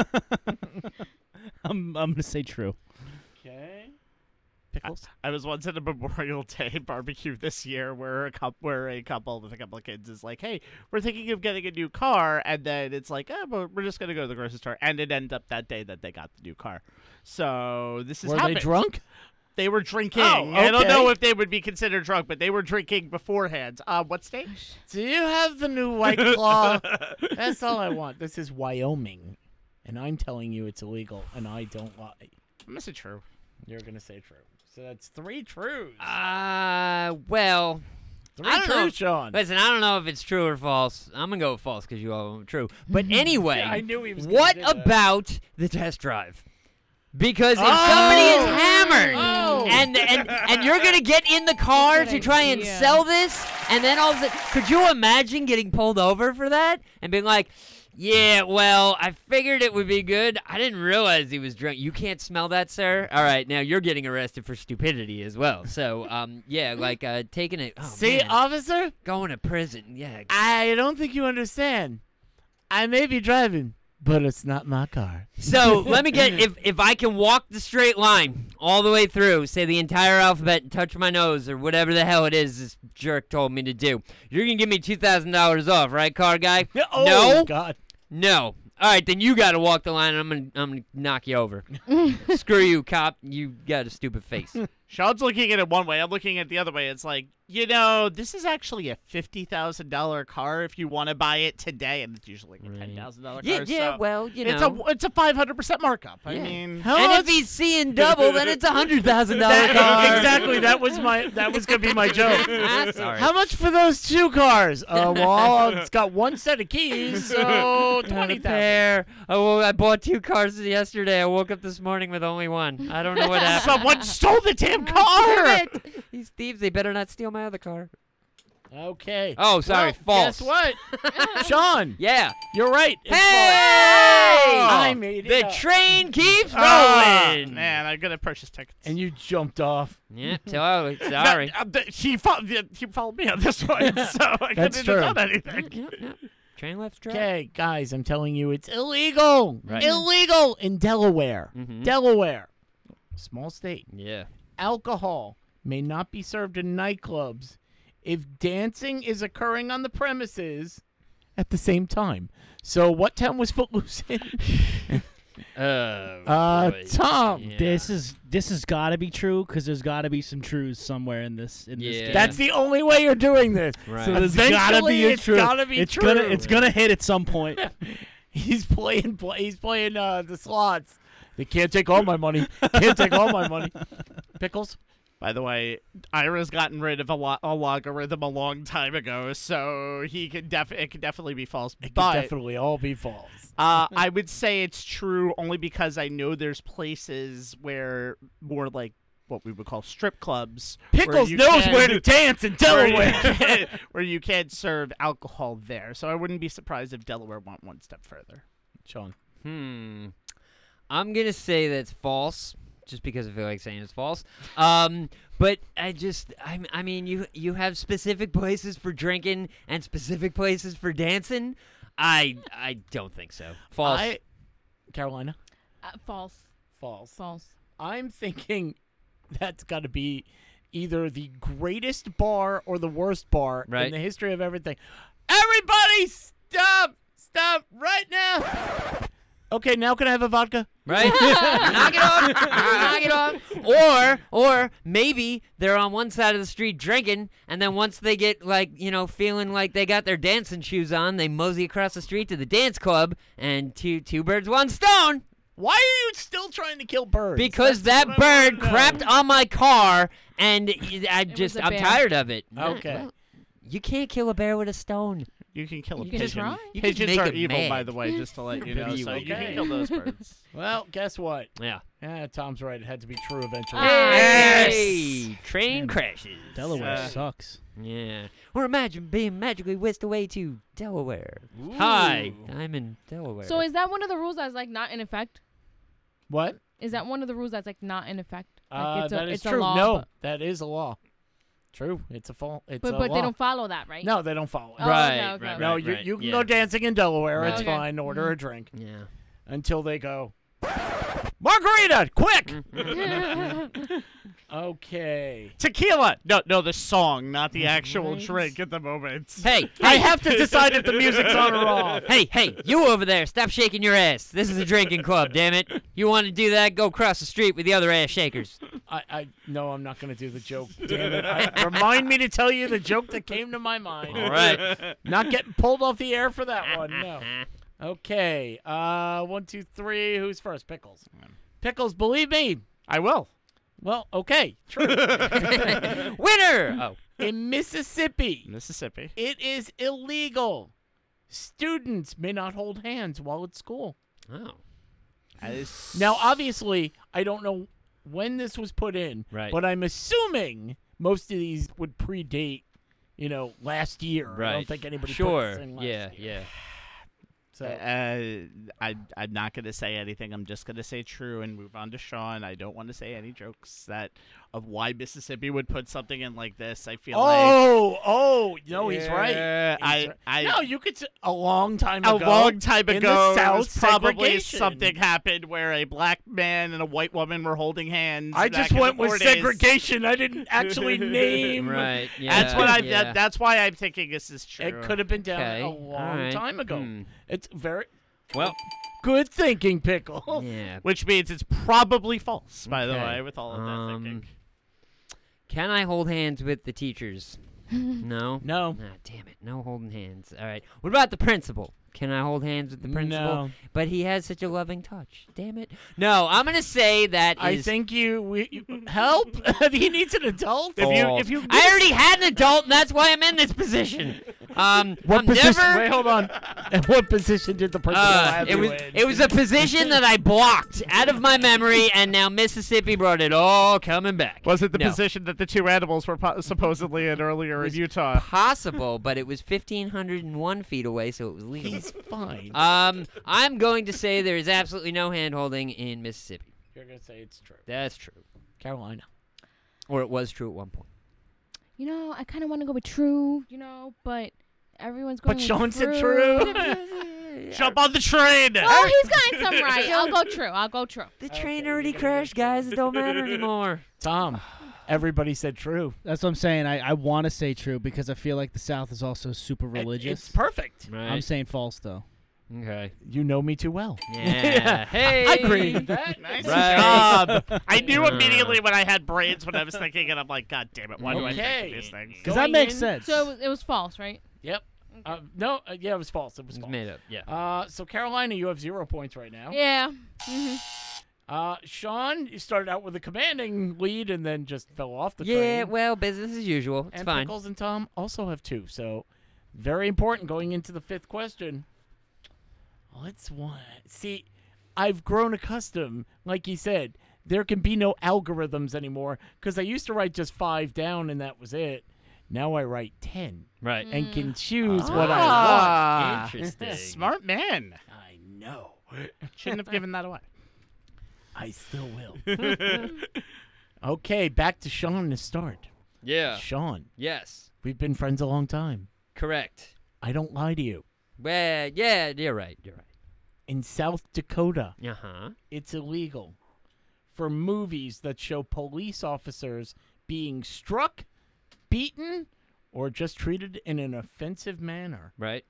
Speaker 5: I'm I'm gonna say true.
Speaker 2: okay. Pickles.
Speaker 4: I was once at a Memorial Day barbecue this year where a couple, where a couple with a couple of kids is like, "Hey, we're thinking of getting a new car," and then it's like, "Oh, but we're just gonna go to the grocery store," and it ended up that day that they got the new car. So this is
Speaker 2: Were
Speaker 4: happened.
Speaker 2: they drunk?
Speaker 4: They were drinking.
Speaker 2: Oh,
Speaker 4: I don't know
Speaker 2: okay.
Speaker 4: if they would be considered drunk, but they were drinking beforehand. Uh, what state?
Speaker 2: Do you have the new White Claw? That's all I want. This is Wyoming, and I'm telling you it's illegal, and I don't lie.
Speaker 4: I'm gonna say true.
Speaker 2: You're gonna say true. So that's three trues.
Speaker 3: Uh, well,
Speaker 2: Three
Speaker 3: I don't know.
Speaker 2: trues, Sean.
Speaker 3: listen, I don't know if it's true or false. I'm going to go with false because you all true. But anyway,
Speaker 2: I knew he was. gonna
Speaker 3: what
Speaker 2: do that.
Speaker 3: about the test drive? Because if somebody is
Speaker 2: Oh.
Speaker 3: hammered
Speaker 2: Oh.
Speaker 3: and, and and you're gonna get in the car
Speaker 1: Good
Speaker 3: to try and
Speaker 1: idea.
Speaker 3: sell this, and then all of a sudden, could you imagine getting pulled over for that and being like, "Yeah, well, I figured it would be good. I didn't realize he was drunk. You can't smell that, sir. All right, now you're getting arrested for stupidity as well. So, um, yeah, like uh, taking it, oh,
Speaker 2: See,
Speaker 3: man,
Speaker 2: officer,
Speaker 3: going to prison. Yeah,
Speaker 2: I don't think you understand. I may be driving, but it's not my car.
Speaker 3: So let me get if if I can walk the straight line all the way through, say the entire alphabet and touch my nose or whatever the hell it is this jerk told me to do. You're gonna give me two thousand dollars off, right, car guy?
Speaker 2: Oh,
Speaker 3: no,
Speaker 2: God.
Speaker 3: no. All right, then you gotta walk the line, and I'm gonna I'm gonna knock you over. Screw you, cop. You got a stupid face.
Speaker 4: Sean's looking at it one way. I'm looking at it the other way. It's like, you know, this is actually a fifty thousand dollar car if you want to buy it today, and it's usually like a ten thousand dollar
Speaker 3: yeah,
Speaker 4: car.
Speaker 3: yeah.
Speaker 4: so
Speaker 3: Well, you know.
Speaker 4: it's a it's a five hundred percent markup. I
Speaker 3: Yeah.
Speaker 4: mean,
Speaker 3: and if he's seeing double, then it's a hundred thousand dollar car.
Speaker 2: exactly. That was my. That was gonna be my joke.
Speaker 3: Ah, Sorry.
Speaker 2: How much for those two cars? Uh, well, it's got one set of keys, so twenty thousand.
Speaker 3: pair. Oh, well, I bought two cars yesterday. I woke up this morning with only one. I don't know what happened.
Speaker 4: someone stole the damn
Speaker 3: Damn
Speaker 4: car.
Speaker 3: it. These thieves, they better not steal my other car.
Speaker 2: Okay.
Speaker 3: Oh, sorry,
Speaker 2: Well,
Speaker 3: false.
Speaker 2: Guess what, Sean?
Speaker 3: Yeah.
Speaker 2: You're right. It's
Speaker 3: Hey!
Speaker 2: false. I made it.
Speaker 3: The
Speaker 2: up.
Speaker 3: train keeps
Speaker 4: Ah,
Speaker 3: rolling.
Speaker 4: man, I'm gonna purchase tickets.
Speaker 2: and you jumped off.
Speaker 3: Yeah, totally. Sorry.
Speaker 4: No, uh, th- he, fo- th- he followed me on this one, so I
Speaker 2: That's
Speaker 4: couldn't
Speaker 2: true.
Speaker 4: have done anything.
Speaker 3: Yeah, yeah. Train left track.
Speaker 2: Okay, guys, I'm telling you, it's illegal.
Speaker 3: Right.
Speaker 2: Illegal in Delaware.
Speaker 5: Mm-hmm.
Speaker 3: Mhm.
Speaker 2: Delaware, small state.
Speaker 3: Yeah.
Speaker 2: Alcohol may not be served in nightclubs if dancing is occurring on the premises at the same time. So, what town was Footloose in?
Speaker 3: Oh,
Speaker 2: Uh,
Speaker 3: boy.
Speaker 2: Tom,
Speaker 3: Yeah.
Speaker 5: This is this has got to be true because there's got to be some trues somewhere in this in this
Speaker 3: Yeah.
Speaker 5: game.
Speaker 2: That's the only way you're doing this.
Speaker 3: Right.
Speaker 5: so there's gotta
Speaker 2: Eventually,
Speaker 5: be a
Speaker 2: it's
Speaker 5: true.
Speaker 2: gotta be
Speaker 5: it's gonna
Speaker 2: true.
Speaker 5: it's gonna hit at some point.
Speaker 2: He's playing. Play, he's playing uh, the slots. They can't take all my money. Can't take all my money. Pickles.
Speaker 4: By the way, Ira's gotten rid of a, lo- a logarithm a long time ago, so he can def- it could definitely be false.
Speaker 2: It could
Speaker 4: but
Speaker 2: definitely all be false.
Speaker 4: uh, I would say it's true only because I know there's places where more like what we would call strip clubs. where
Speaker 2: Pickles
Speaker 4: you
Speaker 2: knows
Speaker 4: can-
Speaker 2: where to dance in
Speaker 4: where you
Speaker 2: Delaware.
Speaker 4: can- where you can serve alcohol there. So I wouldn't be surprised if Delaware went one step further.
Speaker 2: Sean.
Speaker 3: Hmm. I'm gonna say that's false, just because I feel like saying it's false. Um, but I just, I, I mean, you you have specific places for drinking and specific places for dancing. I I don't think so. False.
Speaker 2: I, Carolina.
Speaker 1: Uh, false.
Speaker 2: False.
Speaker 1: False.
Speaker 2: I'm thinking that's got to be either the greatest bar or the worst bar
Speaker 3: Right.
Speaker 2: in the history of everything. Everybody, stop! Stop right now! Okay, now can I have a vodka?
Speaker 3: right? knock it off, knock it off. Or, or maybe they're on one side of the street drinking, and then once they get like you know feeling like they got their dancing shoes on, they mosey across the street to the dance club, and two two birds one stone.
Speaker 2: Why are you still trying to kill birds?
Speaker 3: Because
Speaker 2: That's
Speaker 3: that
Speaker 2: what I
Speaker 3: bird
Speaker 2: wanna know.
Speaker 3: crapped on my car, and y- I
Speaker 1: was
Speaker 3: just
Speaker 1: a
Speaker 3: I'm
Speaker 1: bear.
Speaker 3: tired of it.
Speaker 2: Okay.
Speaker 3: Well, you can't kill a bear with a stone.
Speaker 4: You can kill a
Speaker 1: You can
Speaker 4: pigeon.
Speaker 1: try.
Speaker 3: You can
Speaker 4: Pigeons
Speaker 3: make
Speaker 4: are
Speaker 3: it
Speaker 4: evil, by
Speaker 3: mad.
Speaker 4: the way, just to let you know.
Speaker 2: Pretty
Speaker 4: So you
Speaker 2: okay.
Speaker 4: can kill those birds.
Speaker 2: Well, guess what?
Speaker 3: Yeah.
Speaker 2: Eh, Tom's right. It had to be true eventually.
Speaker 1: Ah. Yes.
Speaker 3: Hey, Train
Speaker 5: Man,
Speaker 3: crashes.
Speaker 5: Delaware
Speaker 4: Uh,
Speaker 5: sucks.
Speaker 3: Yeah. Or imagine being magically whisked away to Delaware. Hi, I'm in Delaware.
Speaker 1: So is that one of the rules that's like not in effect?
Speaker 2: What?
Speaker 1: Is that one of the rules that's like not in effect? Like
Speaker 2: Uh,
Speaker 1: it's a,
Speaker 2: that is
Speaker 1: it's
Speaker 2: true.
Speaker 1: A law,
Speaker 2: no,
Speaker 1: but-
Speaker 2: that is a law. True. It's a fault. It's
Speaker 1: but
Speaker 2: a
Speaker 1: but
Speaker 2: law.
Speaker 1: they don't follow that, right?
Speaker 2: No, they don't follow it.
Speaker 1: Oh, okay,
Speaker 3: Right,
Speaker 1: okay,
Speaker 3: right,
Speaker 1: okay.
Speaker 2: no,
Speaker 3: right,
Speaker 2: you,
Speaker 3: right,
Speaker 2: you can
Speaker 3: yeah.
Speaker 2: go dancing in Delaware. It's
Speaker 1: Okay. Mm-hmm.
Speaker 2: fine. Order a drink
Speaker 3: yeah.
Speaker 2: until they go. Margarita, quick. okay.
Speaker 4: Tequila. No, no, the song, not the actual
Speaker 2: Right.
Speaker 4: drink at the moment.
Speaker 3: Hey,
Speaker 2: I
Speaker 3: hey,
Speaker 2: have to decide if the music's on or off.
Speaker 3: hey, hey, you over there, stop shaking your ass. This is a drinking club, damn it. You want to do that? Go cross the street with the other ass shakers.
Speaker 2: I, I no, I'm not gonna do the joke. Damn it! I, remind me to tell you the joke that came to my mind.
Speaker 3: All right.
Speaker 2: Not getting pulled off the air for that one. No. Okay. Uh, one, two, three. Who's first? Pickles.
Speaker 3: Mm.
Speaker 2: Pickles. Believe me.
Speaker 4: I will.
Speaker 2: Well, okay. True.
Speaker 3: Winner! Oh.
Speaker 2: In Mississippi,
Speaker 4: Mississippi.
Speaker 2: it is illegal. Students may not hold hands while at school.
Speaker 3: Oh.
Speaker 2: Now, obviously, I don't know when this was put in,
Speaker 3: Right.
Speaker 2: but I'm assuming most of these would predate, you know, last year. I don't think anybody put
Speaker 3: Sure.
Speaker 2: this in last
Speaker 3: Yeah,
Speaker 2: year.
Speaker 3: yeah.
Speaker 2: So,
Speaker 4: Uh, I, I'm not going to say anything. I'm just going to say true and move on to Sean. I don't want to say any jokes that of why Mississippi would put something in like this. I feel like.
Speaker 2: oh, oh, no, he's right.
Speaker 4: Yeah,
Speaker 2: He's
Speaker 4: I,
Speaker 2: right.
Speaker 4: I,
Speaker 2: no, you could s- a long time
Speaker 4: a
Speaker 2: ago.
Speaker 4: long time
Speaker 2: in the
Speaker 4: ago, there
Speaker 2: South,
Speaker 4: was probably
Speaker 2: segregation.
Speaker 4: something happened where a black man and a white woman were holding hands.
Speaker 2: I
Speaker 4: back
Speaker 2: just
Speaker 4: in the
Speaker 2: went with
Speaker 4: 40s.
Speaker 2: segregation. I didn't actually name.
Speaker 3: Right. Yeah.
Speaker 4: That's what I.
Speaker 3: yeah.
Speaker 4: That, that's why I'm thinking this is true.
Speaker 2: It could have been down
Speaker 3: Okay,
Speaker 2: a
Speaker 3: all
Speaker 2: long
Speaker 3: right.
Speaker 2: time ago.
Speaker 3: Hmm.
Speaker 2: It's very
Speaker 3: Well,
Speaker 2: good thinking, pickle.
Speaker 3: yeah.
Speaker 4: which means it's probably false. By the
Speaker 3: Okay.
Speaker 4: way, with all of that
Speaker 3: Um,
Speaker 4: thinking.
Speaker 3: Can I hold hands with the teachers? no.
Speaker 2: No,
Speaker 3: Ah, damn it. No holding hands. All right. What about the principal? Can I hold hands with the principal?
Speaker 2: No.
Speaker 3: But he has such a loving touch. Damn it. No, I'm going to say that
Speaker 2: I
Speaker 3: is
Speaker 2: think you, we, you help. he needs an adult.
Speaker 4: If you,
Speaker 3: false.
Speaker 4: if you,
Speaker 3: I already had an adult, and that's why I'm in this position. Um,
Speaker 2: what
Speaker 3: I'm
Speaker 2: position?
Speaker 3: never-
Speaker 2: Wait, hold on. At what position did the principal
Speaker 3: Uh,
Speaker 2: have
Speaker 3: it
Speaker 2: you
Speaker 3: was
Speaker 2: in?
Speaker 3: it was a position that I blocked out of my memory, and now Mississippi brought it all coming back.
Speaker 4: was it the
Speaker 3: No.
Speaker 4: position that the two animals were po- supposedly in earlier in
Speaker 3: Was
Speaker 4: Utah?
Speaker 3: Possible, but it was 1,501 feet away, so it was legal.
Speaker 2: He's fine.
Speaker 3: Um, I'm going to say there is absolutely no hand holding in Mississippi.
Speaker 2: You're gonna say it's true.
Speaker 3: That's true.
Speaker 2: Carolina.
Speaker 3: Or it was true at one point.
Speaker 1: You know, I kind of want to go with true. You know, but everyone's going.
Speaker 2: But
Speaker 1: with
Speaker 2: Sean said
Speaker 1: true.
Speaker 2: true.
Speaker 4: Jump on the train.
Speaker 1: Oh, he's gotten some right. I'll go true. I'll go true.
Speaker 3: The train already crashed, guys. It don't matter anymore.
Speaker 2: Tom. Everybody said true.
Speaker 5: That's what I'm saying. I, I want to say true because I feel like the South is also super
Speaker 2: It-
Speaker 5: religious.
Speaker 2: it's perfect.
Speaker 5: I'm saying false though.
Speaker 3: okay.
Speaker 2: You know me too well.
Speaker 3: Yeah. Hey.
Speaker 2: I agree with that.
Speaker 4: Nice
Speaker 3: Right.
Speaker 4: job. I knew
Speaker 3: Yeah.
Speaker 4: immediately when I had brains when I was thinking, and I'm like, God damn it, why do I
Speaker 2: Okay.
Speaker 4: think of these things?
Speaker 5: Does
Speaker 2: Going
Speaker 5: that make
Speaker 2: in,
Speaker 5: sense?
Speaker 1: So it was, it was false, right?
Speaker 2: Yep. Uh, no, uh, yeah, it was false. It was
Speaker 3: It's
Speaker 2: false.
Speaker 3: made up. Yeah.
Speaker 2: Uh, so Carolina, you have zero points right now.
Speaker 1: Yeah. hmm
Speaker 2: Uh, Sean, you started out with a commanding lead and then just fell off the
Speaker 3: yeah.
Speaker 2: train.
Speaker 3: Well, business as usual. It's
Speaker 2: and
Speaker 3: fine.
Speaker 2: Pickles and Tom also have two. So very important going into the fifth question. Let's one. See, I've grown accustomed, like you said, there can be no algorithms anymore because I used to write just five down and that was it. Now I write ten
Speaker 3: Right.
Speaker 2: and can choose what I want.
Speaker 4: Ah,
Speaker 3: Interesting.
Speaker 4: Smart man.
Speaker 2: I know.
Speaker 4: Shouldn't have given that away.
Speaker 2: I still will. okay, back to Sean to start.
Speaker 3: Yeah.
Speaker 2: Sean,
Speaker 3: Yes.
Speaker 2: we've been friends a long time.
Speaker 3: Correct.
Speaker 2: I don't lie to you.
Speaker 3: Well, yeah. You're right. You're right.
Speaker 2: In South Dakota,
Speaker 3: Uh
Speaker 2: Uh-huh.
Speaker 3: huh.
Speaker 2: it's illegal for movies that show police officers being struck, beaten, or just treated in an offensive manner
Speaker 3: Right.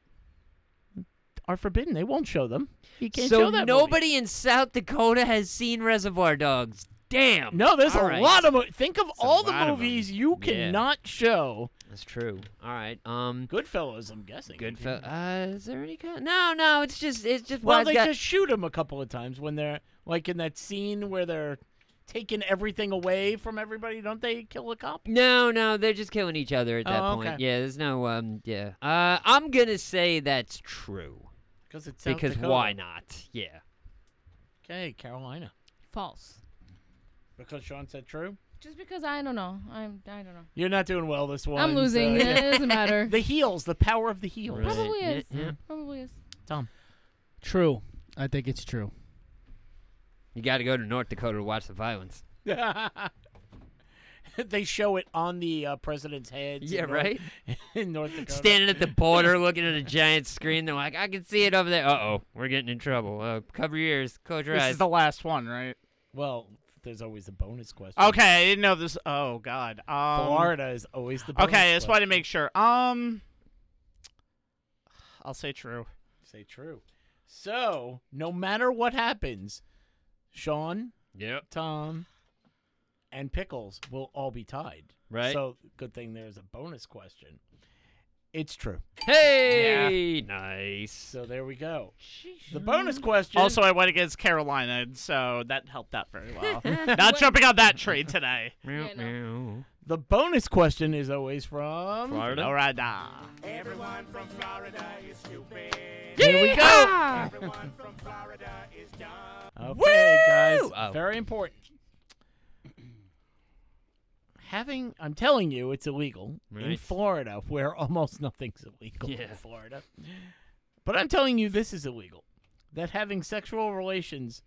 Speaker 2: are forbidden. They won't show them. You can't
Speaker 3: so
Speaker 2: show that. movie.
Speaker 3: nobody in South Dakota has seen Reservoir Dogs. Damn.
Speaker 2: No, there's
Speaker 3: All
Speaker 2: a
Speaker 3: right.
Speaker 2: lot of. Mo- think of
Speaker 3: a
Speaker 2: all the
Speaker 3: lot of 'em.
Speaker 2: movies you
Speaker 3: Yeah.
Speaker 2: cannot show.
Speaker 3: That's true. All right. Um.
Speaker 2: Goodfellas, I'm guessing.
Speaker 3: Good.
Speaker 2: fellas.
Speaker 3: uh, is there any kind? No, no. It's just. It's just.
Speaker 2: Well,
Speaker 3: wise
Speaker 2: they
Speaker 3: guy-
Speaker 2: just shoot him a couple of times when they're like in that scene where they're taking everything away from everybody. Don't they kill a cop?
Speaker 3: No, no. They're just killing each other at that
Speaker 2: Oh,
Speaker 3: point.
Speaker 2: okay.
Speaker 3: Yeah. There's no. Um. Yeah. Uh. I'm gonna say that's true.
Speaker 2: Because it's
Speaker 3: because why not? Yeah.
Speaker 2: Okay, Carolina.
Speaker 1: False.
Speaker 2: Because Sean said true.
Speaker 1: Just because I don't know. I'm I don't know.
Speaker 2: You're not doing well this one.
Speaker 1: I'm losing.
Speaker 2: so-
Speaker 1: it doesn't matter.
Speaker 2: the heels, the power of the heels.
Speaker 3: Right.
Speaker 1: Probably
Speaker 3: Yeah,
Speaker 1: is.
Speaker 3: yeah.
Speaker 1: Probably is.
Speaker 5: True. I think it's true.
Speaker 3: You got to go to North Dakota to watch the violence.
Speaker 2: they show it on the uh, president's head.
Speaker 3: Yeah.
Speaker 2: in North,
Speaker 3: Right.
Speaker 2: In North Dakota.
Speaker 3: Standing at the border looking at a giant screen. They're like, I can see it over there. Uh oh, we're getting in trouble. Uh, cover your ears, close your
Speaker 4: This
Speaker 3: eyes.
Speaker 4: is the last one, right?
Speaker 2: Well, there's always the bonus question.
Speaker 4: Okay, I didn't know this. Oh God. Um,
Speaker 2: Florida is always the bonus
Speaker 4: Okay, I just
Speaker 2: question.
Speaker 4: wanted to make sure. Um, I'll say true.
Speaker 2: Say true. So, no matter what happens, Sean,
Speaker 3: yep.
Speaker 2: Tom, and Pickles will all be tied.
Speaker 3: Right.
Speaker 2: So, good thing there's a bonus question. It's true.
Speaker 3: Hey, nice.
Speaker 2: So, there we go. The bonus question.
Speaker 4: Also, I went against Carolina, and so that helped out very well. Not jumping on that train today.
Speaker 3: Meow,
Speaker 1: Yeah,
Speaker 3: meow.
Speaker 2: the bonus question is always from.
Speaker 3: Florida.
Speaker 4: Florida.
Speaker 2: Here we go.
Speaker 1: Ah!
Speaker 2: Okay, guys.
Speaker 3: Woo! Oh.
Speaker 2: Very important. Having, I'm telling you, it's illegal in
Speaker 3: Right.
Speaker 2: Florida, where almost nothing's illegal
Speaker 3: Yeah.
Speaker 2: in Florida. But I'm telling you, this is illegal. That having sexual relations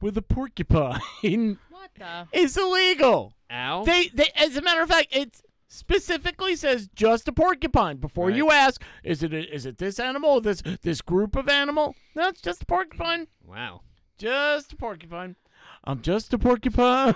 Speaker 2: with a porcupine
Speaker 1: What the?
Speaker 2: is illegal.
Speaker 3: Ow.
Speaker 2: They, they, as a matter of fact, it specifically says just a porcupine. Before
Speaker 3: Right.
Speaker 2: you ask, is it a, is it this animal, this this group of animal? No, it's just a porcupine.
Speaker 3: wow.
Speaker 2: Just a porcupine. I'm just a porcupine.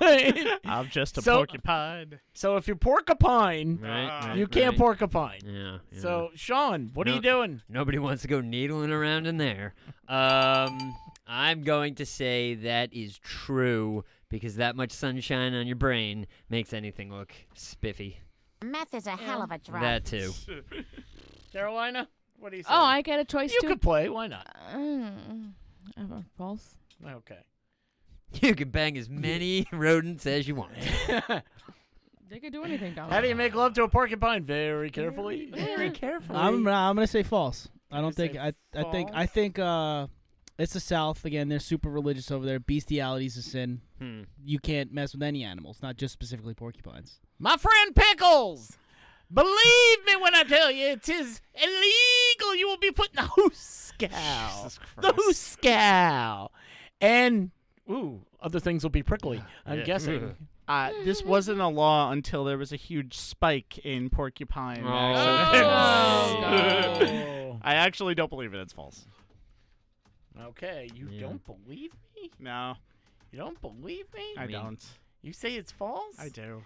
Speaker 4: I'm just a
Speaker 2: So-
Speaker 4: porcupine.
Speaker 2: so if you're porcupine,
Speaker 3: Right.
Speaker 2: Ah. you
Speaker 3: right,
Speaker 2: can't
Speaker 3: right.
Speaker 2: porcupine.
Speaker 3: Yeah, yeah.
Speaker 2: So Sean, what are
Speaker 3: No.
Speaker 2: you doing?
Speaker 3: nobody wants to go needling around in there. Um, I'm going to say that is true because that much sunshine on your brain makes anything look spiffy.
Speaker 7: Meth is a hell of a drug.
Speaker 3: That too.
Speaker 2: Carolina, what are you saying?
Speaker 1: Oh, I get a choice
Speaker 2: you
Speaker 1: too.
Speaker 2: could play. Why not?
Speaker 1: Mm. Uh, false.
Speaker 2: Okay.
Speaker 3: You can bang as many rodents as you want.
Speaker 1: They could do anything, Dom.
Speaker 2: How do you make love to a porcupine? Very carefully.
Speaker 1: Very
Speaker 2: carefully.
Speaker 5: I'm I'm gonna say false. I don't
Speaker 2: You're
Speaker 5: think
Speaker 2: gonna say
Speaker 5: I I think I
Speaker 2: false?
Speaker 5: think uh it's the South again. They're super religious over there. Bestiality's a sin.
Speaker 3: Hmm.
Speaker 5: You can't mess with any animals, not just specifically porcupines.
Speaker 2: My friend Pickles, believe me when I tell you, it is illegal. You will be put in the hooscow.
Speaker 4: Jesus
Speaker 2: The
Speaker 4: Christ.
Speaker 2: hooscow. And, ooh, other things will be prickly, I'm
Speaker 3: Yeah.
Speaker 2: guessing.
Speaker 3: Ugh.
Speaker 4: Uh, this wasn't a law until there was a huge spike in porcupine.
Speaker 3: Oh.
Speaker 4: accidents.
Speaker 1: Oh,
Speaker 4: I actually don't believe it. It's false. Oh.
Speaker 2: Okay, you
Speaker 3: Yeah.
Speaker 2: don't believe me?
Speaker 4: No,
Speaker 2: You don't believe me?
Speaker 4: I
Speaker 3: mean-
Speaker 4: don't.
Speaker 2: You say it's false?
Speaker 4: I do.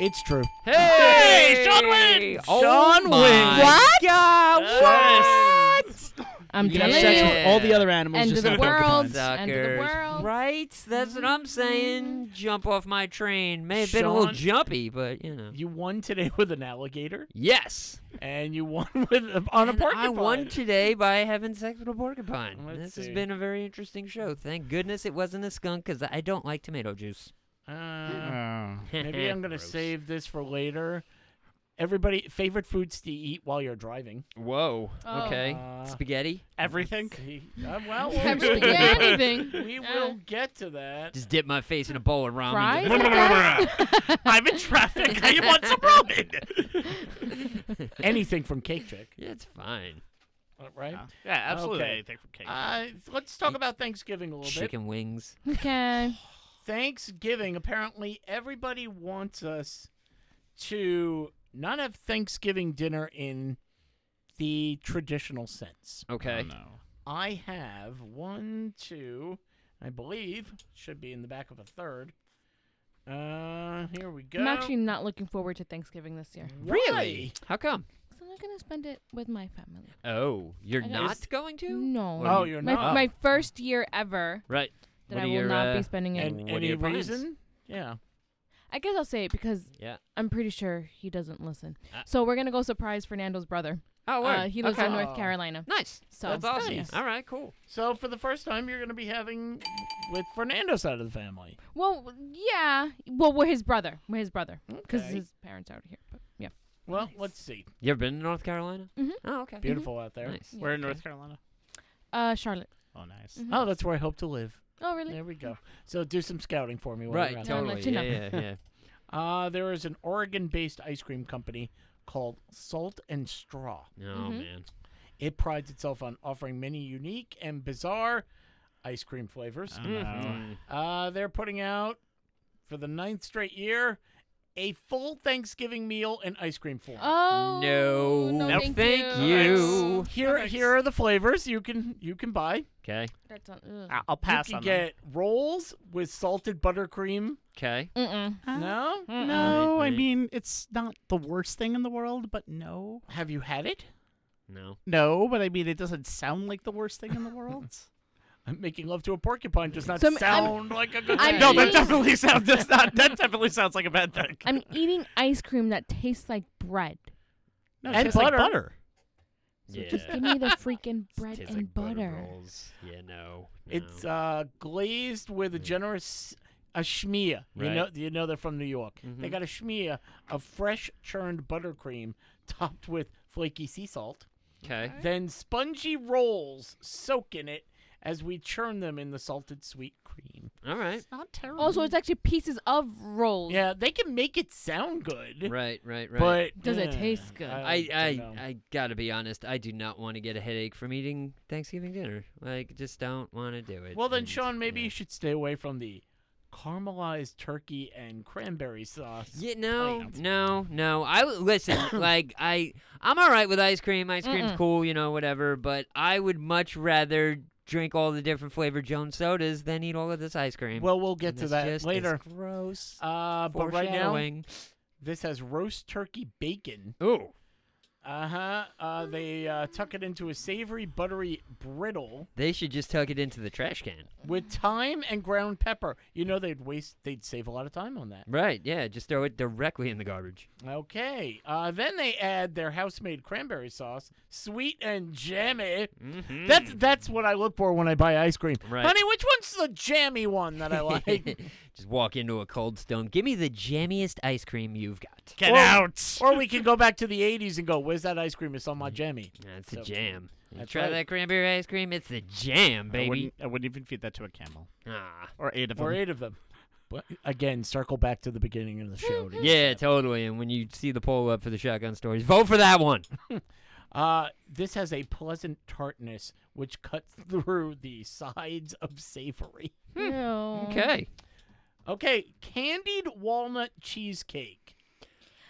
Speaker 2: It's true.
Speaker 3: Hey,
Speaker 2: Sean wins!
Speaker 3: Oh
Speaker 2: Sean
Speaker 3: my
Speaker 2: wins!
Speaker 3: What?
Speaker 2: What?
Speaker 1: I'm
Speaker 5: You can
Speaker 1: telling
Speaker 5: have
Speaker 1: you.
Speaker 5: sex with all the
Speaker 3: Yeah.
Speaker 5: other animals,
Speaker 1: End
Speaker 5: just
Speaker 1: of the
Speaker 5: not
Speaker 1: world.
Speaker 5: porcupines.
Speaker 1: End of the
Speaker 3: Suckers.
Speaker 1: world. Mm.
Speaker 3: Right? That's what I'm saying. Jump off my train. May have been a little
Speaker 2: Sean-
Speaker 3: jumpy, but you know.
Speaker 2: You won today with an alligator,
Speaker 3: Yes.
Speaker 2: and you won with on a
Speaker 3: And
Speaker 2: porcupine.
Speaker 3: I won today by having sex with a porcupine.
Speaker 2: Let's
Speaker 3: this
Speaker 2: see.
Speaker 3: has been a very interesting show. Thank goodness it wasn't a skunk because I don't like tomato juice.
Speaker 4: Oh.
Speaker 2: Uh, Maybe I'm gonna
Speaker 3: Gross.
Speaker 2: save this for later. Everybody, favorite foods to eat while you're driving?
Speaker 3: Whoa.
Speaker 1: Oh.
Speaker 3: Okay.
Speaker 2: Uh,
Speaker 3: Spaghetti.
Speaker 4: Everything.
Speaker 2: See, uh, well, we'll-
Speaker 1: Have spaghetti, anything.
Speaker 2: we
Speaker 1: Yeah.
Speaker 2: will get to that.
Speaker 3: Just dip my face in a bowl of ramen.
Speaker 1: Fries?
Speaker 3: and just-
Speaker 4: I'm in traffic. I want some ramen.
Speaker 2: Anything from Cake Chick,
Speaker 3: Yeah, it's fine.
Speaker 2: uh, right?
Speaker 4: yeah, absolutely.
Speaker 2: Okay.
Speaker 4: Anything from cake.
Speaker 2: Uh, let's talk about Thanksgiving a little bit.
Speaker 3: Chicken wings.
Speaker 1: Okay.
Speaker 2: Thanksgiving. Apparently, everybody wants us to not have Thanksgiving dinner in the traditional sense.
Speaker 4: Oh,
Speaker 3: Okay.
Speaker 2: I have one, two, I believe, should be in the back of a third. Uh, here we go.
Speaker 1: I'm actually not looking forward to Thanksgiving this year.
Speaker 2: really.
Speaker 3: How come?
Speaker 1: So I'm not gonna spend it with my family.
Speaker 3: Oh, you're
Speaker 1: I know.
Speaker 3: not going to?
Speaker 1: No.
Speaker 2: Oh,
Speaker 3: Um,
Speaker 2: you're
Speaker 1: my,
Speaker 2: not.
Speaker 1: my first year ever
Speaker 3: Right.
Speaker 1: that
Speaker 3: What
Speaker 1: I
Speaker 3: are
Speaker 1: will
Speaker 3: your,
Speaker 1: not
Speaker 3: uh,
Speaker 1: be spending it.
Speaker 2: And
Speaker 3: What are
Speaker 2: any
Speaker 3: your plans?
Speaker 2: reason? Yeah.
Speaker 1: I guess I'll say it because
Speaker 3: Yeah.
Speaker 1: I'm pretty sure he doesn't listen.
Speaker 3: Uh,
Speaker 1: so we're gonna go surprise Fernando's brother.
Speaker 3: Oh, word.
Speaker 1: Uh, he lives
Speaker 3: okay.
Speaker 1: in
Speaker 2: Oh.
Speaker 1: North Carolina.
Speaker 3: Nice.
Speaker 1: So
Speaker 3: That's awesome.
Speaker 2: Nice.
Speaker 3: All right, cool.
Speaker 2: So for the first time, you're going to be having with Fernando's side of the family.
Speaker 1: Well, yeah. Well, we're his brother. We're his brother because
Speaker 2: Okay.
Speaker 1: his parents are out here. But yeah.
Speaker 2: Well, let's see.
Speaker 3: You ever been to North Carolina?
Speaker 1: Mhm.
Speaker 3: Oh, okay.
Speaker 2: Beautiful out there.
Speaker 3: Nice.
Speaker 1: Yeah,
Speaker 4: We're in
Speaker 1: okay.
Speaker 4: North Carolina.
Speaker 1: Uh, Charlotte.
Speaker 4: Oh, nice.
Speaker 1: Mhm.
Speaker 2: Oh, that's where I hope to live.
Speaker 1: Oh, really?
Speaker 2: There we go. So do some scouting for me. While
Speaker 3: Right,
Speaker 2: You're out
Speaker 1: Yeah, I'll
Speaker 3: totally.
Speaker 1: let you
Speaker 3: Yeah,
Speaker 1: know.
Speaker 3: yeah, yeah.
Speaker 2: Uh, there is an Oregon-based ice cream company called Salt and Straw.
Speaker 3: Oh,
Speaker 1: Mhm.
Speaker 3: man.
Speaker 2: It prides itself on offering many unique and bizarre ice cream flavors.
Speaker 4: I don't know.
Speaker 3: Mm.
Speaker 2: Uh, they're putting out for the ninth straight year a full Thanksgiving meal in ice cream form.
Speaker 1: Oh
Speaker 3: No.
Speaker 1: no,
Speaker 3: No,
Speaker 1: thank,
Speaker 3: thank you.
Speaker 2: here, here are the flavors you can you can buy.
Speaker 3: Okay.
Speaker 1: That's not. Ugh.
Speaker 4: I- I'll pass
Speaker 2: you can
Speaker 4: on them.
Speaker 2: get rolls with salted buttercream.
Speaker 3: Okay.
Speaker 1: Mm-mm.
Speaker 2: No,
Speaker 4: No, I
Speaker 3: Right.
Speaker 4: mean it's not the worst thing in the world, but no,
Speaker 2: have you had it?
Speaker 3: No.
Speaker 4: no, but I mean it doesn't sound like the worst thing in the world.
Speaker 2: I'm making love to a porcupine does not
Speaker 1: So I'm-
Speaker 2: sound like a good
Speaker 1: I'm
Speaker 2: thing.
Speaker 1: No, that eating-
Speaker 4: definitely sounds that's not, that definitely sounds like a bad thing.
Speaker 1: I'm eating ice cream that tastes like bread.
Speaker 4: No,
Speaker 2: And
Speaker 4: and butter.
Speaker 2: butter.
Speaker 4: Like butter.
Speaker 1: So
Speaker 3: yeah.
Speaker 1: just give me the freaking bread
Speaker 3: Tastes
Speaker 1: and
Speaker 3: like
Speaker 1: butter.
Speaker 3: rolls. Yeah, no. no.
Speaker 2: It's uh, glazed with a generous a schmear. You
Speaker 3: Right.
Speaker 2: know, you know they're from New York. They
Speaker 3: Mhm.
Speaker 2: got a schmear of fresh churned buttercream topped with flaky sea salt,
Speaker 3: okay.
Speaker 2: then spongy rolls soak in it as we churn them in the salted sweet cream.
Speaker 3: All right.
Speaker 4: Not terrible.
Speaker 1: Also, Oh, it's actually pieces of rolls.
Speaker 2: Yeah, they can make it sound good,
Speaker 3: Right, right, right.
Speaker 2: but
Speaker 1: Does it
Speaker 2: eh,
Speaker 1: taste good?
Speaker 3: I,
Speaker 2: don't
Speaker 3: I,
Speaker 2: know.
Speaker 3: I gotta be honest. I do not want to get a headache from eating Thanksgiving dinner. Like, just don't want to do it.
Speaker 2: well then,
Speaker 3: and,
Speaker 2: Sean, maybe
Speaker 3: yeah.
Speaker 2: you should stay away from the caramelized turkey and cranberry sauce.
Speaker 3: Yeah, no,
Speaker 2: plate.
Speaker 3: no, no. I would listen. like I, I'm all right with ice cream. Ice cream's
Speaker 1: Mm-mm.
Speaker 3: cool, you know, whatever. But I would much rather drink all the different flavored Jones sodas than eat all of this ice cream.
Speaker 2: Well, we'll get
Speaker 3: And
Speaker 2: to
Speaker 3: it's
Speaker 2: that
Speaker 3: just as
Speaker 2: later.
Speaker 3: gross.
Speaker 2: Uh, but right now,
Speaker 3: foreshadowing.
Speaker 2: this has roast turkey bacon.
Speaker 3: ooh,
Speaker 2: Uh-huh. Uh They uh, tuck it into a savory, buttery brittle
Speaker 3: they should just tuck it into the trash can.
Speaker 2: with thyme and ground pepper. You know they'd waste, they'd save a lot of time on that.
Speaker 3: Right? Yeah, just throw it directly in the garbage.
Speaker 2: Okay. Uh, then they add their house-made cranberry sauce, sweet and jammy.
Speaker 3: Mm-hmm.
Speaker 2: That's that's what I look for when I buy ice cream.
Speaker 3: Right.
Speaker 2: Honey, which one's the jammy one that I like?
Speaker 3: just walk into a cold stone. Give me the jammiest ice cream you've got.
Speaker 4: get
Speaker 2: Or-
Speaker 4: out.
Speaker 2: or we can go back to the '80s and go, "Where's that ice cream? It's on
Speaker 3: Mm.
Speaker 2: my jammy."
Speaker 3: That's the
Speaker 2: So-
Speaker 3: jam. You
Speaker 2: That's
Speaker 3: try
Speaker 2: right.
Speaker 3: that cranberry ice cream. It's the jam,
Speaker 4: I
Speaker 3: baby.
Speaker 4: wouldn't, I wouldn't even feed that to a camel
Speaker 3: Ah.
Speaker 4: or eight of
Speaker 2: Or
Speaker 4: them.
Speaker 2: eight of them. But again, circle back to the beginning of the show. to-
Speaker 3: Yeah, totally. And when you see the poll up for the shotgun stories, vote for that one.
Speaker 1: Mm-hmm.
Speaker 2: Uh, this has a pleasant tartness which cuts through the sides of savory.
Speaker 1: Hmm. No.
Speaker 3: Okay.
Speaker 2: Okay, candied walnut cheesecake.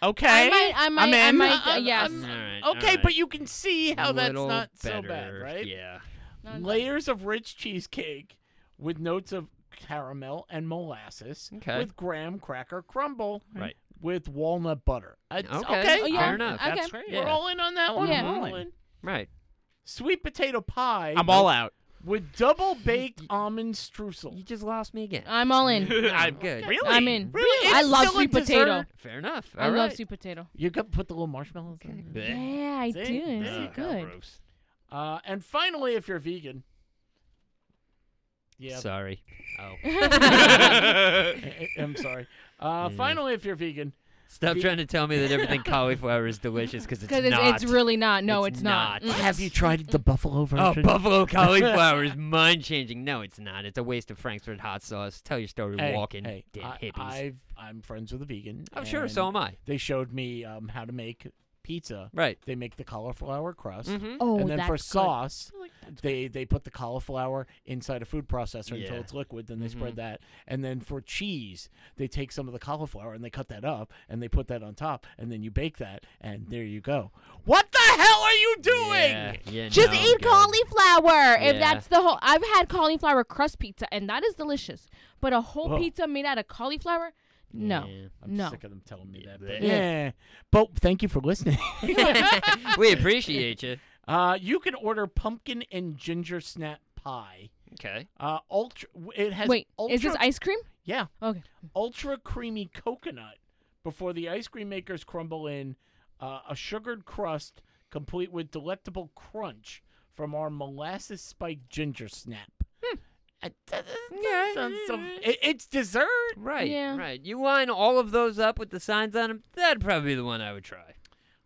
Speaker 4: Okay.
Speaker 1: I might. I might.
Speaker 4: I'm
Speaker 1: I
Speaker 4: in.
Speaker 1: might. uh,
Speaker 2: I'm-
Speaker 1: yes.
Speaker 2: I'm-
Speaker 3: Alright,
Speaker 2: Okay,
Speaker 3: alright.
Speaker 2: but you can see how that's
Speaker 3: Little
Speaker 2: not so
Speaker 3: better.
Speaker 2: bad, right?
Speaker 3: Yeah.
Speaker 1: No, no.
Speaker 2: Layers of rich cheesecake with notes of caramel and molasses
Speaker 3: Okay.
Speaker 2: with graham cracker crumble
Speaker 3: Right.
Speaker 2: with walnut butter. It's-
Speaker 3: Okay.
Speaker 2: okay.
Speaker 1: Oh, yeah.
Speaker 3: Fair enough.
Speaker 1: Okay.
Speaker 4: That's great.
Speaker 2: We're all in on that one.
Speaker 1: Yeah.
Speaker 2: We're all
Speaker 4: Fine.
Speaker 2: in.
Speaker 3: Right.
Speaker 2: Sweet potato pie
Speaker 4: I'm all out.
Speaker 2: with double baked almond streusel.
Speaker 3: You just lost me again.
Speaker 1: I'm all in.
Speaker 3: I'm good.
Speaker 4: Really?
Speaker 1: I'm in.
Speaker 2: Really?
Speaker 1: I
Speaker 2: It's
Speaker 1: love
Speaker 2: still a
Speaker 1: sweet potato.
Speaker 2: dessert?
Speaker 3: Fair enough.
Speaker 1: I
Speaker 3: All
Speaker 1: love
Speaker 3: right.
Speaker 1: sweet potato.
Speaker 2: You could put the little marshmallows in there.
Speaker 1: Yeah, I
Speaker 2: See?
Speaker 1: do. It's
Speaker 3: Ugh,
Speaker 1: good.
Speaker 3: gross.
Speaker 2: Uh, and finally, if you're vegan, yeah,
Speaker 3: Sorry. Oh.
Speaker 2: I, am sorry. Uh,
Speaker 3: Yeah.
Speaker 2: Finally, if you're vegan,
Speaker 3: Stop
Speaker 2: Be-
Speaker 3: trying to tell me that everything cauliflower is delicious because it's
Speaker 1: Because it's,
Speaker 3: not.
Speaker 1: it's really not. No, it's,
Speaker 3: It's
Speaker 1: not.
Speaker 3: not.
Speaker 1: Mm.
Speaker 2: have you tried the buffalo
Speaker 3: Oh,
Speaker 2: version?
Speaker 3: buffalo cauliflower is mind changing. No, it's not. It's a waste of Frankfurt hot sauce. Tell your story
Speaker 2: hey,
Speaker 3: walking,
Speaker 2: hey,
Speaker 3: dead
Speaker 2: I,
Speaker 3: hippies.
Speaker 2: I've, I'm friends with a vegan.
Speaker 3: oh, sure,
Speaker 2: and
Speaker 3: so am I.
Speaker 2: They showed me um, how to make pizza.
Speaker 3: Right.
Speaker 2: They make the cauliflower crust.
Speaker 3: Mm-hmm.
Speaker 1: Oh,
Speaker 2: and then
Speaker 1: that's
Speaker 2: for
Speaker 1: good.
Speaker 2: sauce, they they put the cauliflower inside a food processor until
Speaker 3: Yeah. Mm-hmm.
Speaker 2: it's liquid. Then they spread that, and then for cheese, they take some of the cauliflower and they cut that up and they put that on top, and then you bake that, and there you go. What the hell are you doing?
Speaker 3: Yeah, yeah,
Speaker 1: Just
Speaker 3: no, I'm
Speaker 1: eat
Speaker 3: good.
Speaker 1: cauliflower if
Speaker 3: Yeah.
Speaker 1: that's the whole. I've had cauliflower crust pizza and that is delicious. But a whole
Speaker 2: Whoa.
Speaker 1: pizza made out of cauliflower, No.
Speaker 2: I'm
Speaker 1: No.
Speaker 2: sick of them telling me that.
Speaker 3: Yeah.
Speaker 2: But yeah. But thank you for listening.
Speaker 3: Yeah. we appreciate you.
Speaker 2: uh, you can order pumpkin and ginger snap pie.
Speaker 3: Okay.
Speaker 2: Uh, ultra. It has
Speaker 1: Wait,
Speaker 2: ultra,
Speaker 1: is this ice cream?
Speaker 2: yeah
Speaker 1: Okay.
Speaker 2: ultra creamy coconut before the ice cream makers crumble in uh, a sugared crust complete with delectable crunch from our molasses spiked ginger snap. Uh, that- that sounds so- it- it's dessert.
Speaker 3: Right.
Speaker 1: Yeah.
Speaker 3: Right. You line all of those up with the signs on them. That'd probably be the one I would try.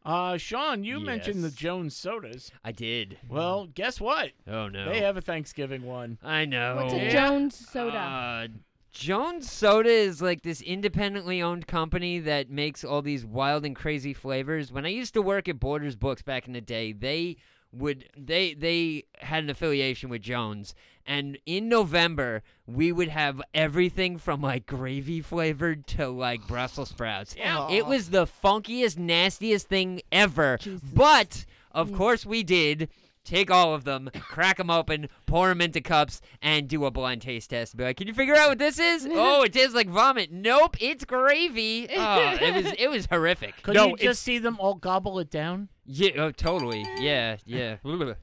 Speaker 2: Uh, Sean, you mentioned the
Speaker 3: Yes.
Speaker 2: Jones sodas.
Speaker 3: I did.
Speaker 2: Well, guess what?
Speaker 3: Oh no.
Speaker 2: They have a Thanksgiving one.
Speaker 3: I know.
Speaker 1: What's
Speaker 2: Yeah.
Speaker 1: a Jones soda?
Speaker 3: Uh, Jones Soda is like this independently owned company that makes all these wild and crazy flavors. When I used to work at Borders Books back in the day, they would they they had an affiliation with Jones and in November we would have everything from like gravy flavored to like Brussels sprouts. It was the funkiest nastiest thing ever. But of course we did take all of them, crack them open, pour them into cups, and do a blind taste test. Be like, can you figure out what this is? oh, it tastes like vomit. Nope, it's gravy. Oh, it was it was horrific.
Speaker 2: Could
Speaker 4: No,
Speaker 2: you
Speaker 4: it's-
Speaker 2: just see them all gobble it down?
Speaker 3: Yeah, oh, totally. Yeah, yeah.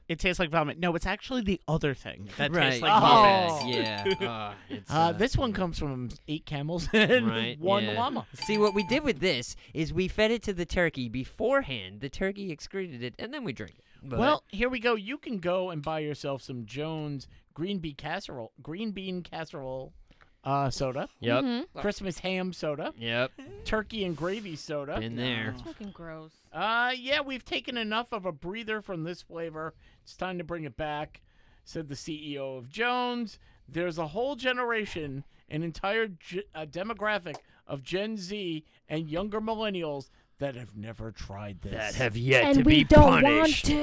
Speaker 4: It tastes like vomit. No, it's actually the other thing that
Speaker 3: right. Oh.
Speaker 4: tastes like vomit.
Speaker 3: yeah, yeah. Oh, it's, uh,
Speaker 2: Uh, this one comes from eight camels and
Speaker 3: right,
Speaker 2: one
Speaker 3: yeah.
Speaker 2: llama.
Speaker 3: See, what we did with this is we fed it to the turkey beforehand. The turkey excreted it, and then we drank it. But-
Speaker 2: Well, here we go. You can go and buy yourself some Jones green bean casserole, green bean casserole uh, soda,
Speaker 3: yep,
Speaker 1: Mm-hmm.
Speaker 2: Christmas ham soda,
Speaker 3: yep.
Speaker 2: turkey and gravy soda.
Speaker 3: Been there.
Speaker 1: Fucking gross.
Speaker 2: Uh, yeah, we've taken enough of a breather from this flavor. It's time to bring it back, said the CEO of Jones. There's a whole generation, an entire ge- uh, demographic of Gen Z and younger millennials that have never tried this.
Speaker 3: That have yet
Speaker 1: and
Speaker 3: to
Speaker 1: we
Speaker 3: be
Speaker 1: don't
Speaker 3: punished.
Speaker 1: want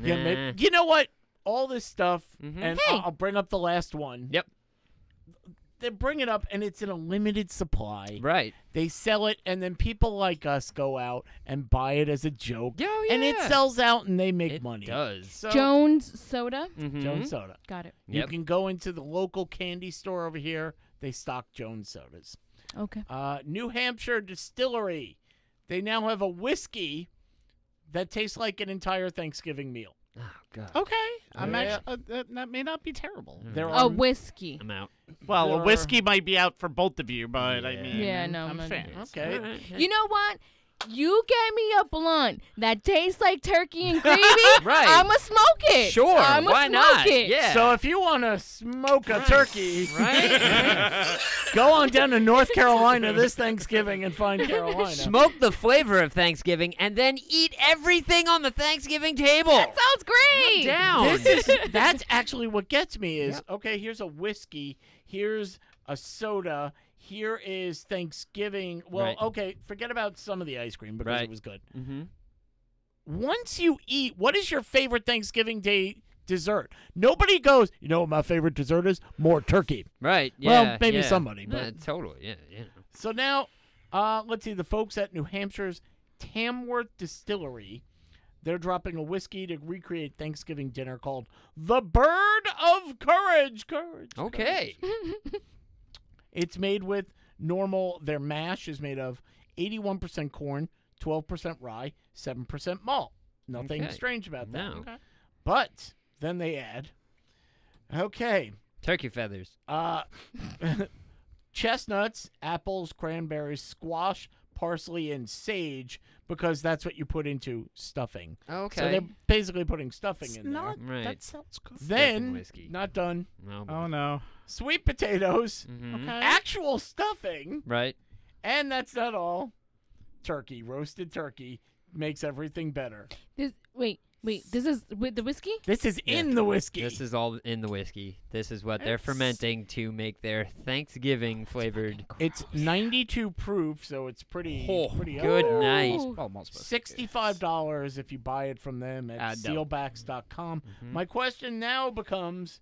Speaker 1: to.
Speaker 2: Yeah, maybe-
Speaker 3: Nah.
Speaker 2: you know what? All this stuff,
Speaker 3: Mhm.
Speaker 2: and
Speaker 1: Hey.
Speaker 2: I'll, I'll bring up the last one.
Speaker 3: Yep.
Speaker 2: They bring it up, and it's in a limited supply.
Speaker 3: Right.
Speaker 2: They sell it, and then people like us go out and buy it as a joke.
Speaker 3: Yeah, oh,
Speaker 2: And it
Speaker 3: yeah.
Speaker 2: sells out, and they make
Speaker 3: It
Speaker 2: money.
Speaker 3: does.
Speaker 2: So,
Speaker 1: Jones soda.
Speaker 3: Mhm.
Speaker 2: Jones Soda.
Speaker 1: Got it.
Speaker 3: Mm-hmm. Yep.
Speaker 2: You can go into the local candy store over here. They stock Jones Sodas.
Speaker 1: Okay.
Speaker 2: Uh, New Hampshire Distillery. They now have a whiskey that tastes like an entire Thanksgiving meal.
Speaker 3: Oh god.
Speaker 4: Okay, I'm
Speaker 2: Yeah.
Speaker 4: actually uh, that, that may not be terrible. Oh,
Speaker 2: There
Speaker 1: A
Speaker 2: are
Speaker 1: Oh, whiskey.
Speaker 3: I'm out.
Speaker 4: Well,
Speaker 2: There-
Speaker 4: a whiskey might be out for both of you, but I
Speaker 3: Yeah.
Speaker 4: mean,
Speaker 1: Yeah, no, I'm
Speaker 4: I'm a
Speaker 1: not
Speaker 4: fan.
Speaker 1: doing
Speaker 2: Okay.
Speaker 1: You know what? You get me a blunt that tastes like turkey and gravy.
Speaker 3: Right.
Speaker 1: I'ma smoke it.
Speaker 3: Sure.
Speaker 1: I'ma
Speaker 3: why
Speaker 1: smoke
Speaker 3: not?
Speaker 1: It.
Speaker 3: Yeah.
Speaker 2: So if you want to smoke a turkey,
Speaker 3: right.
Speaker 2: go on down to North Carolina this Thanksgiving and find Carolina.
Speaker 3: Smoke the flavor of Thanksgiving and then eat everything on the Thanksgiving table.
Speaker 1: That sounds great.
Speaker 3: down.
Speaker 2: This is that's actually what gets me is okay. Here's a whiskey. Here's a soda. Here is Thanksgiving. Well,
Speaker 3: Right.
Speaker 2: okay, forget about some of the ice cream because
Speaker 3: Right.
Speaker 2: it was good.
Speaker 3: mm-hmm.
Speaker 2: Once you eat, what is your favorite Thanksgiving Day dessert? Nobody goes. You know what my favorite dessert is? More turkey.
Speaker 3: Right. Yeah.
Speaker 2: Well, maybe
Speaker 3: yeah.
Speaker 2: somebody,
Speaker 3: Yeah,
Speaker 2: but-
Speaker 3: totally. Yeah. Yeah.
Speaker 2: So now, uh, let's see. The folks at New Hampshire's Tamworth Distillery, they're dropping a whiskey to recreate Thanksgiving dinner called the Bird of Courage. Courage.
Speaker 3: Okay.
Speaker 2: It's made with normal. Their mash is made of 81% corn, 12% rye, 7% malt. Nothing
Speaker 3: Okay.
Speaker 2: strange about that.
Speaker 3: No.
Speaker 2: But then they add, okay,
Speaker 3: Turkey feathers.
Speaker 2: uh, chestnuts, apples, cranberries, squash, parsley, and sage because that's what you put into stuffing.
Speaker 3: Okay.
Speaker 2: So they're basically putting stuffing in
Speaker 4: Not
Speaker 3: Right.
Speaker 4: that sounds good.
Speaker 2: there. Then,
Speaker 3: whiskey.
Speaker 2: not done.
Speaker 3: No.
Speaker 4: Oh no.
Speaker 2: Sweet potatoes,
Speaker 3: Mhm.
Speaker 2: actual stuffing,
Speaker 3: Right.
Speaker 2: and that's not all. Turkey, roasted turkey, makes everything better.
Speaker 1: This, wait, wait. This is with the whiskey.
Speaker 2: This is
Speaker 3: Yeah.
Speaker 2: in the whiskey.
Speaker 3: This is all in the whiskey. This is what they're fermenting to make their Thanksgiving flavored.
Speaker 2: it's 92 proof, so it's pretty
Speaker 3: Oh,
Speaker 2: pretty up
Speaker 3: good
Speaker 2: there.
Speaker 3: night.
Speaker 1: Ooh.
Speaker 4: Almost.
Speaker 2: Sixty-five dollars if you buy it from them at
Speaker 4: Ah, no.
Speaker 2: sealbacks.com. My question now becomes: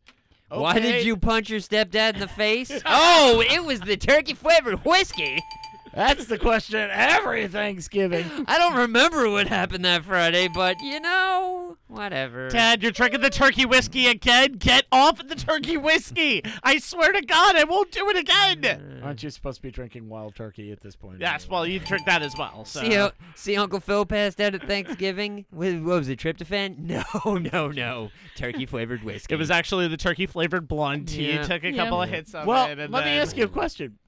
Speaker 3: Mm-hmm. Why did
Speaker 2: okay,
Speaker 3: you punch your stepdad in the face? oh, it was the turkey flavored whiskey.
Speaker 2: That's the question every Thanksgiving.
Speaker 3: I don't remember what happened that Friday, but you know, Whatever.
Speaker 4: Dad, you're drinking the turkey whiskey again. Get off the turkey whiskey. I swear to God, I won't do it again.
Speaker 2: Aren't you supposed to be drinking wild turkey at this point?
Speaker 4: Yes, well, you drink that as well. So.
Speaker 3: See, how- see Uncle Phil passed out at Thanksgiving with what was it, tryptophan? No, no, no, turkey flavored whiskey.
Speaker 4: It was actually the turkey flavored blonde tea.
Speaker 3: Yeah.
Speaker 4: Took a
Speaker 1: Yeah.
Speaker 4: couple of hits of
Speaker 2: Well,
Speaker 4: it.
Speaker 2: let
Speaker 4: and
Speaker 2: me
Speaker 4: then-
Speaker 2: ask you a question.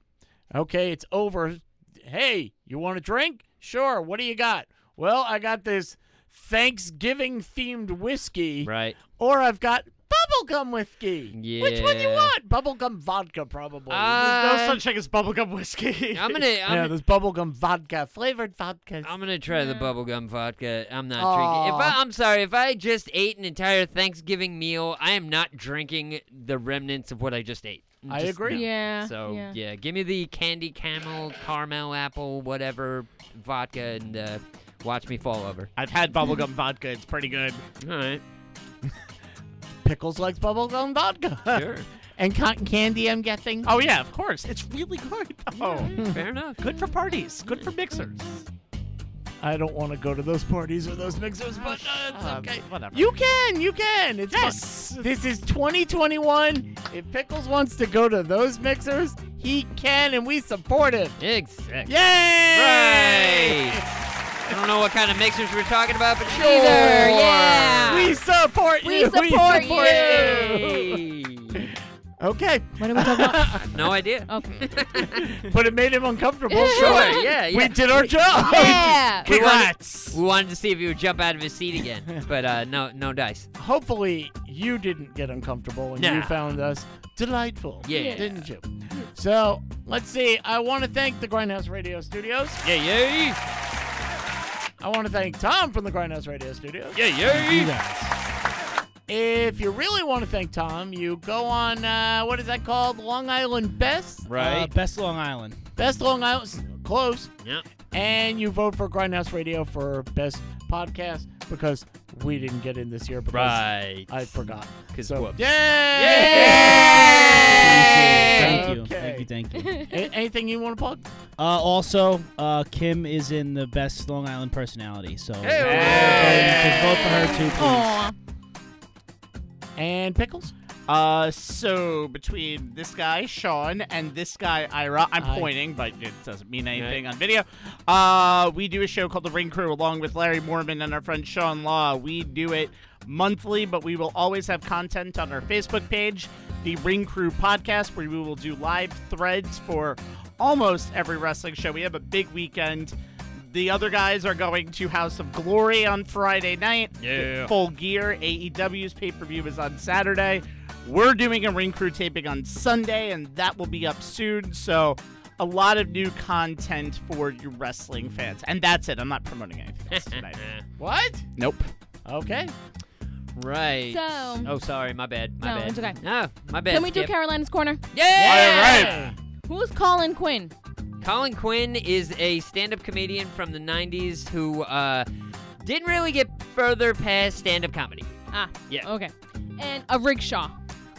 Speaker 2: Okay, it's over. Hey, you want a drink? Sure. What do you got? Well, I got this Thanksgiving themed whiskey,
Speaker 3: right.
Speaker 2: or I've got bubblegum whiskey. Which one you
Speaker 3: Yeah.
Speaker 2: want? Bubblegum vodka, probably.
Speaker 4: No
Speaker 3: Uh,
Speaker 4: such thing as bubblegum whiskey.
Speaker 3: I'm gonna. I'm,
Speaker 2: yeah, this bubblegum vodka, flavored vodka.
Speaker 3: I'm gonna try the
Speaker 1: Yeah.
Speaker 3: bubblegum vodka. I'm not drinking. If I,
Speaker 2: Aw.
Speaker 3: I'm sorry, if I just ate an entire Thanksgiving meal, I am not drinking the remnants of what I just ate.
Speaker 2: I
Speaker 3: Just
Speaker 2: agree.
Speaker 3: no.
Speaker 1: Yeah.
Speaker 3: So
Speaker 1: yeah.
Speaker 3: give me the candy camel, caramel apple, whatever vodka, and uh, watch me fall over.
Speaker 4: I've had bubblegum vodka. It's pretty good.
Speaker 3: All right,
Speaker 2: Pickles likes bubblegum vodka.
Speaker 3: sure,
Speaker 2: and cotton candy, I'm guessing.
Speaker 4: Oh, yeah, of course. It's really good, though.
Speaker 3: fair enough.
Speaker 4: Good for parties. Good for mixers.
Speaker 2: I don't want to go to those parties or those mixers, but uh, it's
Speaker 4: Um,
Speaker 2: okay.
Speaker 4: Whatever.
Speaker 2: You can, you can. It's
Speaker 4: Yes.
Speaker 2: fun. This is 2021. If Pickles wants to go to those mixers, he can, and we support him.
Speaker 3: Exactly.
Speaker 2: Yay!
Speaker 3: Right. I don't know what kind of mixers we're talking about, but sure. Yeah.
Speaker 2: We support
Speaker 1: We
Speaker 2: you.
Speaker 1: support
Speaker 3: Yay.
Speaker 2: Okay,
Speaker 1: What are we talking about?
Speaker 3: no idea.
Speaker 1: Okay.
Speaker 2: but it made him uncomfortable.
Speaker 1: Oh. Sure,
Speaker 2: so
Speaker 3: yeah, yeah.
Speaker 2: We did our job.
Speaker 1: yeah.
Speaker 3: We wanted,
Speaker 4: Congrats.
Speaker 3: we wanted to see if he would jump out of his seat again, but uh, no, no dice.
Speaker 2: Hopefully, you didn't get uncomfortable and you
Speaker 3: Nah.
Speaker 2: found us delightful.
Speaker 3: Yeah.
Speaker 2: Didn't you? So, let's see. I want to thank the Grindhouse Radio Studios.
Speaker 3: Yeah, yeah,
Speaker 2: I want to thank Tom from the Grindhouse Radio Studios.
Speaker 3: yeah, yeah.
Speaker 2: If you really want to thank Tom, you go on, uh, what is that called? Long Island Best?
Speaker 5: Uh, best Long Island.
Speaker 2: Best Long Island, close.
Speaker 3: Yeah.
Speaker 2: And you vote for Grindhouse Radio for Best Podcast because we didn't get in this year because
Speaker 3: Right.
Speaker 2: I forgot.
Speaker 3: 'Cause
Speaker 2: So,
Speaker 3: whoops.
Speaker 2: yay!
Speaker 5: Thank you. Thank you.
Speaker 2: Okay.
Speaker 5: Thank you. Thank you.
Speaker 2: A- anything you want to plug?
Speaker 5: Uh, also, uh, Kim is in the best Long Island personality, so
Speaker 3: Hey.
Speaker 5: vote for her too, please.
Speaker 1: Aw.
Speaker 2: And Pickles?
Speaker 4: Uh, so between this guy Sean and this guy Ira, I'm
Speaker 2: Hi.
Speaker 4: pointing, but it doesn't mean anything on video. Uh, we do a show called The Ring Crew along with Larry Mormon and our friend Sean Law. We do it monthly, but we will always have content on our Facebook page, The Ring Crew Podcast, where we will do live threads for almost every wrestling show. We have a big weekend. The other guys are going to House of Glory on Friday night.
Speaker 3: Yeah.
Speaker 4: Full gear. AEW's pay per view is on Saturday. We're doing a Ring Crew taping on Sunday, and that will be up soon. So, a lot of new content for you wrestling fans. And that's it. I'm not promoting anything else tonight.
Speaker 2: What?
Speaker 4: nope.
Speaker 2: Okay.
Speaker 3: Right.
Speaker 1: So-
Speaker 3: Oh, sorry, my bad. My
Speaker 1: No,
Speaker 3: bad.
Speaker 1: it's okay.
Speaker 3: No, my bad.
Speaker 1: Can we do
Speaker 3: Skip.
Speaker 1: Carolina's Corner?
Speaker 3: Yeah.
Speaker 1: Who's calling Quinn?
Speaker 3: Colin Quinn is a stand-up comedian from the '90s who uh, didn't really get further past stand-up comedy.
Speaker 1: Ah.
Speaker 3: Yeah.
Speaker 1: Okay. And a rickshaw.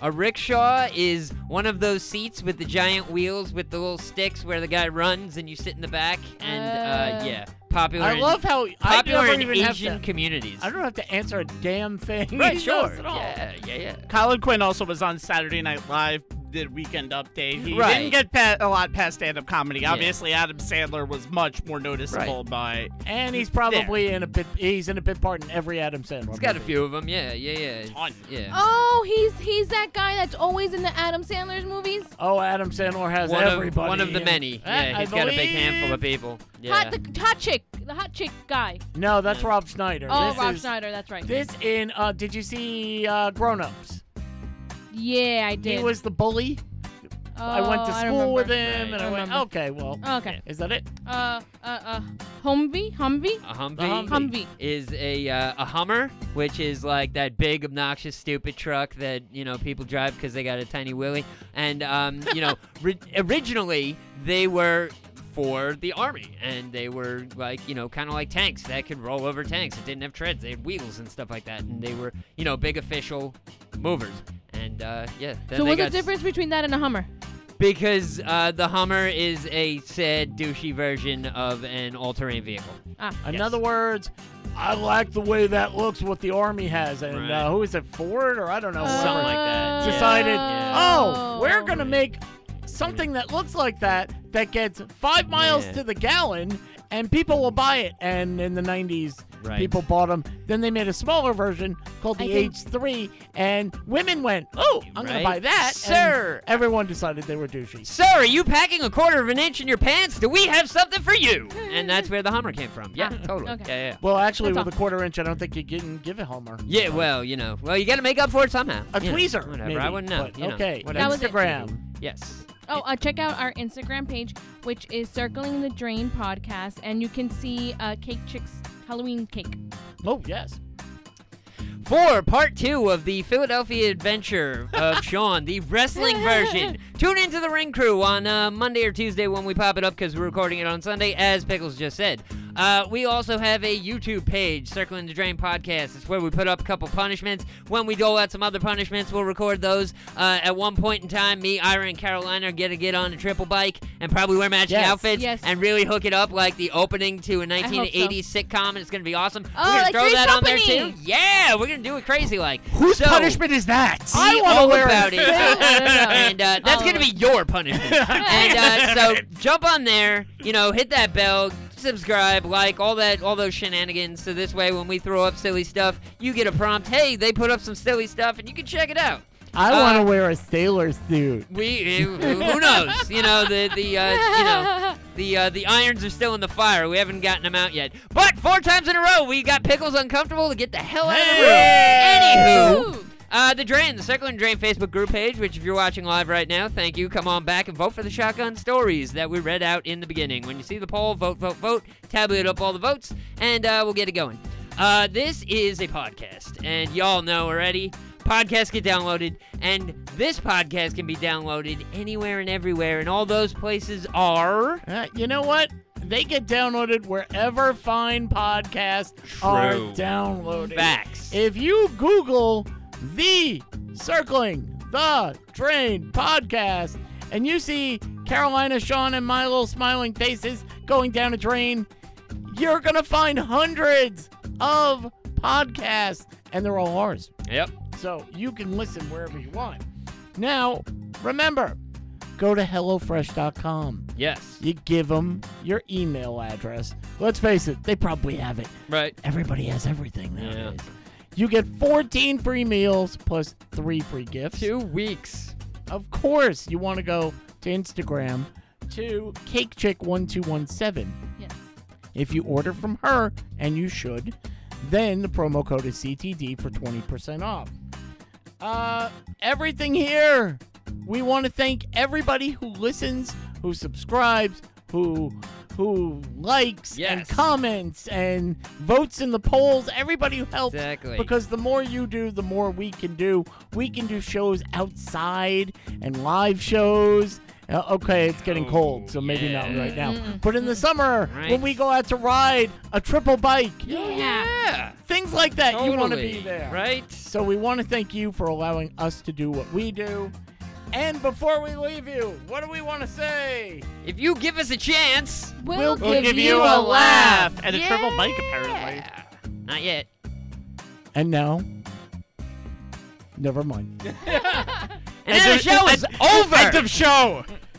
Speaker 3: A rickshaw is one of those seats with the giant wheels with the little sticks where the guy runs and you sit in the back. And uh,
Speaker 1: Uh.
Speaker 3: yeah, popular.
Speaker 2: I
Speaker 3: in-
Speaker 2: love how I
Speaker 3: popular
Speaker 2: don't
Speaker 3: in
Speaker 2: even have
Speaker 3: Asian
Speaker 2: to.
Speaker 3: communities.
Speaker 2: I don't have to answer a damn thing.
Speaker 3: right,
Speaker 2: He
Speaker 3: sure.
Speaker 2: does it all.
Speaker 3: Yeah, yeah, yeah.
Speaker 4: Colin Quinn also was on Saturday Night Live, did Weekend Update. He
Speaker 3: Right.
Speaker 4: didn't get pa- a lot past stand up comedy.
Speaker 3: Yeah.
Speaker 4: Obviously, Adam Sandler was much more noticeable by.
Speaker 2: And he's probably in a bit. He's in a bit part in every Adam Sandler.
Speaker 3: It's got a
Speaker 2: movie.
Speaker 3: few of them. Yeah, yeah, yeah. It's-
Speaker 4: Ton.
Speaker 3: Yeah.
Speaker 1: Oh, he's he's that guy that's always in the Adam Sandler's movies.
Speaker 2: Oh, Adam Sandler has
Speaker 3: One of,
Speaker 2: everybody.
Speaker 3: one of the
Speaker 2: in-
Speaker 3: many.
Speaker 2: I-
Speaker 3: Yeah,
Speaker 2: I
Speaker 3: he's got a big handful of
Speaker 2: believe-
Speaker 3: people. Yeah.
Speaker 1: Hot the hot chick, the hot chick guy.
Speaker 2: No, that's Rob Schneider.
Speaker 1: Oh,
Speaker 2: this
Speaker 1: Rob
Speaker 2: is,
Speaker 1: Schneider. That's right.
Speaker 2: This in. Uh, did you see uh, Grown Ups?
Speaker 1: yeah, I did.
Speaker 2: He was the bully.
Speaker 1: Oh,
Speaker 2: I went to
Speaker 1: I
Speaker 2: school with
Speaker 1: remember.
Speaker 2: him,
Speaker 3: Right.
Speaker 2: and
Speaker 1: I
Speaker 2: I, went.
Speaker 1: remember.
Speaker 2: Okay, well,
Speaker 1: Oh, okay.
Speaker 2: is that it?
Speaker 1: Uh, uh, uh, Humvee, Humvee.
Speaker 3: A Humvee,
Speaker 2: Humvee.
Speaker 1: Humvee.
Speaker 3: is a uh, a Hummer, which is like that big, obnoxious, stupid truck that you know people drive because they got a tiny willy. And um, you know, ri- originally they were for the army, and they were like you know, kind of like tanks that could roll over tanks. It didn't have treads; they had wheels and stuff like that. And they were you know big official movers. And uh, yeah, then
Speaker 1: So
Speaker 3: they
Speaker 1: what's
Speaker 3: got
Speaker 1: the
Speaker 3: s-
Speaker 1: difference between that and a Hummer?
Speaker 3: because uh, the Hummer is a sad, douchey version of an all-terrain vehicle.
Speaker 1: Ah,
Speaker 2: In other words, I like the way that looks. What the army has, and
Speaker 3: Right.
Speaker 2: uh, who is it, Ford or I don't know,
Speaker 1: Oh.
Speaker 3: Something
Speaker 2: whoever
Speaker 3: like that. Yeah.
Speaker 2: decided,
Speaker 1: Uh, Yeah.
Speaker 2: oh, we're gonna make something that looks like that that gets five miles
Speaker 3: Yeah.
Speaker 2: to the gallon, and people will buy it. And in the '90s,
Speaker 3: Right.
Speaker 2: people bought them. Then they made a smaller version called
Speaker 1: I
Speaker 2: the
Speaker 1: think-
Speaker 2: H3, and women went, oh, I'm
Speaker 3: Right.
Speaker 2: gonna buy that, and
Speaker 3: Sir.
Speaker 2: everyone decided they were douchey.
Speaker 3: Sir, are you packing a quarter of an inch in your pants? Do we have something for you? And that's where the Hummer came from. Yeah,
Speaker 1: Ah,
Speaker 3: totally.
Speaker 1: okay.
Speaker 3: Yeah, yeah.
Speaker 2: Well, actually,
Speaker 1: That's
Speaker 2: with a quarter inch, I don't think you can give it Homer.
Speaker 3: Yeah, well, you know, well, you got to make up for it somehow.
Speaker 2: A
Speaker 3: You know,
Speaker 2: tweezer,
Speaker 3: whatever.
Speaker 2: maybe,
Speaker 3: I wouldn't know.
Speaker 2: but
Speaker 3: you know,
Speaker 2: okay.
Speaker 3: whatever.
Speaker 1: That was it.
Speaker 2: Instagram.
Speaker 3: Yes.
Speaker 1: Oh, uh, check out our Instagram page, which is Circling the Drain Podcast, and you can see uh, Cake Chick's Halloween cake.
Speaker 2: Oh yes.
Speaker 3: For part two of the Philadelphia Adventure of Sean, the wrestling version, tune into the Ring Crew on uh, Monday or Tuesday when we pop it up because we're recording it on Sunday, as Pickles just said. Uh, we also have a YouTube page, Circling the Drain Podcast. It's where we put up a couple punishments. When we dole out some other punishments, we'll record those. Uh, at one point in time, me, Ira, and Carolina are going to get on a triple bike and probably wear matching
Speaker 2: Yes.
Speaker 3: outfits
Speaker 1: Yes.
Speaker 3: and really hook it up like the opening to a
Speaker 1: hope so.
Speaker 3: 1980s sitcom. It's going to be awesome.
Speaker 1: Oh,
Speaker 3: we're going
Speaker 1: like
Speaker 3: to throw
Speaker 1: Three's
Speaker 3: that on there
Speaker 1: Company.
Speaker 3: too. Yeah, we're gonna do it crazy like.
Speaker 4: Whose
Speaker 3: so,
Speaker 4: punishment is that?
Speaker 3: I
Speaker 2: wanna
Speaker 3: all
Speaker 2: wear a
Speaker 3: about it,
Speaker 2: thing.
Speaker 1: I don't know.
Speaker 3: and uh, that's
Speaker 1: Oh.
Speaker 3: gonna be your punishment. and uh, so jump on there, you know, hit that bell, subscribe, like all that, all those shenanigans. So this way, when we throw up silly stuff, you get a prompt. Hey, they put up some silly stuff, and you can check it out.
Speaker 2: I
Speaker 3: Uh,
Speaker 2: want to wear a sailor suit.
Speaker 3: We, uh, who knows? You know, the the uh, you know. The uh, the irons are still in the fire. We haven't gotten them out yet. But four times in a row, we got pickles uncomfortable to get the hell out of the room. Anywho,
Speaker 1: Woo!
Speaker 3: uh, the Drain, the Circle and Drain Facebook group page, which if you're watching live right now, thank you. Come on back and vote for the shotgun stories that we read out in the beginning. When you see the poll, vote, vote, vote, tabulate up all the votes, and uh, we'll get it going. Uh, this is a podcast, and y'all know already. Podcasts get downloaded, and this podcast can be downloaded anywhere and everywhere, and all those places are.
Speaker 2: Uh, you know what? They get downloaded wherever fine podcasts
Speaker 3: True.
Speaker 2: are downloaded.
Speaker 3: Facts.
Speaker 2: If you Google the Circling the Drain podcast and you see Carolina, Sean, and my little smiling faces going down a drain, you're going to find hundreds of podcasts, and they're all ours.
Speaker 3: Yep.
Speaker 2: So you can listen wherever you want. Now, remember, go to HelloFresh.com.
Speaker 3: Yes.
Speaker 2: You give them your email address. Let's face it, they probably have it.
Speaker 3: Right.
Speaker 2: Everybody has everything
Speaker 3: Yeah.
Speaker 2: nowadays. You get 14 free meals plus three free gifts.
Speaker 3: Two weeks.
Speaker 2: Of course, you want to go to Instagram to CakeChick1217.
Speaker 1: Yes.
Speaker 2: If you order from her, and you should, then the promo code is CTD for 20% off. Uh, everything here. We want to thank everybody who listens, who subscribes, who who likes and
Speaker 3: Yes.
Speaker 2: comments and votes in the polls. Everybody who helps
Speaker 3: Exactly.
Speaker 2: because the more you do, the more we can do. We can do shows outside and live shows. Uh, okay, it's getting
Speaker 3: Oh,
Speaker 2: cold, so maybe not
Speaker 3: yeah. Mm-hmm.
Speaker 2: right now.
Speaker 1: Mm-mm.
Speaker 2: But in the summer,
Speaker 3: Right.
Speaker 2: when we go out to ride a triple bike,
Speaker 3: Yeah.
Speaker 2: things like that, you want to
Speaker 3: Totally.
Speaker 2: be there.
Speaker 3: Right.
Speaker 2: So we want to thank you for allowing us to do what we do. And before we leave you, what do we want to say?
Speaker 3: If you give us a chance.
Speaker 1: We'll,
Speaker 2: We'll
Speaker 1: give,
Speaker 2: give
Speaker 1: you
Speaker 2: you
Speaker 1: a
Speaker 2: a
Speaker 1: laugh.
Speaker 4: and a triple bike apparently.
Speaker 3: Not yet.
Speaker 2: And now, never mind.
Speaker 3: And then the show is over.
Speaker 4: End of show.